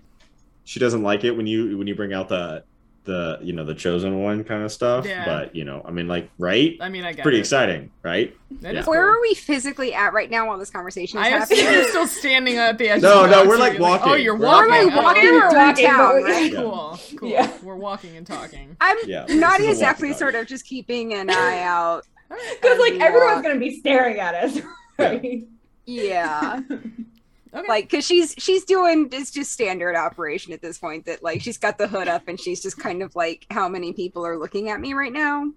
C: she doesn't like it when you when you bring out the the you know the chosen one kind of stuff.
A: Yeah.
C: But you know, I mean, like, right?
A: I mean, I get
C: Pretty
A: it.
C: exciting, right?
A: That
C: Yeah.
A: is
D: Where
A: cool.
D: are we physically at right now while this conversation is
A: I assume
D: happening?
A: you're still standing at the edge. of
C: No,
A: the
C: no,
A: box,
C: we're,
A: so
C: like,
A: you're Oh,
C: walking.
A: you're
C: We're like
A: walking.
D: walking. We're walking
A: Okay,
D: through town,
E: but
D: right?
C: Yeah.
A: Cool. Cool.
E: Yeah.
A: We're walking and talking.
D: I'm
C: Yeah, this
D: not
C: is a
D: exactly
C: walkabout.
D: sort of just keeping an eye out.
A: All right.
E: Because like
D: Yeah.
E: everyone's gonna be staring at us, right?
D: Yeah,
A: Okay.
D: like because she's she's doing it's just standard operation at this point. That like she's got the hood up and she's just kind of like, how many people are looking at me right now?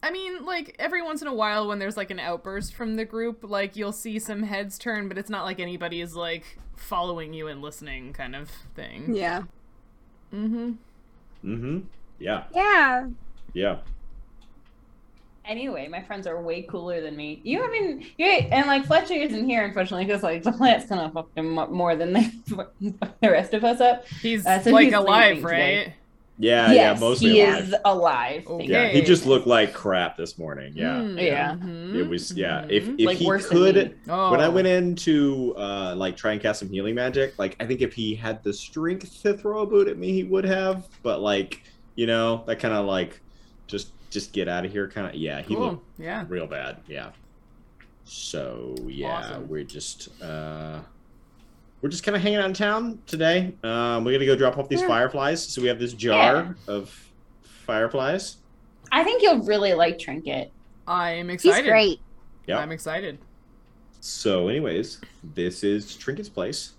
A: I mean, like every once in a while, when there's like an outburst from the group, like you'll see some heads turn, but it's not like anybody is like following you and listening, kind of thing.
D: Yeah,
A: Mm-hmm.
C: Mm-hmm. Yeah,
D: yeah.
C: yeah.
E: Anyway, my friends are way cooler than me. You, I mean, you and like Fletcher isn't here, unfortunately, because like the plant's gonna fuck him up more than they, the rest of us up.
A: He's
E: Uh, so
A: like
E: he's
A: alive,
E: leaving today.
A: right?
C: Yeah, yeah, mostly
E: he
C: alive.
E: is alive. thank
C: Yeah,
A: Okay.
C: he just looked like crap this morning. Yeah.
A: Mm,
E: Yeah.
A: mhm,
C: It was yeah.
A: mhm.
C: If if
E: Like,
C: he
E: worse than
C: could,
E: me.
A: oh.
C: when I went in to uh, like try and cast some healing magic, like I think if he had the strength to throw a boot at me, he would have. But like you know, that kind of like just just get out of here kind of yeah. He
A: cool.
C: looked
A: yeah.
C: real bad. Yeah. So yeah,
A: Awesome.
C: we're just uh, we're just kind of hanging out in town today. Um, we're gonna go drop off these
D: Yeah.
C: fireflies. So we have this jar of fireflies.
E: I think you'll really like Trinket.
A: I'm
D: He's
A: excited.
D: great.
C: Yeah.
A: I'm excited.
C: So, anyways, this is Trinket's place.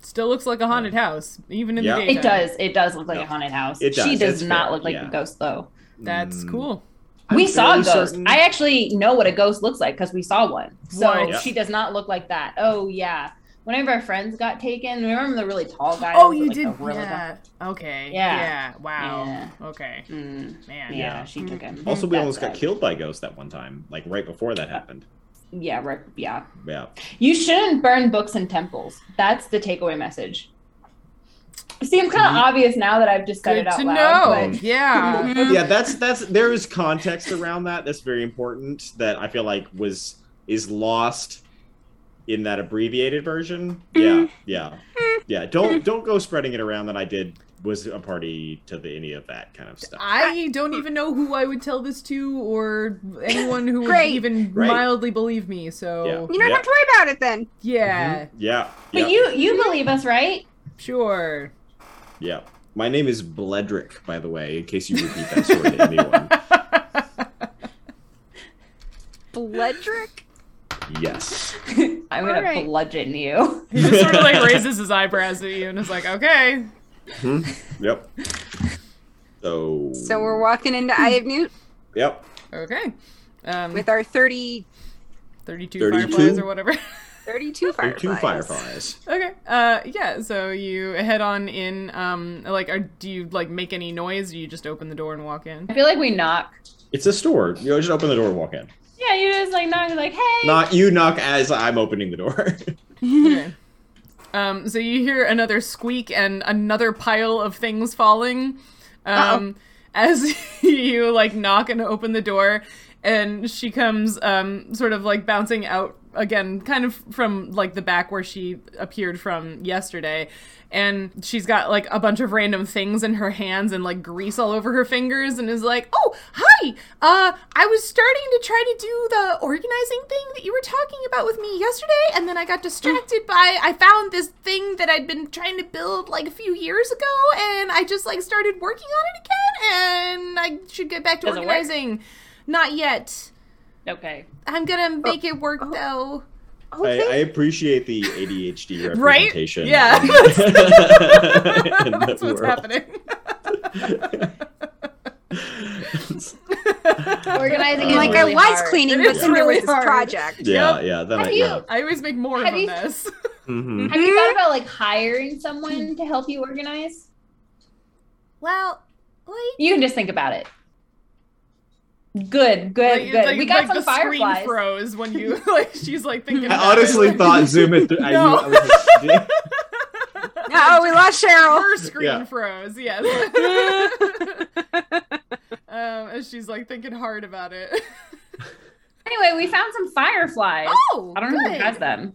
A: Still looks like a haunted house, even in
C: Yeah.
A: the
C: It
A: daytime.
E: It does. It does look like
C: No.
E: a haunted house.
C: It does.
E: She does
C: It's
E: not
C: fair.
E: look like
C: Yeah.
E: a ghost though.
A: That's
C: Mm,
A: cool.
C: I'm
E: we saw
C: fairly
E: a ghost.
C: certain-
E: I actually know what a ghost looks like because we saw one. So
A: What?
C: Yeah.
E: she does not look like that. Oh yeah. One of our friends got taken. Remember the really tall guy?
A: Oh,
E: with,
A: you
E: like, the
A: did.
E: really
A: Yeah. Okay.
E: Yeah.
A: Yeah. Wow.
E: Yeah.
A: Okay.
E: tall- Mm, yeah,
A: Man.
C: Yeah.
E: she took him.
C: Mm-hmm. Also, we
E: That's
C: almost got
E: it.
C: killed by a ghost that one time, like right before
A: Uh,
C: that happened.
E: Yeah, right. Yeah.
C: Yeah.
E: You shouldn't burn books in temples. That's the takeaway message. See, I'm kind of
C: Mhm.
E: obvious now that I've just said
A: Good
E: it out
A: to
E: loud.
C: Um,
A: know. Yeah.
D: Mhm.
C: Yeah, that's that's there is context around that that's very important that I feel like was is lost in that abbreviated version. Yeah, yeah. Yeah, don't don't go spreading it around that I did was a party to the any of that kind of stuff.
A: I uh, don't even know who I would tell this to or anyone who would
D: Great.
A: even
C: Right.
A: mildly believe me. So,
D: You don't
C: Yeah.
D: have to worry about it then.
A: yeah,
C: Mhm. Yeah.
E: But
C: yeah.
E: you you believe us, right?
C: Mm-hmm.
A: sure.
C: Yeah. My name is Bledrick, by the way, in case you repeat that story to anyone.
D: Bledrick.
C: Yes.
E: I'm gonna
D: Alright.
E: bludgeon you.
A: he just sort of like raises his eyebrows at you and is like, okay.
C: Hmm? Yep. So.
D: So we're walking into Eye of Newt
C: Yep.
A: Okay. Um,
D: with our 30,
A: 32,
C: 32?
A: fireflies or whatever.
D: 32
C: There are
D: fireflies.
C: two fireflies.
A: okay. Uh, yeah. So you head on in. Um, like, are, do you like make any noise? Do you just open the door and walk in?
E: I feel like we knock.
C: It's a store. You just open the door and walk in.
E: Yeah, you just like knock, like hey.
C: Not you knock as I'm opening the door.
A: Okay. Um, so you hear another squeak and another pile of things falling. Um, as you like knock and open the door, and she comes um, sort of like bouncing out again, kind of from like the back where she appeared from yesterday. And she's got like a bunch of random things in her hands and like grease all over her fingers, and is like, "Oh, hi! Uh, I was starting to try to do the organizing thing that you were talking about with me yesterday, and then I got distracted by I found this thing that I'd been trying to build like a few years ago, and I just like started working on it again, and I should get back to
E: Does it work?
A: organizing. Not yet.
E: Okay.
A: I'm
E: Oh,
A: gonna make it work though.
D: Oh,
C: I,
D: thank
C: I appreciate the ADHD
A: Right?
C: representation.
A: Yeah.
C: in the
A: That's what's
C: world.
A: happening.
E: Organizing
D: you.
E: is
D: Like
E: really
D: I was
E: hard.
D: cleaning,
A: It
D: but
A: is
D: then there was
A: really
D: this
A: hard.
D: project.
C: yeah, yeah. Then
E: Have
C: I,
E: you-
C: yeah.
A: I Mm-hmm. always make more of
E: Have
A: a
E: you-
A: mess.
C: Mhm.
E: Have you thought
A: Hmm?
E: about like hiring someone to help you organize?
A: Well, like
E: You can just think about it. Good, good,
A: Like,
E: good.
A: like-
E: we got
A: like
E: some
A: the screen
E: fireflies.
A: froze when you like. She's like thinking.
C: I
A: about it.
C: honestly thought Zoom at, th- I knew
A: No.
C: I was like,
A: Oh,
D: No, we lost Cheryl.
A: her screen
C: Yeah.
A: froze. Yes. um, as she's like thinking hard about it.
E: Anyway, we found some fireflies.
A: Oh,
E: I don't know who has them.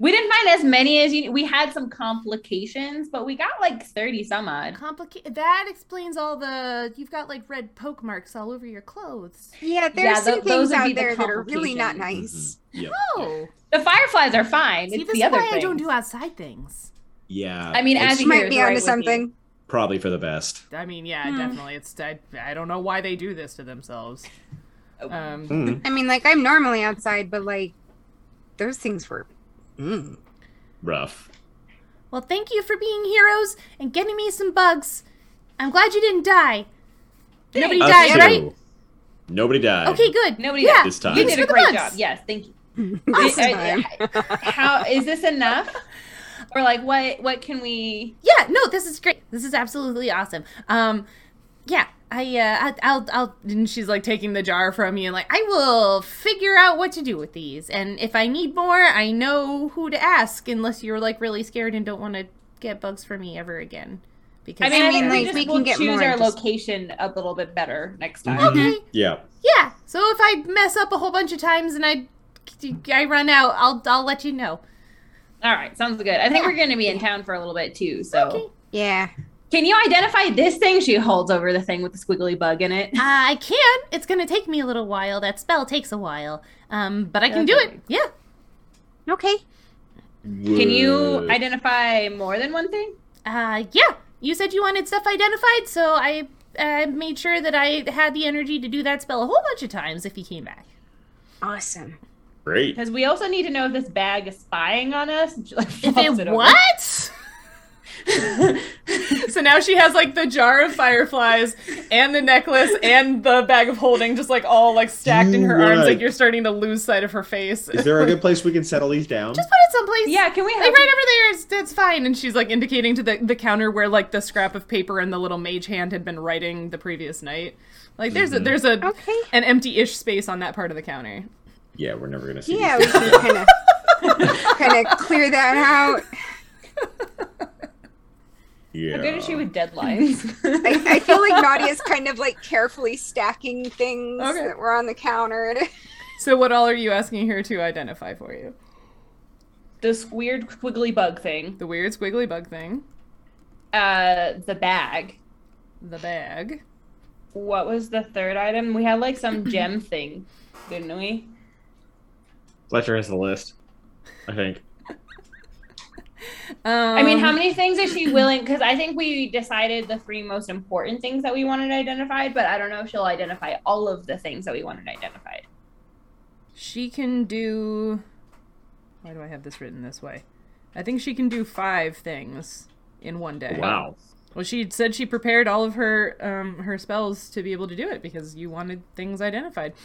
E: We didn't find as many as you. We had some complications, but we got like thirty some odd.
A: Complicated. That explains all the. You've got like red poke marks all over your clothes.
D: Yeah, there's
E: Yeah,
D: some
E: tho-
D: things
E: those would be
D: out
E: the Mm-hmm.
D: there that are really not
C: Mhm.
D: nice.
C: Yep.
A: Oh,
E: The fireflies are fine.
A: see,
E: it's
A: this
E: the
A: is
E: other
A: why
E: thing.
A: I don't do outside things.
C: Yeah.
E: I mean,
C: it's
E: as
D: She
E: you
D: might be onto something.
C: probably for the best.
A: I mean, yeah,
D: Hmm.
A: definitely. It's I, I don't know why they do this to themselves. Um,
C: Mm.
D: I mean, like I'm normally outside, but like those things were. Mm.
C: Rough.
A: Well, thank you for being heroes and getting me some bugs. I'm glad you didn't die. Nobody
E: Thanks.
A: died,
C: Us
A: right?
C: two. Nobody died.
A: Okay, good.
E: Nobody
A: yeah.
C: This time.
E: You
A: Thanks
E: did a
A: for the
E: great
A: bugs.
E: job. Yes, thank you.
D: This
E: I-
D: time.
E: I- how is this enough? Or like, what? What can we?
A: Yeah, no, this is great. This is absolutely awesome. Um, yeah, I, uh, I, I'll, I'll, and she's like taking the jar from you and like, I will figure out what to do with these. And if I need more, I know who to ask unless you're like really scared and don't want to get bugs from me ever again. Because
E: I mean,
D: I
E: I
D: mean,
E: think
D: like,
E: we just
D: we can
E: will
D: get
E: choose
D: more
E: our
D: just-
E: location a little bit better next time.
C: Mhm.
A: okay.
C: Yeah.
A: Yeah. So if I mess up a whole bunch of times and I I run out, I'll I'll let you know.
E: All right, sounds good. I think
A: Yeah.
E: we're going to be in town for a little bit too. So,
A: Okay.
D: yeah.
E: can you identify this thing she holds over the thing with the squiggly bug in it?
A: Uh, I can. It's gonna take me a little while. That spell takes a while. Um, but I can do
E: Okay.
A: it. Yeah.
D: Okay.
E: Can you identify more than one thing?
A: Uh, yeah. You said you wanted stuff identified, so I uh, made sure that I had the energy to do that spell a whole bunch of times if he came back.
D: Awesome.
C: Great.
E: Because we also need to know if this bag is spying on us. and she, like,
A: If
E: flops
A: it
E: over.
A: what? so now she has like the jar of fireflies and the necklace and the bag of holding just like all like stacked in her
C: You
A: arms
C: wanna-
A: like you're starting to lose sight of her face
C: Is there a good place we can settle these down?
A: just put it someplace
E: Yeah, can we?
A: like
E: Have
A: right over there is that's fine and she's like indicating to the, the counter where like the scrap of paper and the little mage hand had been writing the previous night like there's a
C: Mhm.
A: there's a
D: Okay.
A: an empty-ish space on that part of the counter
C: yeah, we're never gonna see.
D: Yeah, we
C: these.
D: can kind of kind of clear that out.
C: Yeah.
E: I'm good at she with deadlines.
D: I, I feel like Nadia's kind of like carefully stacking things
A: Okay.
D: that were on the counter.
A: so what all are you asking her to identify for you
E: this weird squiggly bug thing.
A: the weird squiggly bug thing
E: Uh, the bag.
A: the bag
E: What was the third item? We had like some gem thing, didn't we?
C: Fletcher has the list. I think.
A: Um,
E: I mean, how many things is she willing? Because I think we decided the three most important things that we wanted identified, but I don't know if she'll identify all of the things that we wanted identified.
A: She can do. Why do I have this written this way? I think she can do five things in one day.
C: Wow.
A: Well, she said she prepared all of her um, her spells to be able to do it because you wanted things identified.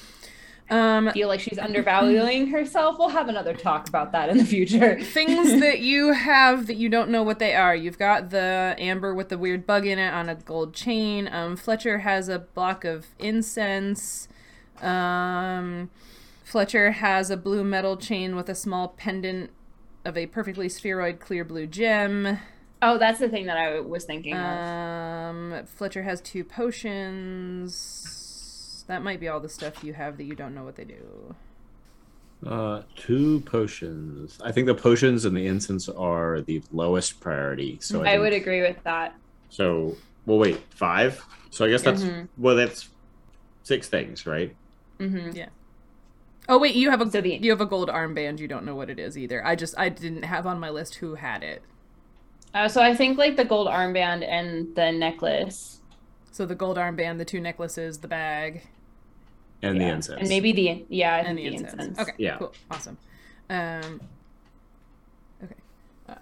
A: Um,
E: Feel like she's undervaluing herself. We'll have another talk about that in the future.
A: things that you have that you don't know what they are. You've got the amber with the weird bug in it on a gold chain. Um, Fletcher has a block of incense. Um, Fletcher has a blue metal chain with a small pendant of a perfectly spheroid clear blue gem.
E: Oh, that's the thing that I was thinking of.
A: Um, Fletcher has two potions. That might be all the stuff you have that you don't know what they do.
C: Uh, two potions. I think the potions and the incense are the lowest priority. So I,
E: I
C: think-
E: would agree with that.
C: So well, wait, five. So I guess that's
E: Mhm.
C: well, that's six things, right?
E: hmm
A: Oh wait, you have a
E: So the-
A: you have a gold armband. You don't know what it is either. I just I didn't have on my list who had it.
E: Uh, so I think like the gold armband and the necklace,
A: So the gold armband, the two necklaces, the bag,
C: And
E: Yeah.
C: the incense.
E: and maybe the yeah, I think
A: and the incense. Okay,
C: Yeah.
A: cool, awesome. Um, okay, uh,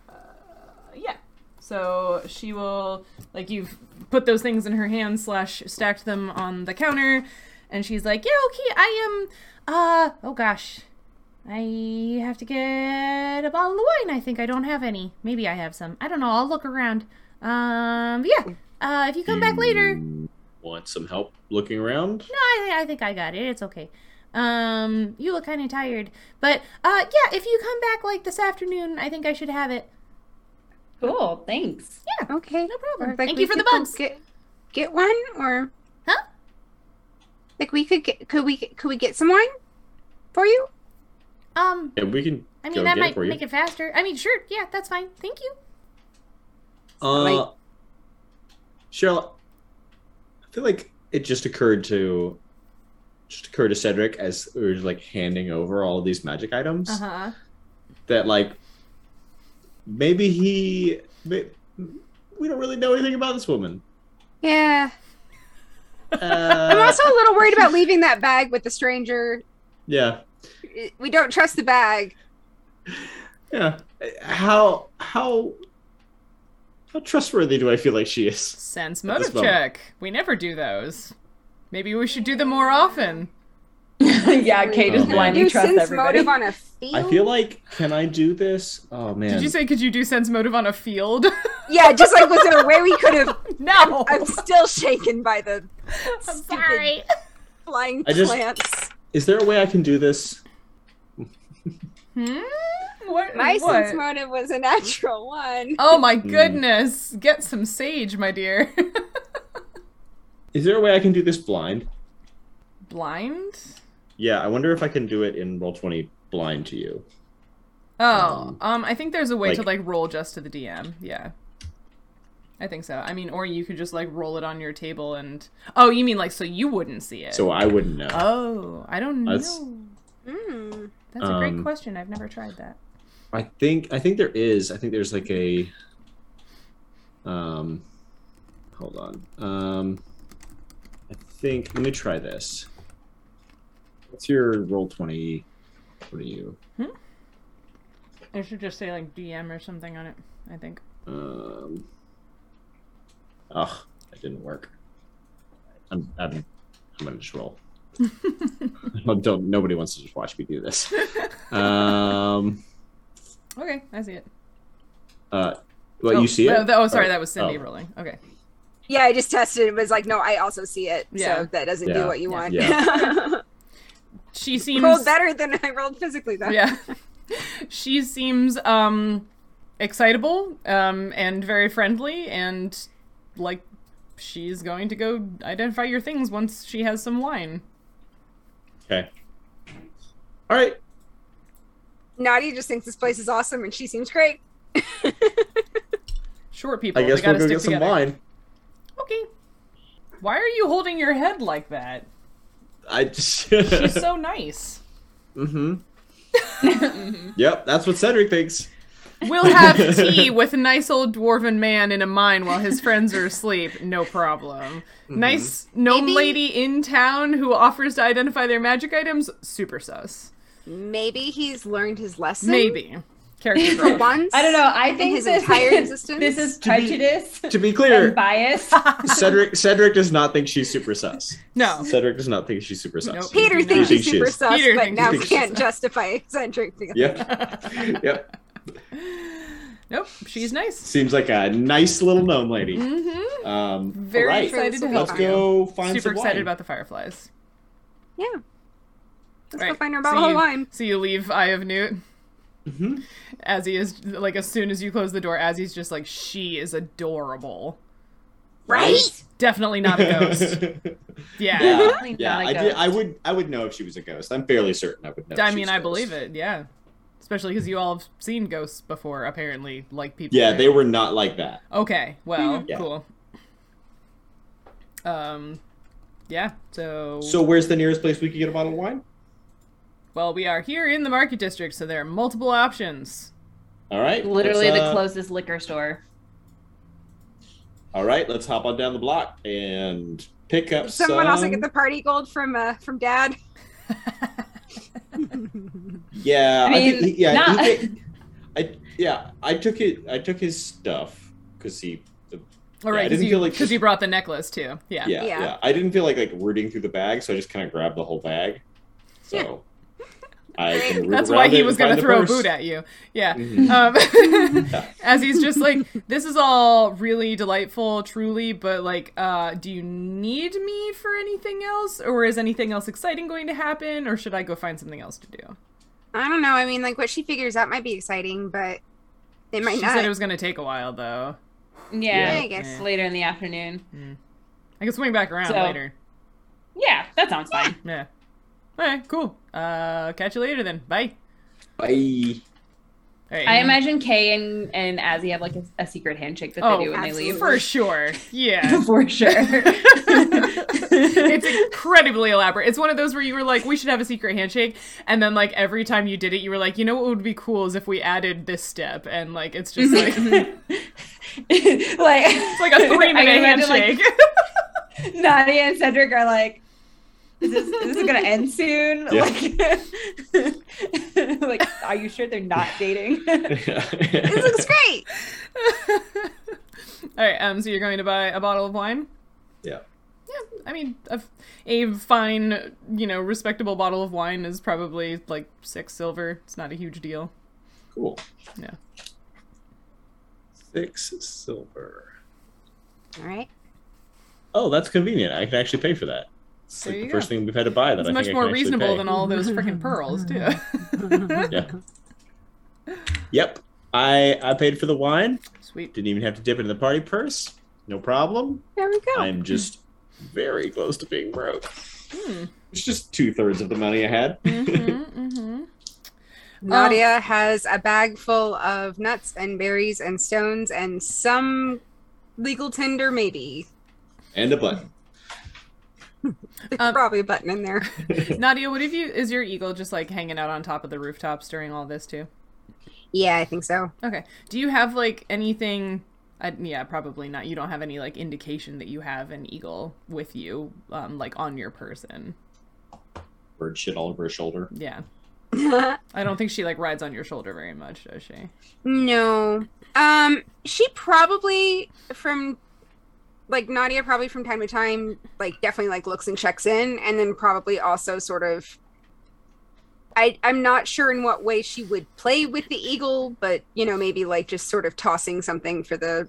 A: yeah. So she will like you've put those things in her hand slash stacked them on the counter, and she's like, "Yeah, okay, I am. Uh, oh gosh." I have to get a bottle of wine. I think I don't have any. Maybe I have some. I don't know. I'll look around. Um, yeah. Uh, if you come back later,
C: want some help looking around?
A: I, I think I got it. It's okay. Um, you look kind of tired, but uh, yeah, if you come back like this afternoon, I think I should have it.
E: Cool. Thanks.
D: Okay.
A: No problem.
D: Or, like,
A: Thank
D: we
A: you for the
D: could go
A: bugs.
D: Get, get one or
A: Huh?
D: Like we could get could we could we get some wine for you?
A: Um,
C: Yeah, we can.
A: I
C: go
A: mean that
C: get it
A: might
C: for you.
A: make it faster. I mean, sure, yeah, that's fine. Thank you.
C: Uh, Cheryl, I feel like it just occurred to just occurred to Cedric as we were like handing over all these magic items
E: Uh-huh.
A: huh.
C: that like maybe he may, we don't really know anything about this woman.
D: Yeah.
C: Uh,
D: I'm also a little worried about leaving that bag with the stranger.
C: yeah,
D: We don't trust the bag.
C: yeah. How how how trustworthy do I feel like she is?
A: Sense
C: At this
A: motive
C: moment.
A: check. We never do those. Maybe we should do them more often.
E: yeah, Kay
C: Oh,
E: just
C: man.
E: blindly
D: Do
E: trusts
D: sense
E: everybody.
D: motive on a field.
C: I feel like can I do this? Oh man.
A: Did you say could you do sense motive on a field?
D: yeah, just like was there a way we could have?
A: no.
D: I'm still shaken by the stupid flying
C: I just-
D: plants.
C: Is there a way I can do this?
A: Hmm? What?
D: My
A: what?
D: sense motive was a natural one.
A: Oh my
C: Hmm.
A: goodness. Get some sage, my dear.
C: Is there a way I can do this blind?
A: Blind?
C: Yeah, I wonder if I can do it in roll twenty blind to you.
A: Oh, um, I think there's a way to
C: like-
A: like roll just to the DM. Yeah. I think so. I mean, or you could just like roll it on your table and Oh, you mean like so you wouldn't see it.
C: So I wouldn't know.
A: Oh, I don't know.
C: That's-
A: That's,
D: Mm.
A: a great
C: Um,
A: question. I've never tried that.
C: I think I think there is. I think there's like a um hold on. Um I think let me try this. What's your roll twenty for you?
A: I should just say like DM or something on it, I think.
C: Um Ugh, that didn't work. I'm I'm I'm gonna just roll. Well, don't nobody wants to just watch me do this. Um
A: Okay, I see it.
C: uh well
A: oh,
C: you see
A: no,
C: it?
A: th- oh, sorry,
C: Oh,
A: that was Cindy
C: oh.
A: rolling. Okay.
D: Yeah, I just tested. it. It was like, no, I also see it.
A: Yeah.
D: So that doesn't
C: Yeah.
D: do what you
A: Yeah.
D: want.
A: She seems
D: rolled better than I rolled physically though.
A: yeah she seems um excitable um and very friendly and like she's going to go identify your things once she has some wine
C: Okay. All right.
D: Nadia just thinks this place is awesome and she seems great.
A: short people
C: I guess
A: they gotta
C: we'll
A: stick
C: go get some
A: together.
C: wine.
A: okay why are you holding your head like that
C: I just.
A: she's so nice
C: mm-hmm.
A: Mm-hmm.
C: Yep, that's what Cedric thinks.
A: we'll have tea with a nice old dwarven man in a mine while his friends are asleep no problem
C: Mm-hmm.
A: nice gnome
D: Maybe-
A: lady in town who offers to identify their magic items super sus
D: Maybe he's learned his lesson.
A: Maybe. Character
D: For
A: growth.
D: once.
E: I don't know. I think
D: his
E: this
D: entire
E: is,
D: existence?
E: This is
C: To be-
E: prejudice
C: To be
E: and
C: clear,
E: bias.
C: Cedric Cedric does not think she's super sus.
A: no.
C: Cedric does not think she's super sus.
A: Oh. Nope.
D: Peter
A: You
D: thinks
A: think
D: he's
C: she
D: super
C: is.
D: sus,
A: Peter
D: but
A: thinks
D: now
C: she is.
D: can't justify eccentric because
C: Yep. yep.
A: Nope. She's nice.
C: Seems like a nice little gnome lady.
A: Mm-hmm.
C: Um,
A: Very
C: all right.
D: excited
A: excited to
D: to
A: help
C: Let's go find
A: Super
C: some
A: excited
C: wine.
A: about the fireflies.
D: Yeah. Let's go
A: Right.
D: find our
A: So
D: bottle of
A: you-
D: wine.
A: So you leave Eye of Newt
C: Mhm.
A: as he is like as soon as you close the door, as he's just like she is adorable.
D: Right?
A: Definitely not a ghost. Yeah.
C: yeah,
E: Definitely
C: yeah.
E: not a
C: I, did,
E: ghost.
C: I would. I would know if she was a ghost. I'm fairly certain I would know. if
A: I
C: she
A: mean,
C: was a
A: I
C: ghost.
A: believe it. Yeah. Especially because you all have seen ghosts before, apparently, like people.
C: Yeah,
A: do.
C: they were not like that.
A: Okay. Well,
C: Mhm. Yeah.
A: cool. Um, yeah. So.
C: So where's the nearest place we could get a bottle of wine?
A: Well, we are here in the market district, so there are multiple options.
C: All right.
E: Literally
C: let's,
E: the
C: uh,
E: closest liquor store.
C: All right, let's hop on down the block and pick up
D: Someone
C: some...
D: also get the party gold from uh, from dad.
C: Yeah,
E: I
C: I
E: mean,
C: think he- yeah,
E: not-
C: he get- I yeah, I took it. I took his stuff because he. The,
A: All
C: Yeah, I
A: right, because
C: didn't
A: you
C: feel like-
A: because you brought the necklace too. Yeah.
C: yeah, yeah,
D: Yeah.
C: I didn't feel like like rooting through the bag, so I just kind of grabbed the whole bag. So I can root
A: That's
C: around
A: why
C: it
A: he
C: and
A: was going
C: find
A: to
C: the
A: throw a
C: purse.
A: boot at you. Yeah.
C: Mhm.
A: Um,
C: Yeah.
A: as he's just like, this is all really delightful, truly, but like, uh, do you need me for anything else? Or is anything else exciting going to happen? Or should I go find something else to do?
D: I don't know. I mean, like what she figures out might be exciting, but it might
A: she
D: not.
A: said it was going to take a while, though.
E: Yeah,
D: I guess.
E: it's later in the afternoon.
A: I can swing back around
E: So-
A: later.
E: Yeah, that sounds fine.
A: Yeah. All right, cool. Uh, catch you later then. Bye.
F: Bye.
A: All right,
E: I
A: and-
E: imagine Kay and and Azzy have like a, a secret handshake that
A: Oh,
E: they do when they leave.
A: for sure. Yeah.
E: For sure.
A: it's incredibly elaborate. It's one of those where you were like, we should have a secret handshake. And then, like, every time you did it, you were like, you know what would be cool is if we added this step. And, like, it's just like, it's
E: like
A: like a three
E: I
A: minute
E: can imagine, like,
A: handshake.
E: Nadia and Cedric are like, is this, is this gonna end soon?
C: Yeah.
E: Like, like, are you sure they're not dating?
D: This looks great.
A: All right. Um, so you're going to buy a bottle of wine?
C: Yeah.
A: Yeah. I mean, a, f- a fine, you know, respectable bottle of wine is probably like six silver. It's not a huge deal.
C: Cool.
A: Yeah.
C: Six silver.
D: All right.
C: Oh, that's convenient. I can actually pay for that. It's
A: There
C: like
A: you
C: the
A: go.
C: first thing we've had to buy that
A: It's
C: I
A: much
C: think
A: more
C: I can actually
A: reasonable
C: pay.
A: than all those freaking pearls, too.
C: Yeah. Yep. I I paid for the wine.
A: Sweet.
C: Didn't even have to dip into the party purse. No problem.
D: There we go.
C: I'm just very close to being broke.
A: Hmm.
C: It's just two thirds of the money I had.
A: Mhm, mhm.
D: Nadia has a bag full of nuts and berries and stones and some legal tender, maybe.
C: and a button.
D: There's
A: Um,
D: probably a button in there.
A: Nadia, what if you is your eagle just like hanging out on top of the rooftops during all this too?
D: Yeah, I think so.
A: Okay. Do you have like anything? Uh, yeah, probably not. You don't have any like indication that you have an eagle with you, um, like on your person.
C: Bird shit all over her shoulder.
A: Yeah, I don't think she like rides on your shoulder very much, does she?
D: no. Um, she probably from like Nadia probably from time to time like definitely like looks and checks in and then probably also sort of I I'm not sure in what way she would play with the eagle, but you know, maybe like just sort of tossing something for the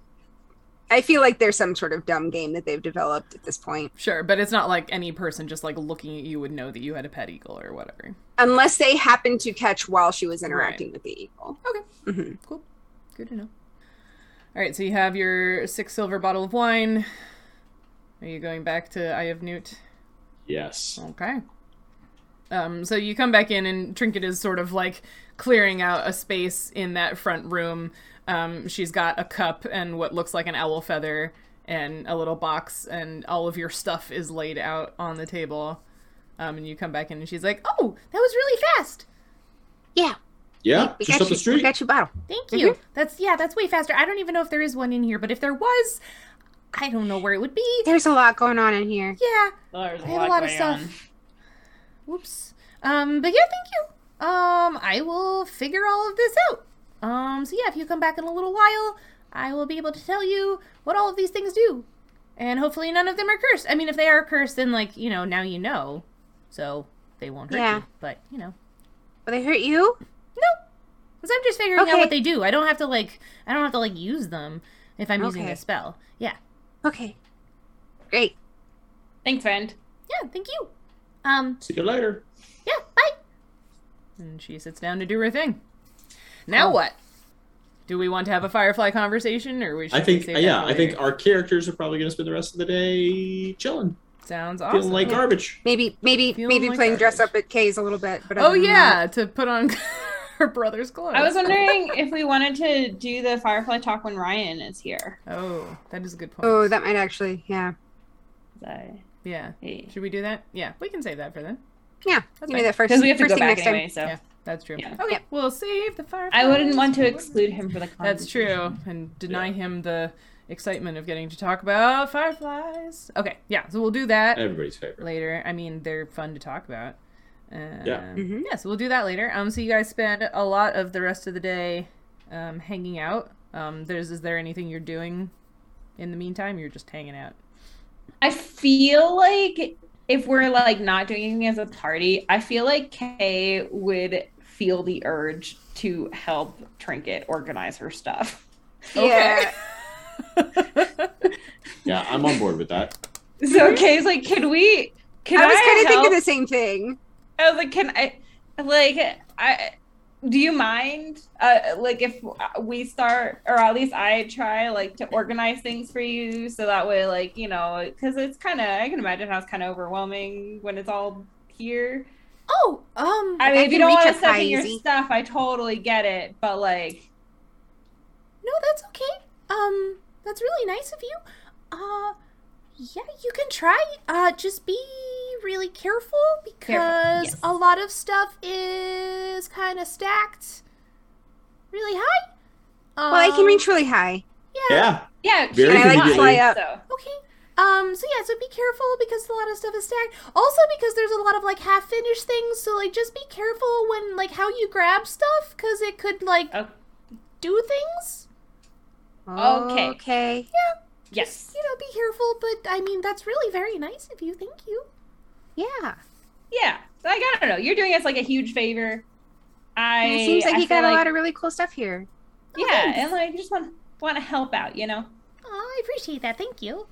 D: I feel like there's some sort of dumb game that they've developed at this point.
A: Sure, but it's not like any person just like looking at you would know that you had a pet eagle or whatever.
D: Unless they happen to catch while she was interacting with the eagle.
A: Okay.
D: Mhm.
A: Cool. Good to know. All right, so you have your six silver bottle of wine. Are you going back to Eye of Newt?
C: Yes.
A: Okay. Um, so you come back in, and Trinket is sort of like clearing out a space in that front room. Um, she's got a cup and what looks like an owl feather and a little box, and all of your stuff is laid out on the table. Um, and you come back in, and she's like, "Oh, that was really fast.
C: Yeah.
D: We
C: Just
D: got
C: up the
D: you. We
C: street.
D: got you bottle.
A: Thank you. That's yeah, that's way faster. I don't even know if there is one in here, but if there was, I don't know where it would be.
D: There's a lot going on in here.
A: Yeah,
E: There's
A: I have a lot of
E: going
A: stuff.
E: on.
A: Whoops. Um, but yeah, thank you. Um, I will figure all of this out. Um, so yeah, if you come back in a little while, I will be able to tell you what all of these things do. And hopefully none of them are cursed. I mean, if they are cursed, then like, you know, now you know. So they won't hurt
D: Yeah.
A: you. But, you know.
D: Will they hurt you?
A: Because I'm just figuring out
D: Okay.
A: what they do. I don't have to like I don't have to like use them if I'm using
D: Okay.
A: a spell. Yeah.
D: Okay. Great.
E: Thanks, friend.
A: Yeah, thank you. Um,
C: See you later.
A: yeah, bye. And she sits down to do her thing. Now what? Do we want to have a firefly conversation, or we should?
C: I
A: we
C: think uh,
A: save that
C: yeah,
A: for
C: I think
A: later?
C: our characters are probably gonna spend the rest of the day chilling.
A: sounds awesome.
C: Feeling like garbage.
D: Maybe, maybe,
A: Feeling
D: maybe
A: like
D: playing dress
A: garbage.
D: up at Kay's a little bit. But
A: oh
D: other than
A: yeah, to put on her brother's clothes.
E: I was wondering if we wanted to do the Firefly talk when Ryan is here.
A: Oh, that is a good
D: that-
A: point.
D: oh, that might actually, yeah,
E: So,
A: yeah.
E: hey.
A: Should we do that? Yeah, we can save that for then.
D: yeah.
A: That's
D: Give me
A: fine.
D: that first.
E: Because we have to
D: first
E: go
D: thing
E: back
D: next time.
E: anyway, so
A: Yeah, that's true.
E: Yeah.
A: Okay,
D: Yep.
A: we'll save the firefly.
E: I wouldn't want to exclude him for the conversation.
A: That's true, and deny
C: Yeah.
A: him the excitement of getting to talk about fireflies. Okay, yeah. So we'll do that.
C: Everybody's favorite.
A: later. I mean, they're fun to talk about. Um,
C: Yeah.
D: Mhm.
A: Yeah. So we'll do that later. Um. So you guys spend a lot of the rest of the day, um, hanging out. Um. There's is there anything you're doing in the meantime? You're just hanging out.
E: I feel like if we're like not doing anything as a party, I feel like Kay would feel the urge to help Trinket organize her stuff.
D: Yeah.
C: Yeah, I'm on board with that.
E: So Kay's like, can we? Can
D: Mm-hmm. I was kind of
E: help?
D: thinking the same thing.
E: I was like, can I, like, I, do you mind, uh, like, if we start, or at least I try, like, to organize things for you so that way, like, you know, because it's kind of, I can imagine how it's kind of overwhelming when it's all here.
D: Oh, um,
E: I mean, if you don't want to stuff in your
D: easy.
E: stuff, I totally get it, but like,
A: No, that's okay. Um, that's really nice of you. Uh, yeah, you can try. Uh, just be really careful because
E: yes.
A: a lot of stuff is kind of stacked really high. Um,
D: Well, I can reach really high.
A: Yeah.
C: Yeah.
E: yeah,
C: Very
E: she's
C: good
E: not,
D: idea. Fly up.
E: So.
A: Okay. Um, so yeah, so be careful because a lot of stuff is stacked. Also because there's a lot of like half finished things, so like just be careful when like how you grab stuff because it could like
E: Oh.
A: do things.
E: Okay.
D: Okay.
E: Yes.
A: You know, be careful, but I mean that's really very nice of you. Thank you.
D: Yeah.
E: Yeah. Like, I don't know. You're doing us like a huge favor. I,
D: it seems like
E: I
D: you
E: feel
D: got a lot of really cool stuff here.
E: yeah,
A: thanks.
E: and like, just want want to help out, you know?
A: Oh, I appreciate that. Thank you.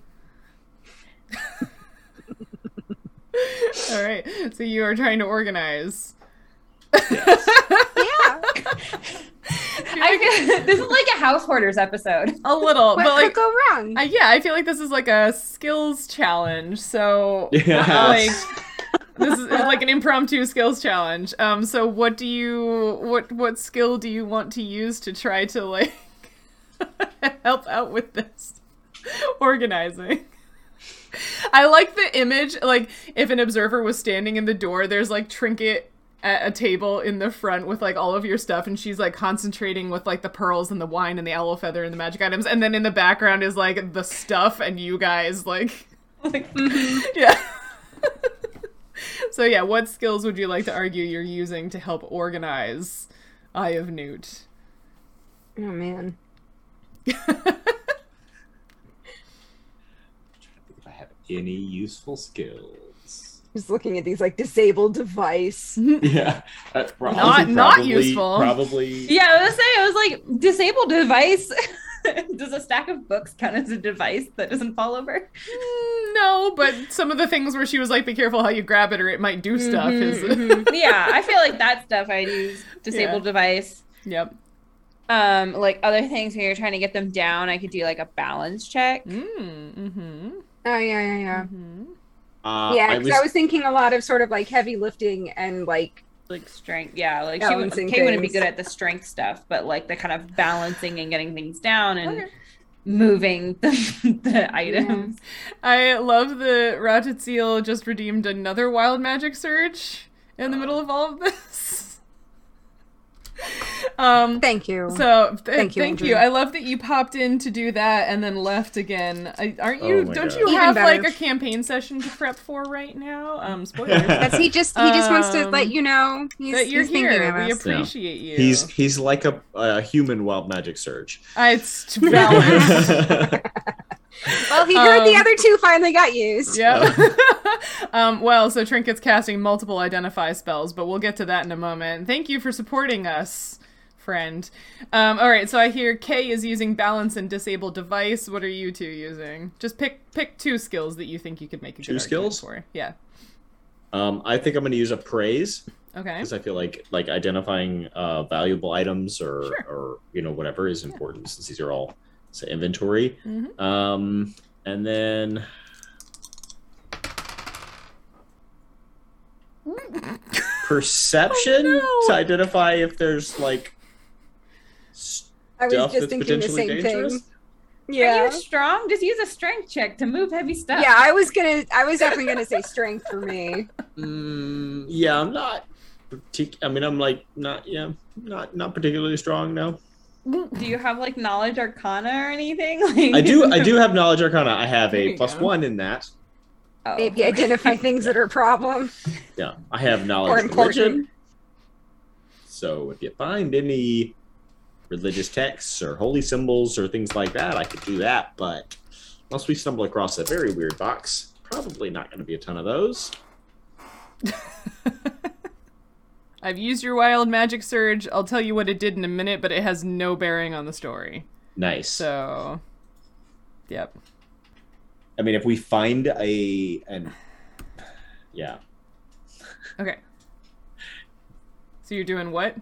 A: All right. So you are trying to organize.
D: Yeah.
E: I feel, this is like a house hoarders episode.
A: a little,
D: what
A: but like
D: could go wrong?
A: I, yeah, I feel like this is like a skills challenge. So
C: Yeah.
A: like this is like an impromptu skills challenge. Um so what do you what what skill do you want to use to try to like help out with this organizing? I like the image like if an observer was standing in the door there's like trinket at a table in the front with like all of your stuff and she's like concentrating with like the pearls and the wine and the owl feather and the magic items and then in the background is like the stuff and you guys like
E: Like,
A: yeah. so yeah, what skills would you like to argue you're using to help organize Eye of Newt?
D: oh man.
C: If I have any useful skills.
D: Just looking at these like disabled device.
C: Yeah. That's pro-
A: Not-
C: honestly
A: not
C: probably-
A: useful.
C: Probably.
E: yeah, I was saying, I was like, disabled device. Does a stack of books count as a device that doesn't fall over?
A: Mm, No, but some of the things where she was like, "Be careful how you grab it, or it might do stuff."
D: Mm-hmm,
A: Is
E: yeah, I feel like that stuff I use disabled device.
A: yep.
E: Um, like other things when you're trying to get them down, I could do like a balance check.
A: Mm, mm-hmm,
D: Oh yeah, yeah, yeah.
A: mm-hmm.
C: Uh,
D: yeah,
C: I
D: because
C: was-
D: I was thinking a lot of sort of like heavy lifting and like
E: Like strength, yeah. Like she would,
D: Balancing
E: Kay wouldn't be
D: things.
E: good at the strength stuff, but like the kind of balancing and getting things down and
A: Okay.
E: moving the, the items.
A: I love that Ratchet Seal just redeemed another wild magic surge in the middle of all of this. um,
D: thank you.
A: So th- thank
D: Thank
A: you.
D: you,
A: Thank
D: Andrew.
A: you. I love that you popped in to do that and then left again. I, aren't
C: Oh
A: you?
C: my
A: don't
C: God.
A: you
D: Even
A: have
D: better.
A: like a campaign session to prep for right now? Um, spoilers.
D: That's he just he just wants to
A: Um,
D: let you know he's,
A: that you're
D: he's thinking
A: here.
D: of
A: We
D: us.
A: appreciate you.
C: He's he's like a, a human wild magic surge.
A: Uh, it's balanced.
D: Well, he heard the
A: Um,
D: other two finally got used.
A: Yep. um, well, so Trinket's casting multiple identify spells, but we'll get to that in a moment. Thank you for supporting us, friend. Um, all right, so I hear Kay is using balance and disable device. What are you two using? Just pick pick two skills that you think you could make a
C: Two
A: good argument
C: skills?
A: for. Yeah.
C: um, I think I'm going to use appraise
A: Okay.
C: because I feel like like identifying uh, valuable items or
A: Sure.
C: or you know whatever is important since these are all say, inventory.
A: hmm
C: Um, and then perception
A: Oh, no.
C: to identify if there's like stuff
D: I was just
C: that's
D: thinking the
C: potentially
D: same
C: dangerous.
D: thing.
E: Are
D: Yeah.
E: you strong? Just use a strength check to move heavy stuff.
D: Yeah, I was gonna I was definitely gonna say strength for me.
C: Mm, yeah, I'm not. Partic- I mean, I'm like not. Yeah, not not particularly strong. No,
E: Do you have like knowledge arcana or anything? Like,
C: I do. I do have knowledge arcana. I have
A: There
C: a
A: you
C: plus
A: go.
C: one in that.
E: Oh,
D: Maybe identify things that are a problem.
C: Yeah, I have knowledge
D: Or
C: of
D: important.
C: religion. So if you find any religious texts or holy symbols or things like that, I could do that. But unless we stumble across a very weird box, probably not going to be a ton of those.
A: I've used your wild magic surge. I'll tell you what it did in a minute, but it has no bearing on the story.
C: Nice.
A: So, yep.
C: I mean, if we find a an yeah,
A: Okay. So you're doing what?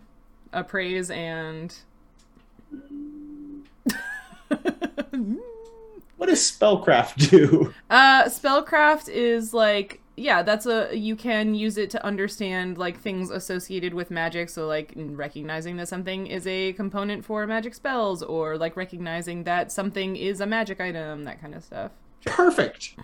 A: Appraise and.
C: what does spellcraft do?
A: Uh, spellcraft is like yeah, that's a you can use it to understand like things associated with magic. So like recognizing that something is a component for magic spells, or like recognizing that something is a magic item, that kind of stuff.
C: Perfect.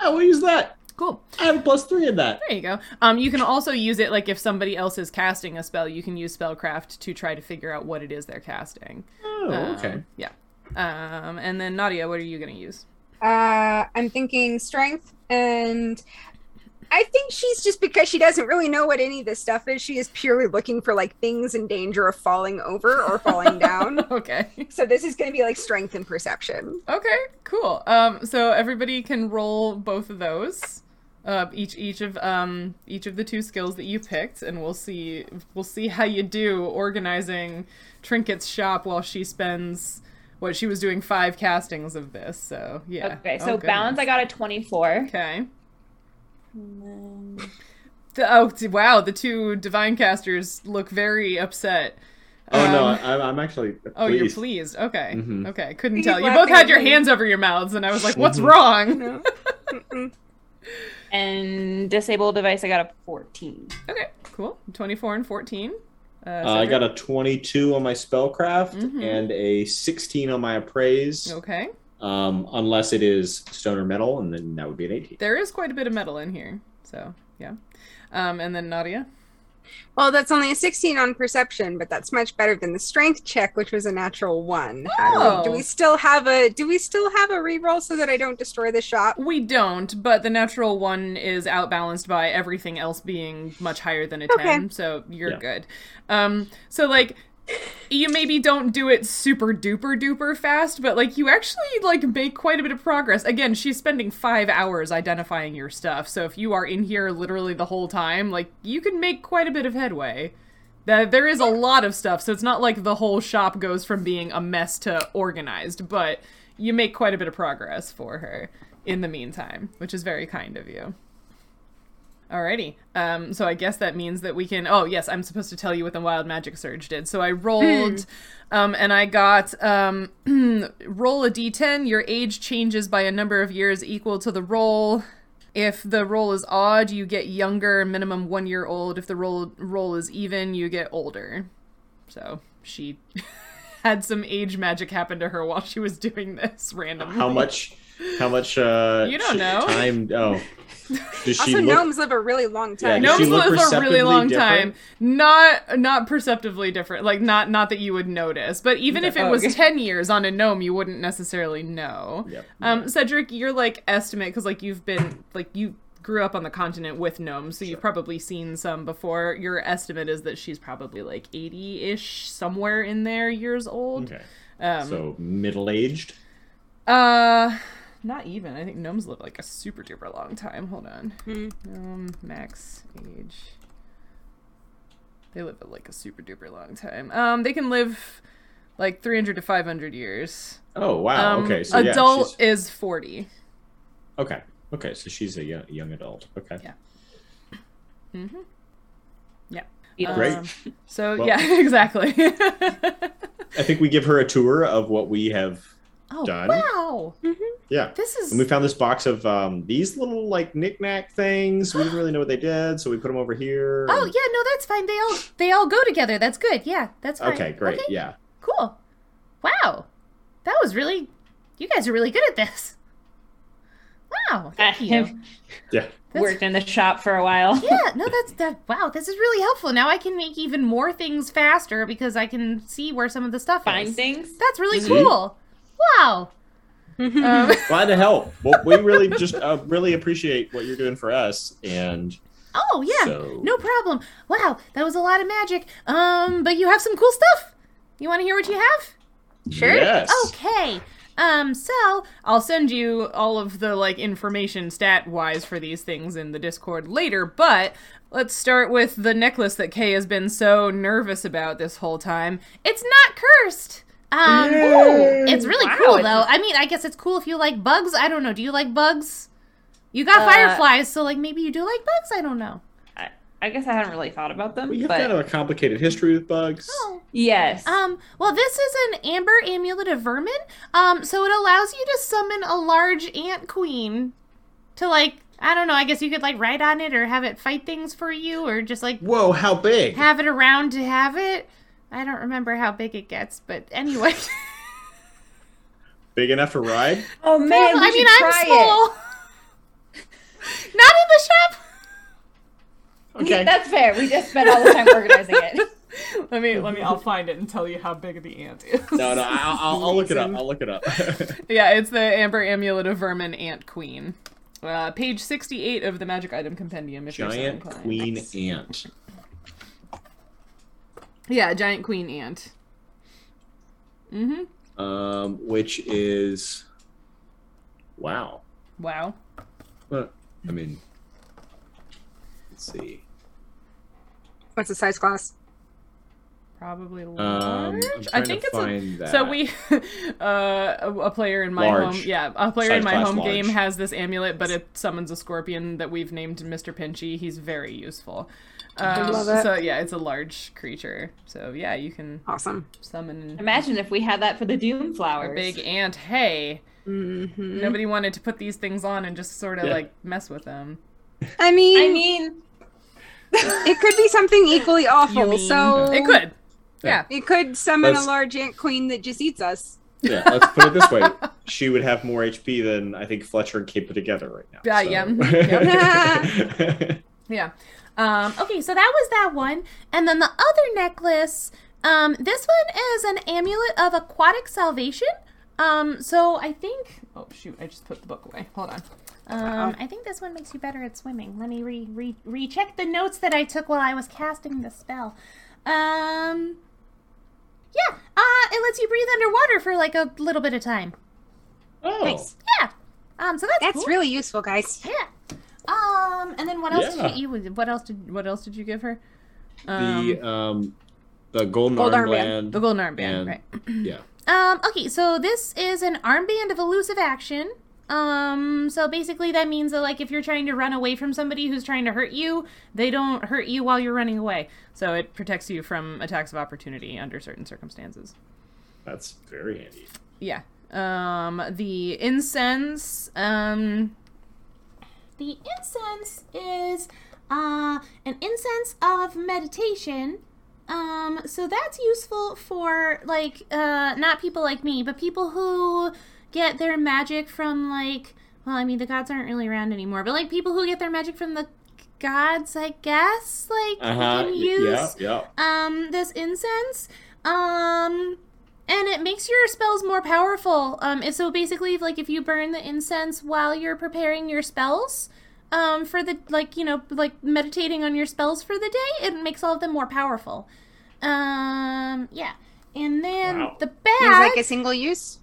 C: I will use that.
A: Cool.
C: I have a plus three in that.
A: There you go. Um, you can also use it like if somebody else is casting a spell, you can use spellcraft to try to figure out what it is they're casting.
C: Oh,
A: Um,
C: okay.
A: Yeah. Um, and then Nadia, what are you gonna use?
D: Uh, I'm thinking strength, and I think she's just because she doesn't really know what any of this stuff is. She is purely looking for like things in danger of falling over or falling down.
A: Okay.
D: So this is going to be like strength and perception.
A: Okay, cool. Um, so everybody can roll both of those, uh, each each of um each of the two skills that you picked, and we'll see we'll see how you do organizing Trinket's shop while she spends what she was doing five castings of this. So yeah.
E: Okay,
A: Oh,
E: so
A: goodness.
E: balance, I got a 24.
A: Okay.
E: And then-
A: The- oh t- wow, the two divine casters look very upset.
C: Oh no,
A: Um,
C: I, I'm actually.
A: Oh, you're pleased. Okay.
C: Mhm.
A: Okay. Couldn't
D: He's
A: tell. You both
D: laughing
A: had
D: at
A: your
D: me.
A: hands over your mouths, and I was like, "What's
C: Mhm.
A: wrong?"
D: No. Mm-mm.
E: And disable device, I got a 14.
A: Okay, cool. 24 and 14. Uh,
C: Uh, I got a 22 on my spellcraft
A: Mhm.
C: and a 16 on my appraise,
A: Okay.
C: um, unless it is stone or metal, and then that would be an 18.
A: There is quite a bit of metal in here. So, yeah. Um, and then Nadia.
D: Well, that's only a 16 on perception, but that's much better than the strength check, which was a natural one. How do, we, do
A: Oh.
D: we still have a do we still have a reroll so that I don't destroy the shop?
A: We don't, but the natural one is outbalanced by everything else being much higher than a 10.
D: Okay.
A: So, you're
C: Yeah.
A: good. Um, so, like, you maybe don't do it super duper duper fast, but like you actually like make quite a bit of progress. Again, she's spending five hours identifying your stuff, so if you are in here literally the whole time, like you can make quite a bit of headway. That there is a lot of stuff, so it's not like the whole shop goes from being a mess to organized, but you make quite a bit of progress for her in the meantime, which is very kind of you. Alrighty. Um, so I guess that means that we can. Oh yes, I'm supposed to tell you what the wild magic surge did. So I rolled, um, and I got um, roll a d10. Your age changes by a number of years equal to the roll. If the roll is odd, you get younger, minimum one year old. If the roll roll is even, you get older. So she had some age magic happen to her while she was doing this randomly.
C: How much? How much? Uh,
A: You don't
C: she-
A: know.
C: Time? Oh, does she
D: Also,
C: look?
D: gnomes live a really long
C: Yeah,
D: time.
C: does she
A: Gnomes
C: look
A: live for a really
C: perceptibly
A: long time.
C: different?
A: Not not perceptively different. Like not not that you would notice. But even if it
E: Oh,
A: was
E: okay.
A: ten years on a gnome, you wouldn't necessarily know.
C: Yep.
A: Um, Cedric, your like estimate because like you've been like you grew up on the continent with gnomes, so you've probably seen some before. Your estimate is that she's probably like eighty ish, somewhere in there years old.
C: okay.
A: Um,
C: so middle aged.
A: uh, not even. I think gnomes live like a super duper long time. Hold on.
D: Hmm.
A: Gnome max age. They live at like a super duper long time. Um, they can live like 300 to 500 years.
C: Oh wow.
A: um,
C: okay. So yeah,
A: adult
C: she's-
A: is 40.
C: okay. Okay. So she's a young, young adult. Okay.
A: Yeah. Mm-hmm.
E: Beatles.
C: Great.
A: Um, so
C: Well-
A: yeah, exactly.
C: I think we give her a tour of what we have.
A: oh
C: Done.
A: wow,
C: Yeah.
A: this is
C: And we found this box of um, these little like knickknack things. We didn't really know what they did, so we put them over here.
G: Oh
C: and-
G: yeah, no, that's fine. They all they all go together. That's good. Yeah, that's fine.
C: Okay, great.
G: Okay,
C: Yeah.
G: cool. Wow, that was really. You guys are really good at this. Wow,
E: I
G: thank you.
E: have
C: Yeah.
E: worked in the shop for a while.
G: yeah, no, that's that. Wow, this is really helpful. Now I can make even more things faster because I can see where some of the stuff
E: Find
G: is.
E: things. Mm-hmm.
G: That's really
C: See?
G: cool. Wow.
A: um,
C: Glad to help. Well, we really just uh, really appreciate what you're doing for us, and
G: Oh yeah,
C: so
G: no problem. Wow, that was a lot of magic. Um, but you have some cool stuff. You want to hear what you have?
D: Sure.
C: Yes.
G: Okay.
A: Um, so I'll send you all of the like information stat wise for these things in the Discord later, but let's start with the necklace that Kay has been so nervous about this whole time.
G: It's not cursed. Um,
F: Yay.
G: it's really
E: Wow,
G: cool
E: it's-
G: though. I mean, I guess it's cool if you like bugs. I don't know. Do you like bugs? You got
E: Uh,
G: fireflies, so like maybe you do like bugs. I don't know.
E: I guess I hadn't really thought about them,
C: Well, you have
E: but
C: kind of a complicated history with bugs.
G: Oh.
E: yes.
G: Um, well, this is an amber amulet of vermin. Um, so it allows you to summon a large ant queen to like I don't know. I guess you could like write on it or have it fight things for you or just like
C: Whoa, how big?
G: have it around to have it. I don't remember how big it gets, but anyway.
C: big enough to ride?
E: oh man, we
G: I mean,
E: should
G: I'm
E: try
G: small. Not in the shop.
E: it. That's fair. We just spent all the time organizing it.
A: Let me let me I'll find it and tell you how big the ant is.
C: No, no, I'll, I'll, I'll look it up. I'll look it up.
A: Yeah, it's the Amber Amulet of Vermin Ant Queen. Uh, page 68 of the Magic Item Compendium. If you're so
C: Giant
A: inclined.
C: queen ant.
A: Yeah, giant queen ant. Mm-hmm.
C: Um, which is. Wow.
A: Wow.
C: Well, I mean, let's see.
D: What's the size class?
A: Probably
C: Um, I'm
A: large. I
C: trying
A: think it's
C: to
A: a
C: find that.
A: So we, uh, a- a player in my
C: Large.
A: home, yeah, a player in
C: Size
A: my
C: class
A: home
C: large.
A: game has this amulet, but it summons a scorpion that we've named Mr. Pinchy. He's very useful. Um,
D: love it.
A: So yeah, it's a large creature. So yeah, you can
D: Awesome.
A: summon
E: Imagine if we had that for the Doom
A: a
E: flowers.
A: big ant. Hey,
D: Mhm.
A: nobody wanted to put these things on and just sort of
C: Yeah.
A: like mess with them.
D: I mean,
E: I mean,
D: it could be something equally awful.
A: mean.
D: So
A: It could. Yeah.
D: It could summon
C: That's-
D: a large ant queen that just eats us.
C: Yeah, let's put it this way: she would have more HP than I think Fletcher and Kate put together right now.
A: Yeah,
C: so.
A: yeah, Yeah.
G: Um, okay, so that was that one. And then the other necklace, um, this one is an amulet of aquatic salvation. Um, so I think
A: Oh shoot! I just put the book away. Hold on.
G: um, I think this one makes you better at swimming. Let me re re recheck the notes that I took while I was casting the spell. Um, yeah, uh, it lets you breathe underwater for like a little bit of time.
C: oh,
G: Yeah. Um, so that's
D: That's
G: cool.
D: really useful, guys.
G: yeah. Um, and then what else
C: Yeah.
G: did you?
A: What else did What else did you give her?
C: the um, the golden
D: Gold
C: armband.
A: The golden armband,
C: And-
A: right?
C: Yeah,
G: Um, okay, so this is an armband of elusive action. Um, so basically that means that like if you're trying to run away from somebody who's trying to hurt you, they don't hurt you while you're running away.
A: So it protects you from attacks of opportunity under certain circumstances.
C: that's very handy.
A: Yeah. Um, the incense. Um,
G: The incense is uh an incense of meditation. Um, so that's useful for like uh not people like me, but people who get their magic from like well, I mean the gods aren't really around anymore, but like people who get their magic from the gods, I guess, like
C: Uh
G: you
C: huh.
G: can use
C: Yeah, yeah.
G: um this incense um and it makes your spells more powerful um and so basically like if you burn the incense while you're preparing your spells um for the like you know like meditating on your spells for the day it makes all of them more powerful um yeah and then
C: Wow.
G: the
D: It was
G: bag
D: like a single use.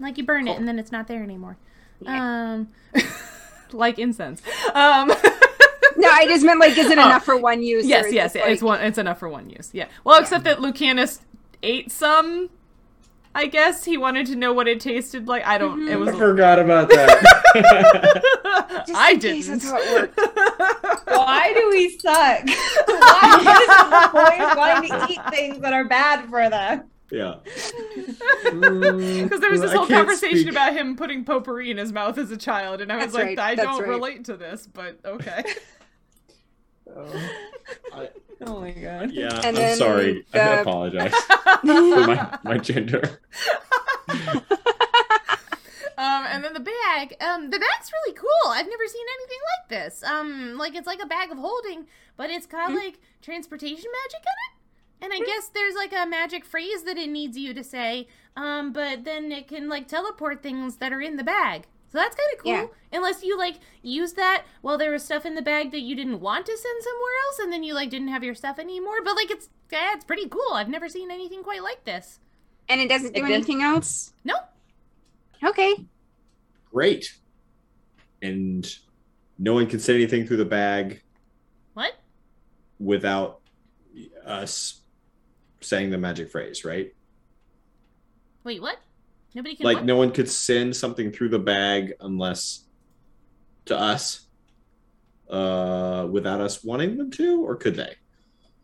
G: like you burn it and then it's not there anymore um
A: like incense. Um,
D: No, I just meant like, is it
A: Oh.
D: enough for one use?
A: yes,
D: or is
A: yes,
D: it, like-
A: it's one. It's enough for one use. Yeah. Well, except that Lucanus ate some. I guess he wanted to know what it tasted like. I don't. It
F: I
A: was.
F: forgot about that.
A: I
D: Mm-hmm. in case
A: didn't.
D: that's how it
E: why do we suck? why is the boys wanting to eat things that are bad for them?
C: Yeah.
A: Because there was this
C: I
A: whole
C: can't
A: conversation
C: speak.
A: about him putting potpourri in his mouth as a child, and I was
D: That's
A: like,
D: right,
A: I
D: that's
A: don't
D: right.
A: relate to this, but okay.
E: Oh my god.
C: Yeah,
D: And
C: I'm
D: then
C: sorry. I
D: the-
C: apologize for my, my gender.
G: Um, and then the bag. Um, the bag's really cool. I've never seen anything like this. Um, like it's like a bag of holding, but it's got like transportation magic in it. And I guess there's like a magic phrase that it needs you to say. Um, but then it can like teleport things that are in the bag. So that's kind of cool.
D: Yeah.
G: Unless you like use that while there was stuff in the bag that you didn't want to send somewhere else, and then you like didn't have your stuff anymore. But like it's yeah, it's pretty cool. I've never seen anything quite like this.
D: And it doesn't do
E: It did.
D: anything else?
A: No.
D: Okay.
C: Great. And no one can say anything through the bag
A: What?
C: without us saying the magic phrase, right?
A: Wait, what? Nobody can.
C: like
A: what?
C: no one could send something through the bag unless to us uh without us wanting them to or could they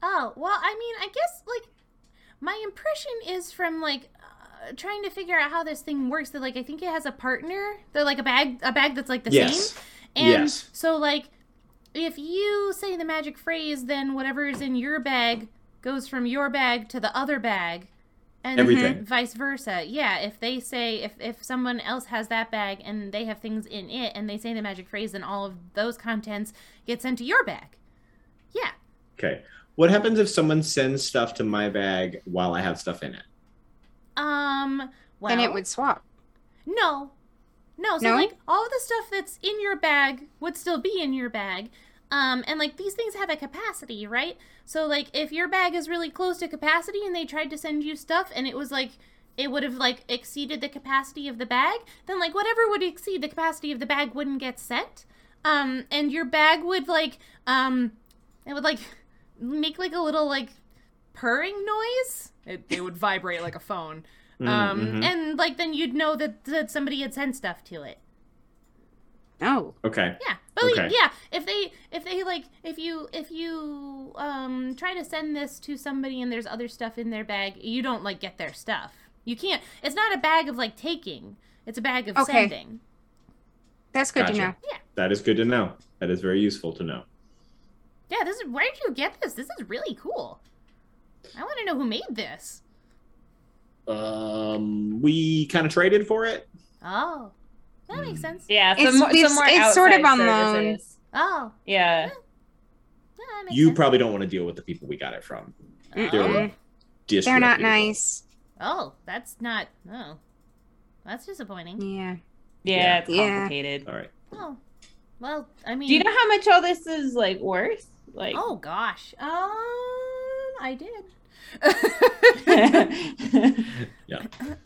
A: Oh, well, I mean, I guess, like, my impression is from, like, uh, trying to figure out how this thing works that, like, I think it has a partner. They're, like, a bag, a bag that's, like, the
C: yes
A: same. And
C: Yes.
A: so, like, if you say the magic phrase, then whatever is in your bag goes from your bag to the other bag. And
C: Everything.
A: then vice versa. Yeah, if they say, if, if someone else has that bag and they have things in it and they say the magic phrase, then all of those contents get sent to your bag. Yeah.
C: okay what happens if someone sends stuff to my bag while i have stuff in it
A: Um, well.
D: Then it would swap.
A: No. No, so
D: No?
A: like all the stuff that's in your bag would still be in your bag. Um, and like these things have a capacity, right? So like if your bag is really close to capacity and they tried to send you stuff and it was like it would have like exceeded the capacity of the bag, then like whatever would exceed the capacity of the bag wouldn't get sent. Um, and your bag would like um it would like make like a little like purring noise.
H: It, it would vibrate like a phone.
C: Mm,
H: Um,
C: mhm.
A: And like then you'd know that, that somebody had sent stuff to it.
D: No.
C: okay
A: Yeah, but like,
C: Okay.
A: yeah, if they if they like if you if you um try to send this to somebody and there's other stuff in their bag, you don't like get their stuff. You can't. It's not a bag of like taking. It's a bag of
D: Okay.
A: sending.
D: That's good
C: Gotcha.
D: to know.
C: that is good to know that is very useful to know
A: Yeah, this is where did you get this? This is really cool. I want to know who made this.
C: um we kind of traded for it
A: Oh, that makes
C: Hmm.
A: sense.
E: Yeah,
D: It's-
E: some, mo-
D: it's-
E: some more
D: it's sort of
E: outside
D: on loan.
E: services.
A: Oh,
E: Yeah.
A: yeah, that makes
C: you
A: sense.
C: probably don't want to deal with the people we got it from
D: Mm-mm.
C: They're
A: Oh.
D: They're not
C: Disreputable.
D: nice.
A: oh, that's not. Oh, that's disappointing.
D: Yeah.
E: Yeah,
C: Yeah.
E: it's
D: Yeah.
E: complicated.
C: all right
A: Oh, well, I mean,
E: Do you know how much all this is like worth? Like
A: oh gosh, um, I did.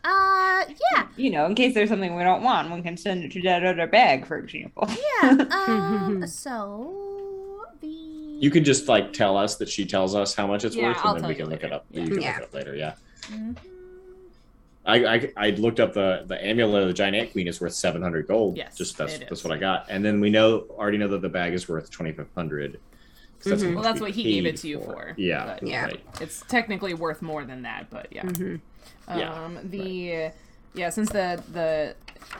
A: Uh, yeah,
E: you know, in case there's something we don't want, one can send it to that other bag, for example.
A: yeah. Um, so the
C: you can just like tell us that she tells us how much it's
H: Yeah,
C: worth and
H: I'll
C: then
H: tell
C: we
H: you
C: can look
H: later.
C: it up
H: Yeah.
C: you can
D: Yeah.
C: look it up later yeah
A: Mhm.
C: I, I I looked up the the amulet of the giant ant queen is worth seven hundred gold.
H: Yes,
C: just that's
H: it is.
C: that's what I got. And then we know already know that the bag is worth twenty five hundred.
D: Mhm.
H: Well, that's what he gave it to you for.
C: Yeah,
H: But
D: Yeah.
C: right.
H: It's technically worth more than that, but yeah.
A: Mm.
D: Mhm.
H: Um,
C: Yeah,
H: the yeah, since the the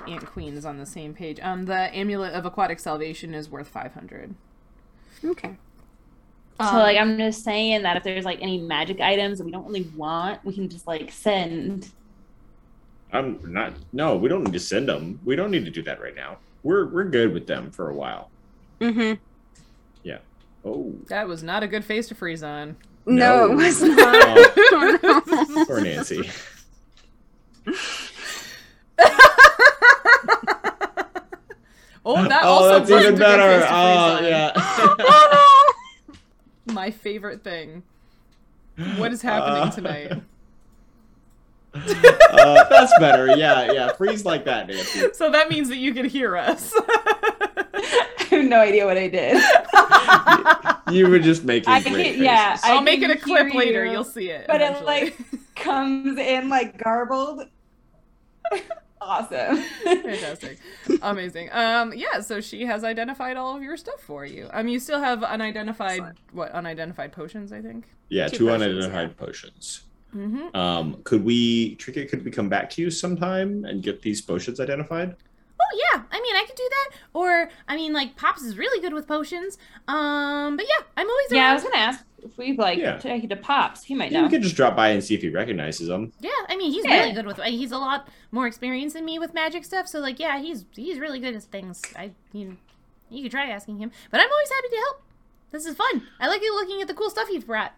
H: Ant Queen is on the same page, um, the amulet of aquatic salvation is worth five hundred.
D: Okay.
E: so like I'm just saying that if there's like any magic items that we don't really want, we can just like send.
C: I'm not. No, we don't need to send them. We don't need to do that right now. We're we're good with them for a while.
D: Mm-hmm.
C: Oh,
H: That was not a good face to freeze on.
D: No,
C: No.
D: it was not.
C: oh,
D: Oh, no.
C: poor Nancy.
H: Oh, that
C: oh,
H: also
C: that's
H: was
C: even
H: a good
C: better.
H: face to freeze
C: Oh,
H: on.
C: yeah.
H: My favorite thing. What is happening
C: Uh,
H: tonight?
C: uh, that's better. Yeah, yeah. Freeze like that, Nancy.
H: So that means that you can hear us.
E: I have no idea what I did.
C: You were just making
E: I
C: great
E: can- yeah,
C: faces.
E: I
H: I'll make it
E: can
H: a clip
E: hear
H: later.
E: you,
H: You'll see it.
E: but it,
H: eventually.
E: like- Comes in like garbled. awesome.
H: Fantastic. Amazing. Um yeah, so she has identified all of your stuff for you. Um you still have unidentified what unidentified potions, I think.
C: yeah.
H: two
C: Two,
H: potions,
C: unidentified potions.
E: Mm-hmm.
H: Mhm.
C: Um, could we, Trinket, could we come back to you sometime and get these potions identified?
A: Oh yeah, I mean I could do that, or I mean like Pops is really good with potions. Um, but yeah, I'm always
E: Yeah, I
A: around.
E: was gonna ask if we like
C: Yeah.
E: take it to Pops. He might
C: Yeah,
E: know.
C: we could just drop by and see if he recognizes them.
A: Yeah, I mean he's
E: Yeah.
A: really good with. He's a lot more experienced than me with magic stuff, so like yeah, he's he's really good at things. I you, you could try asking him, but I'm always happy to help. This is fun. I like looking at the cool stuff you've brought.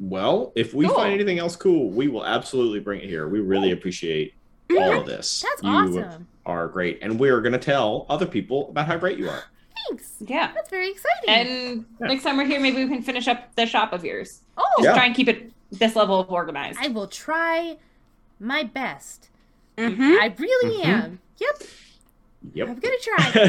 C: Well, if we
E: Cool.
C: find anything else cool, we will absolutely bring it here. We really appreciate all of this.
A: That's
C: you uh,
A: awesome.
C: are great, and we are going to tell other people about how great you are.
A: Thanks.
E: Yeah.
A: That's very exciting.
E: And
C: Yeah.
E: next time we're here, maybe we can finish up the shop of yours.
A: oh,
E: Just
C: Yeah.
E: try and keep it this level of organized.
A: I will try
G: my best.
E: Hmm?
D: Mm-hmm.
G: I really
C: Mhm.
G: am. Yep, I'm
C: Yep.
G: gonna try.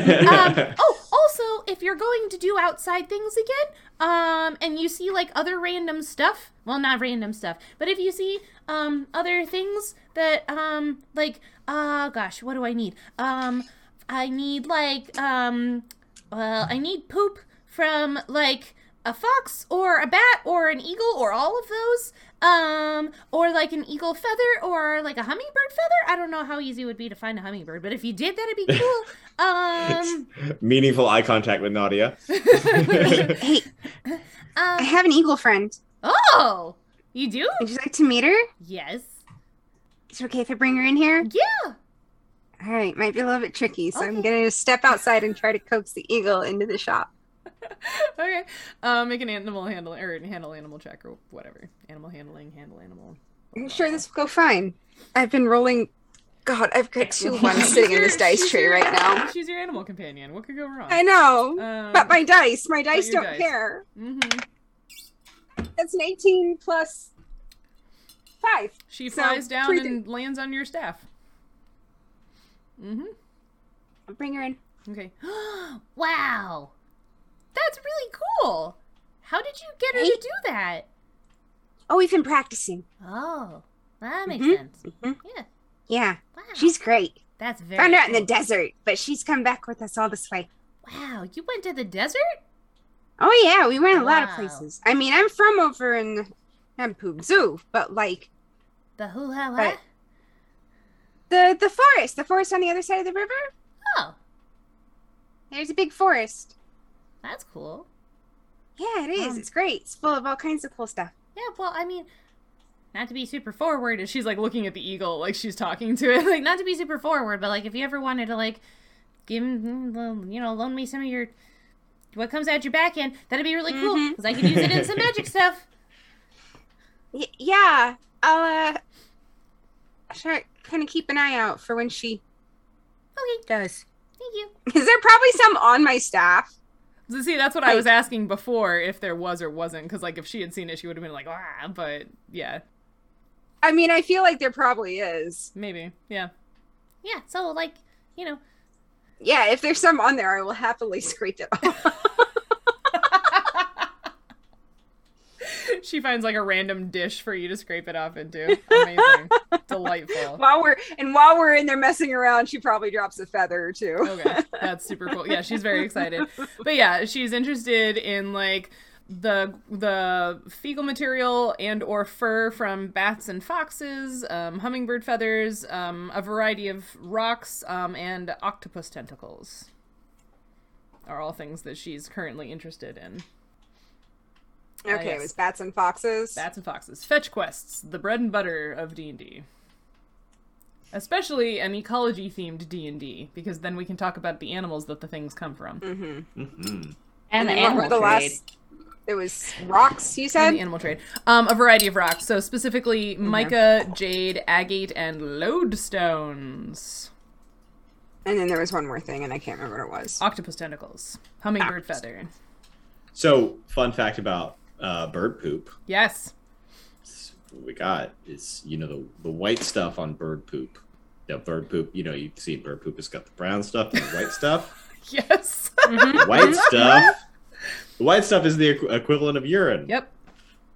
G: um, oh, also, if you're going to do outside things again, um, and you see like other random stuff, well, not random stuff, but if you see um other things that um like uh gosh, what do I need? Um, I need like um, well, I need poop from like a fox or a bat or an eagle or all of those um or like an eagle feather or like a hummingbird feather i don't know how easy it would be to find a hummingbird but if you did that'd be cool um,
C: Meaningful eye contact with Nadia.
D: Hey, I
G: um,
D: have an eagle friend.
G: oh, you do?
D: Would you like to meet her?
G: Yes.
D: It's okay if I bring her in here.
G: Yeah.
D: All right, might be a little bit tricky, so I'm
G: Okay.
D: gonna step outside and try to coax the eagle into the shop.
A: okay. Uh, make an animal handle or handle animal check or whatever. Animal handling, handle animal.
D: I'm sure this will go fine. I've been rolling. God, I've got two ones sitting in this
A: She's
D: dice
A: your-
D: tree right now.
A: She's your animal companion. What could go wrong?
D: I know,
A: Um,
D: but my dice, my dice
A: your
D: don't
A: dice.
D: care.
G: Mm-hmm,
A: mhm.
D: That's an 18 plus five.
A: She
D: So,
A: flies down
D: treat
A: and lands on your staff. Mm-hmm.
D: I'll bring her in.
A: Okay.
G: wow. That's really cool. How did you get her
D: Hey.
G: to do that?
D: Oh, we've been practicing.
G: Oh, that makes
D: Mhm.
G: sense.
D: Mhm.
G: Yeah.
D: Yeah,
G: Wow.
D: she's great.
G: That's very.
D: Found her out in the
G: cool.
D: desert, but she's come back with us all this way.
G: Wow, you went to the desert?
D: Oh yeah, we went a lot of
G: Wow.
D: places. I mean, I'm from over in Nampoon Zoo, but like
G: The hoo ha ha.
D: Right. the the forest, the forest on the other side of the river.
G: Oh,
D: There's a big forest.
G: that's cool.
D: Yeah, it is.
G: Um,
D: it's great. It's full of all kinds of cool stuff.
G: Yeah. Well, I mean, not to be super
A: Forward, and she's like looking at the eagle, like she's talking to it.
G: like not to be super forward, but like if you ever wanted to like give mm, you know loan me some of your what comes out your back end, that'd be really cool
D: Mhm.
G: because I could use it in some magic stuff.
D: Y- yeah, I'll uh, try kind of keep an eye out for when she
G: Okay,
D: does.
G: thank you.
D: Is there probably some on my staff?
A: So see, that's what I was asking before if there was or wasn't, because like if she had seen it, she would have been like, ah. But yeah,
D: I mean, I feel like there probably is.
A: maybe, yeah.
G: Yeah, so like you know,
D: Yeah, if there's some on there, I will happily scrape it off.
A: She finds like a random dish for you to scrape it off into. Amazing, delightful.
D: while we're and while we're in there messing around, she probably drops a feather or two.
A: okay that's super cool yeah she's very excited but yeah she's interested in like the the fecal material and or fur from bats and foxes um, hummingbird feathers um, a variety of rocks um, and octopus tentacles are all things that she's currently interested in
D: Okay,
A: yes.
D: it was bats and foxes.
A: bats and foxes fetch quests the bread and butter of d&d especially an ecology themed d&d because then we can talk about the animals that the things come from
D: mm-hmm.
C: Mhm.
E: And the
D: then what
E: animal
D: were the
E: trade.
D: last- It was rocks. You
A: And
D: said
A: the animal trade. Um, a variety of rocks. So specifically mica, jade, agate, and lodestones.
D: And then there was one more thing, and I can't remember what it was.
A: Octopus tentacles. Hummingbird feather.
C: So, fun fact about uh, bird poop.
A: Yes.
C: It's- What we got is, you know, the, the white stuff on bird poop. Now, bird poop, you know, you see bird poop has got the brown stuff and the white stuff.
A: Yes.
E: Mm-hmm.
C: The white stuff. The white stuff is the equ- equivalent of urine.
A: yep.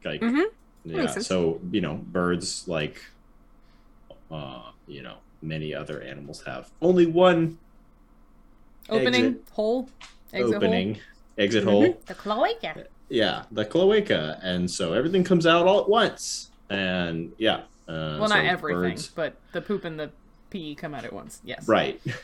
C: Like,
A: Mm-hmm.
D: Mhm.
C: yeah.
D: makes sense.
C: So, you know, birds, like, uh, you know, many other animals have only one
A: Opening.
C: Exit.
A: Hole. Exit
C: opening, uh, exit
A: Mhm.
C: hole.
G: the cloaca.
C: yeah the cloaca and so everything comes out all at once and yeah uh,
A: hole. Well,
C: so
A: not everything,
C: birds-
A: but the poop and the pee come out at once. Yes.
C: right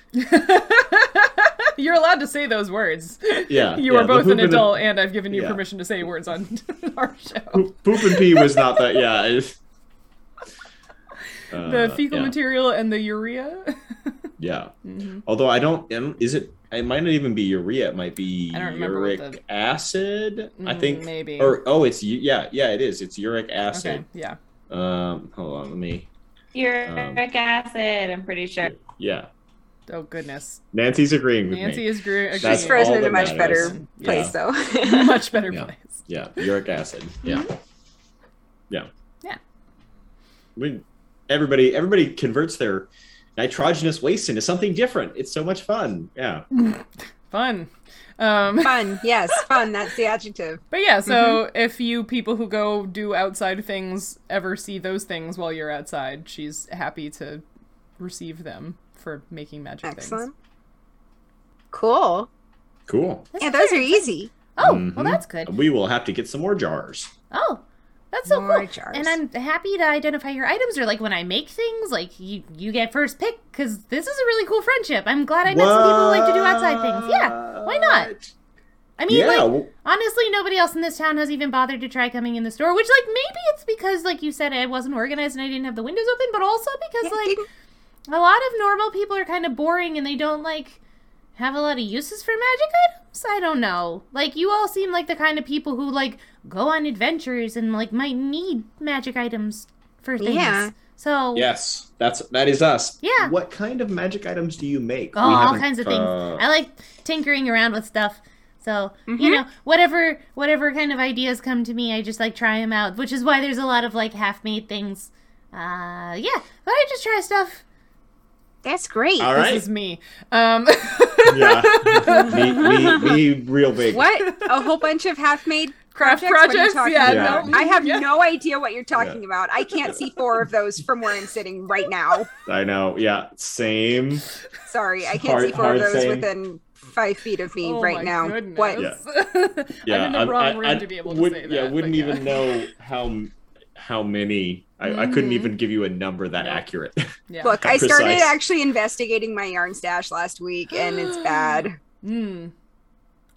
A: You're allowed to say those words.
C: yeah
A: You are
C: Uh, yeah, the
A: both
C: poop
A: an
C: and the-
A: adult, and I've given you
C: Yeah.
A: permission to say words on our show.
C: poop, poop and pee was not that yeah it's-
A: the
C: Uh,
A: fecal
C: yeah,
A: material and the urea.
C: yeah
A: Mhm.
C: although i don't am- is it it might not even be urea it might be
A: I don't remember what
C: uric acid i
A: Mm,
C: think
A: maybe.
C: or oh it's u- yeah yeah it is it's uric acid
A: okay, yeah.
C: um hold on let me
E: Uric
C: Um,
E: acid, I'm pretty sure.
C: yeah
A: Oh goodness,
C: nancy's agreeing with
A: Nancy
C: me
A: is grew.
C: That's
D: She's frozen
C: all
D: in a
C: that
D: much
C: matters.
D: better
C: Yeah.
D: place, though.
A: much better
C: Yeah.
A: place. Mm-hmm.
C: Yeah, uric acid. Yeah. Yeah.
A: Yeah.
C: We everybody everybody converts their nitrogenous waste into something different. It's so much fun. Yeah.
A: Fun. Um,
D: Fun, yes, fun. That's the adjective.
A: but yeah, so
D: Mm-hmm.
A: if you people who go do outside things ever see those things while you're outside, she's happy to receive them for making magic
D: Excellent. Cool.
C: Cool.
G: That's
D: Yeah, those are
G: very-
D: easy.
G: Oh,
C: Mhm.
G: well, that's good.
C: We will have to get some more jars.
G: Oh, that's so
D: More
G: cool.
D: jars.
G: And I'm happy to identify your items. Or like when I make things, like you, you get first pick because this is a really cool friendship. I'm glad I met some people who like to do outside things. Yeah, why not? I mean,
C: yeah.
G: like
C: w-
G: honestly, nobody else in this town has even bothered to try coming in the store. Which, like, maybe it's because, like you said, I wasn't organized and I didn't have the windows open, but also because,
D: Yeah,
G: like, a lot of normal people are kind of boring and they don't like have a lot of uses for magic items. I don't know. Like you all seem like the kind of people who like go on adventures and like might need magic items for things.
D: Yeah.
G: So
C: yes, that's that is us.
G: Yeah.
C: What kind of magic items do you make?
G: Oh,
C: We
G: all
C: haven't,
G: kinds of things.
C: uh,
G: I like tinkering around with stuff. So you know, whatever whatever kind of ideas come to me, I just like try them out. Which is why there's a lot of like half-made things. Uh, yeah, but I just try stuff.
D: That's great.
C: All
A: things. This
C: right.
A: is me. Um,
C: yeah. me, me, me, real big.
D: What? A whole bunch of half-made
A: Craft
D: projects? What are you
A: projects?
D: talking
A: Yeah,
D: about?
A: no,
D: I have
A: yeah.
D: no idea what you're talking about. I can't see four of those from where I'm sitting right now.
C: I know. Yeah. Same.
D: Sorry, I can't
C: Hard-
D: see four
C: hard
D: of those
C: saying.
D: within five feet of me
A: oh my
D: right now.
A: Goodness.
D: What?
C: Yeah.
A: I'm in the
C: I'm-
A: wrong
C: I-
A: room
C: I
A: to be able to
C: would-
A: say that.
C: Yeah. Wouldn't
A: but yeah.
C: even know how how many. I, I
G: Mm-hmm.
C: couldn't
A: Mhm.
C: even give you a number that
A: No.
C: accurate.
A: Yeah.
D: Look, I started
C: Precise.
D: actually investigating my yarn stash last week, and it's bad.
A: Mm.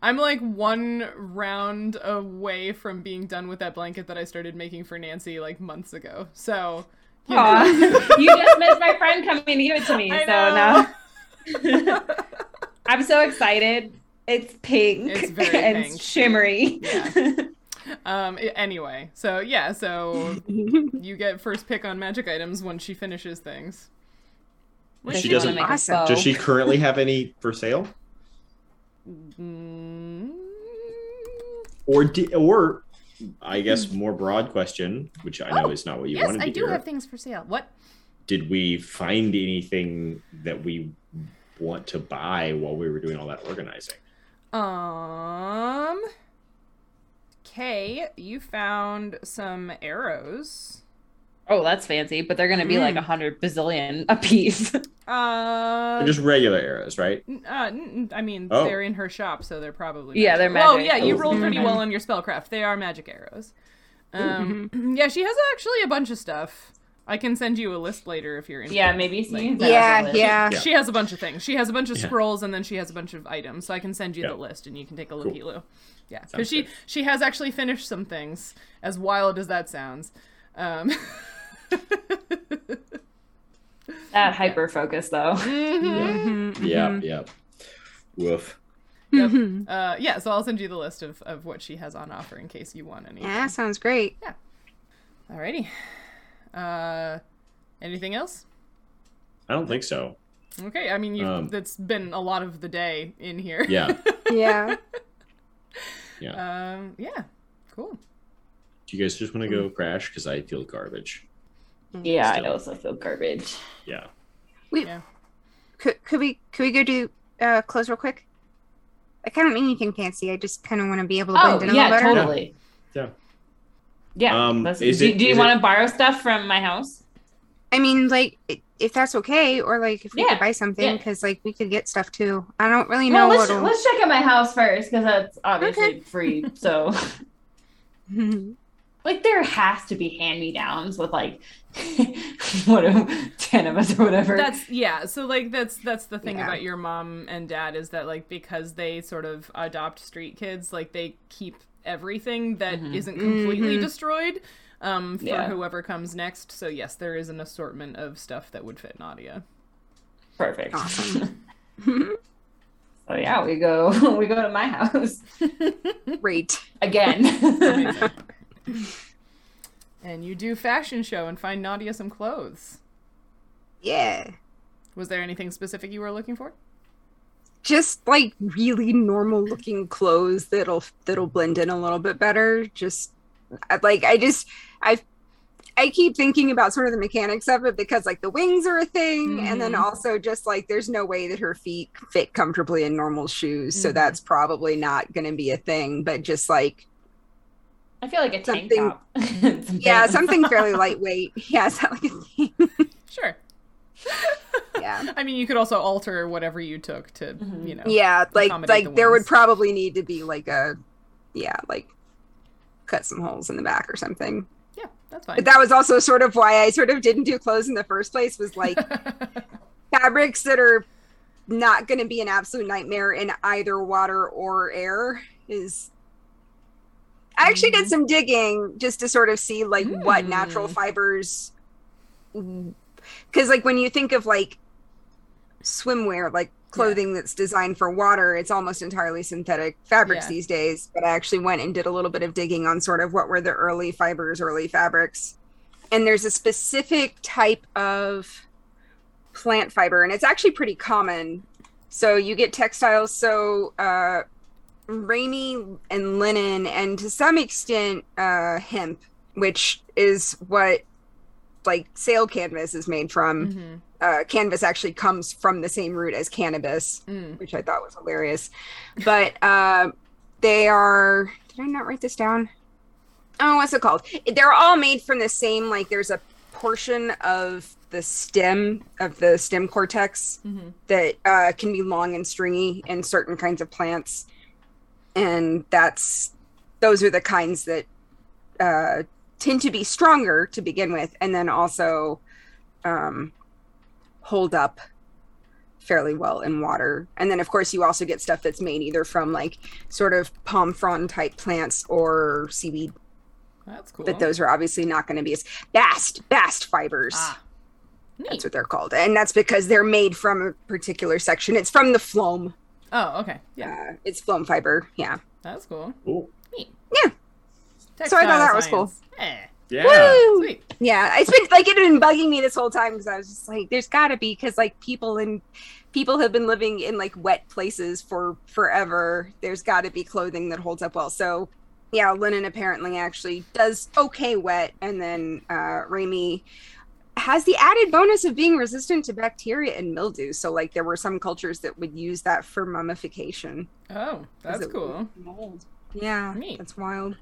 A: I'm like one round away from being done with that blanket that I started making for Nancy like months ago. So, you know.
E: Aw. you just missed my friend coming to give it to me.
A: I
E: so now I'm so excited. It's pink
A: It's very
E: and
A: pink.
E: shimmery.
A: Yeah. um, i- anyway, so yeah, so you get first pick on magic items when she finishes things.
E: Makes
C: She
E: me wanna
C: doesn't-
E: make a
D: Awesome.
G: Oh,
E: bow.
C: Does she currently have any for sale?
A: Mm.
C: Or di- or I guess
G: Hmm.
C: more broad question, which I
G: Oh,
C: know is not what you
A: Yes,
C: wanted to
A: I do
C: hear.
A: have things for sale. What?
C: Did we find anything that we want to buy while we were doing all that organizing?
A: Um. Kay, you found some arrows.
E: Oh, that's fancy, but they're gonna be like
D: Mm.
E: a hundred bazillion a piece.
A: Uh,
C: They're just regular arrows, right?
A: N- Uh, n- n- I mean,
C: Oh.
A: they're in her shop, so they're probably.
E: Yeah, they're
A: Oh,
E: magic.
A: yeah, you
C: Ooh.
A: rolled pretty
E: Mhm.
A: well on your spellcraft. They are magic arrows. Um,
E: mm-hmm.
A: yeah, she has actually a bunch of stuff. I can send you a list later if you're interested.
E: yeah, maybe she
A: Like-
E: needs that
D: Yeah,
E: as a
D: yeah.
C: Yeah.
A: She has a bunch of things. She has a bunch of
C: Yeah.
A: scrolls, and then she has a bunch of items. So I can send you
C: Yeah.
A: the list, and you can take a
C: Cool.
A: look, at Lou. Yeah,
C: Sounds
A: because she
C: good.
A: she has actually finished some things. As wild as that sounds. Um,
E: list. That hyper focus though.
D: Mm-hmm.
A: mhm.
C: Yeah, yeah. Woof.
A: Yep.
D: Mm-hmm.
A: Uh, yeah, so I'll send you the list of, of what she has on offer in case you want any.
D: Yeah, sounds great.
A: Alrighty. Uh, anything else?
C: I don't think so.
A: Okay, I mean, you
C: Um,
A: that's been a lot of the day in here.
C: Yeah.
D: Yeah.
C: Yeah.
A: Um, yeah. Cool.
C: do you guys just want to go crash? Because I feel garbage.
E: Yeah, I
C: Still.
E: also feel garbage.
C: Yeah.
D: could, could we could we go do uh close real quick? I kind of mean anything fancy. I just kind of want to be able to blend
E: Oh,
D: in a
E: yeah,
D: little better.
E: totally.
C: Yeah.
E: Yeah.
C: Um,
E: let's-
C: is
E: do,
C: it-
E: do you
C: is
E: want to borrow stuff from my house?
D: I mean, like i- if that's okay, or like if we
E: Yeah,
D: could buy something
E: yeah.
D: because like we could get stuff too. I don't really
E: well,
D: know
E: let's,
D: what'll-
E: let's check out my house first because that's obviously free. So, like, there has to be hand me downs with like what if- ten of us or whatever.
A: That's yeah. So like that's that's the thing
D: Yeah.
A: about your mom and dad is that like because they sort of adopt street kids, like they keep everything that
D: Mm-hmm.
E: Mhm.
A: not completely
D: Mhm.
A: destroyed um for
E: Yeah.
A: whoever comes next. So yes, there is an assortment of stuff that would fit Nadia.
E: perfect.
D: Awesome. Mm-hmm.
E: so yeah, we go we go to my house
D: Great.
E: again.
A: Amazing. and you do fashion show and find Nadia some clothes.
D: Yeah.
A: Was there anything specific you were looking for?
D: Just like really normal looking clothes that'll that'll blend in a little bit better. Just I- like I just I've I keep thinking about sort of the mechanics of it because like the wings are a thing, and then
A: Mhm.
D: also just like there's no way that her feet fit comfortably in normal shoes, so
A: Mhm.
D: that's probably not going to be a thing. But just like
E: I feel like a tank
D: Something-
E: top. It's a
D: yeah,
E: band.
D: something fairly lightweight. Yeah, is that like a thing?
A: Sure.
D: Yeah. Mm-hmm.
A: I mean, you could also alter whatever you took to,
E: Mhm.
A: you know.
D: Yeah, like
A: accommodate
D: like
A: the
D: there would
A: wings.
D: probably need to be like a yeah, like cut some holes in the back or something.
A: Yeah, that's fine.
D: But that was also sort of why I sort of didn't do clothes in the first place was like fabrics that are not going to be an absolute nightmare in either water or air is I actually did some digging just to sort of see like what natural
A: Mm.
D: fibers cuz like when you think of like swimwear like clothing that's designed for water it's almost entirely synthetic fabrics
A: Yeah.
D: these days but I actually went and did a little bit of digging on sort of what were the early fibers early fabrics and there's a specific type of plant fiber and it's actually pretty common so you get textiles so uh rainy and linen and to some extent uh hemp which is what like sail canvas is made from
A: Mhm.
D: uh canvas actually comes from the same root as cannabis
A: Mm.
D: which i thought was hilarious but uh they are did i not write this down oh what's it called they're all made from the same like there's a portion of the stem of the stem cortex
A: Mhm.
D: that uh, can be long and stringy in certain kinds of plants and that's those are the kinds that uh, tend to be stronger to begin with and then also um, hold up fairly well in water and then of course you also get stuff that's made either from like sort of palm frond type plants or seaweed
A: That's cool.
D: but those are obviously not going to be as bast bast fibers
A: Ah.
D: that's
A: Neat.
D: what they're called and that's because they're made from a particular section it's from the phloem
A: Oh, okay. Yeah,
D: yeah it's phloem fiber yeah
A: that's cool.
C: Cool.
D: So I thought
A: Textile
D: that was cool.
A: science. Yeah,
C: Yeah.
D: Woo!
A: sweet.
D: yeah it's been like it had been bugging me this whole time because i was just like there's gotta be because like people in people have been living in like wet places for forever there's gotta be clothing that holds up well so yeah linen apparently actually does okay wet and then uh Raimi has the added bonus of being resistant to bacteria and mildew so like there were some cultures that would use that for mummification
A: Oh,
D: 'cause
A: that's
D: it
A: cool.
D: would mold. yeah
A: Neat.
D: that's wild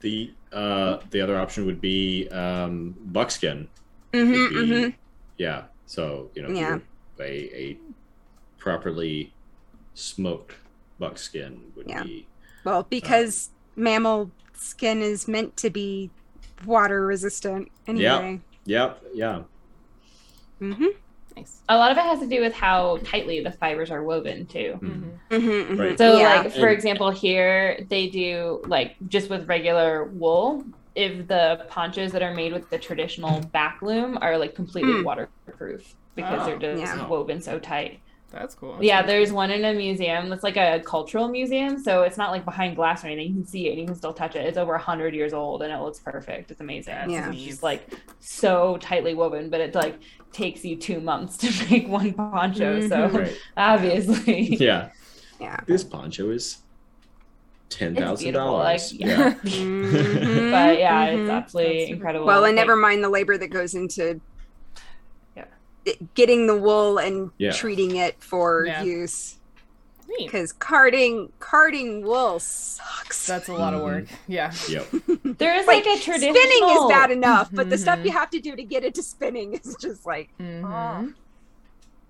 C: The uh, the other option would be um, buckskin.
D: Mhm,
C: Would be-
D: mhm.
C: Yeah. So you know,
D: Yeah.
C: a a properly smoked buckskin would
D: Yeah.
C: be
D: Well, because mammal skin is meant to be water resistant anyway.
C: Yep. Yeah.
D: hmm
A: Nice.
E: A lot of it has to do with how tightly the fibers are woven too.
C: Mm-hmm.
A: Mhm.
D: hmm
C: Right.
E: So,
D: Yeah.
E: like for
C: And-
E: example, here they do like just with regular wool. If the ponchos that are made with the traditional back loom are like completely
C: Hmm.
D: Mm.
E: waterproof because
A: Oh.
E: they're just
D: Yeah.
E: woven so tight.
A: That's cool.
E: yeah, there's one in a museum. It's like a cultural museum, so it's not like behind glass or anything. You can see it and you can still touch it. It's over hundred years old and it looks perfect. It's amazing.
A: That's
D: Yeah.
E: It's
A: neat.
E: just like so tightly woven, but it like takes you two months to make one poncho.
D: Mm-hmm.
A: Mm-hmm.
E: So
C: Right.
E: obviously.
C: Yeah.
D: Yeah.
C: This poncho is ten
E: It's
C: thousand
E: beautiful. Like,
C: dollars.
E: yeah.
D: Mhm,
E: but yeah,
D: mhm.
E: it's absolutely
A: That's super
E: incredible.
D: well, and
E: Like,
D: never mind the labor that goes into
E: Yeah.
D: it- getting the wool and
C: Yeah.
D: treating it for
A: Yeah.
D: use
A: Neat.
D: because carding carding wool sucks.
A: That's a lot of work. Yeah.
C: Yep.
E: There is like, a traditional.
D: spinning is bad enough, but the stuff
A: Mhm.
D: you have to do to get it to spinning is just like Ah,
A: Mhm.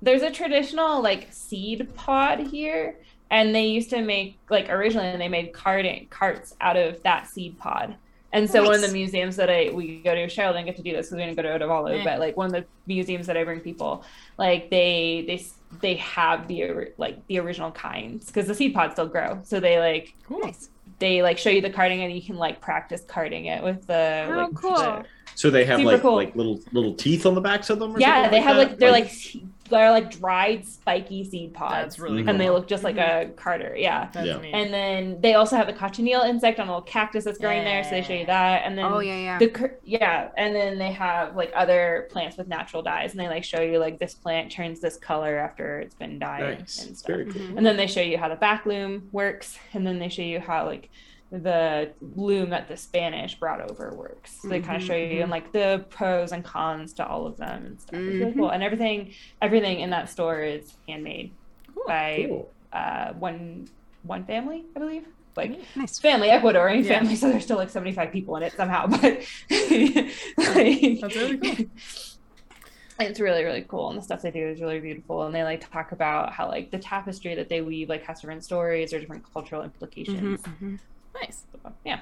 E: There's a traditional like seed pod here, and they used to make like originally they made carding carts out of that seed pod. And so one of
D: Nice.
E: the museums that I we go to, Cheryl didn't get to do this because we didn't go to Otavalo,
D: Mm.
A: Eh.
E: but like one of the museums that I bring people, like they they s- they have the ori- like the original kinds because the seed pods still grow, so they like
A: Cool.
D: nice.
E: they like show you the carding and you can like practice carding it with the
D: Oh,
E: like,
D: cool.
E: the-
C: So they have
E: Super
C: like
E: cool.
C: like little little teeth on the backs of them. Or
E: yeah
C: something
E: they have
C: that?
E: like they're like s- they're like dried spiky seed pods
A: That's really
C: Mhm.
A: cool. Mm-hmm.
E: and they look just like a carder Mm-hmm. yeah
A: That's
C: Yeah.
A: neat.
E: and then they also have the cochineal insect on a little cactus that's growing there so they show you that and then
D: Oh yeah, yeah.
E: the cur- yeah and then they have like other plants with natural dyes and they like show you like this plant turns this color after it's been dyed
C: nice.
E: and stuff
C: Very cool.
D: Mhm.
E: and then they show you how the back loom works and then they show you how like the loom that the Spanish brought over works. So they kind of show you and like the pros and cons to all of them and stuff. It's really cool. And everything, everything in that store is handmade
A: Cool.
E: by
C: Cool.
E: uh, one one family, I believe. Like
D: Nice.
E: family, Ecuadorian
A: Yeah.
E: family, so there's still like 75 people in it somehow. But like,
A: That's really cool.
E: It's really really cool, and the stuff they do is really beautiful. And they like talk about how like the tapestry that they weave like has different stories or different cultural implications.
D: Mm-hmm,
A: Nice.
E: So, yeah,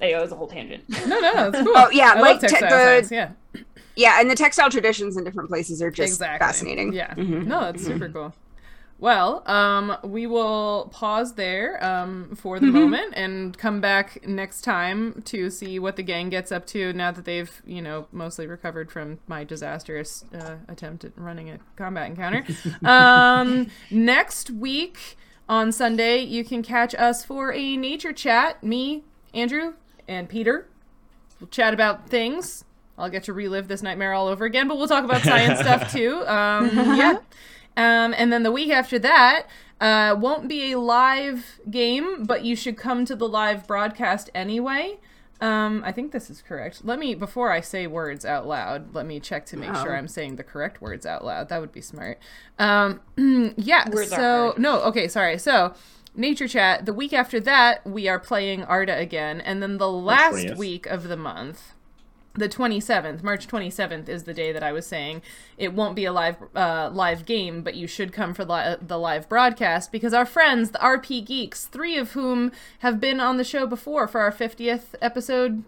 E: they was a whole tangent.
A: No, no, that's cool.
D: Oh, yeah,
A: I love
D: like, te-
A: textile
D: the-
A: science, yeah,
D: Yeah, and the textile traditions in different places are just
A: exactly.
D: fascinating.
A: Yeah,
D: Mhm.
A: no, that's super cool. Well, um, we will pause there um, for the moment and come back next time to see what the gang gets up to now that they've, you know, mostly recovered from my disastrous uh, attempt at running a combat encounter. um, next week on Sunday, you can catch us for a nature chat. Me, Andrew, and Peter We'll chat about things. I'll get to relive this nightmare all over again, but we'll talk about science stuff too. Um, yeah. Um, and then the week after that uh, won't be a live game, but you should come to the live broadcast anyway. Um, I think this is correct. Let me, before I say words out loud, let me check to make sure I'm saying the correct words out loud. That would be smart. Um, yeah.
E: Words are
A: so,
E: hard.
A: no, okay, sorry. So, Nature Chat, the week after that, we are playing Arda again. And then the last
C: 20th.
A: week of the month, the 27th march 27th is the day that i was saying it won't be a live uh, live game but you should come for li- the live broadcast because our friends the rp geeks three of whom have been on the show before for our 50th episode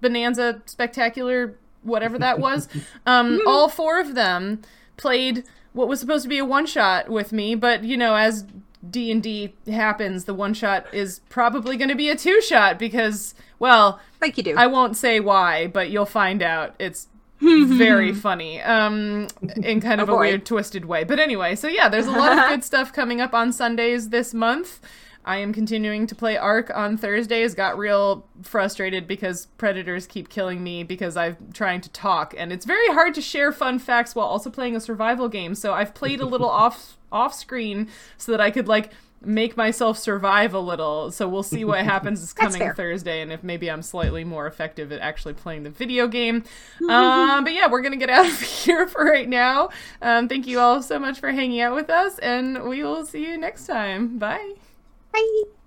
A: bonanza spectacular whatever that was um, all four of them played what was supposed to be a one shot with me but you know as d&d happens the one shot is probably going to be a two shot because well
D: Like you do.
A: I won't say why, but you'll find out. It's very funny, um, in kind of
D: Oh,
A: a
D: boy.
A: weird, twisted way. But anyway, so yeah, there's a lot of good stuff coming up on Sundays this month. I am continuing to play Ark on Thursdays. Got real frustrated because predators keep killing me because I'm trying to talk, and it's very hard to share fun facts while also playing a survival game. So I've played a little off off screen so that I could like make myself survive a little. So we'll see what happens this
D: That's
A: coming
D: fair.
A: Thursday, and if maybe I'm slightly more effective at actually playing the video game. um, but yeah, we're gonna get out of here for right now. Um, thank you all so much for hanging out with us, and we will see you next time. Bye.
D: Bye.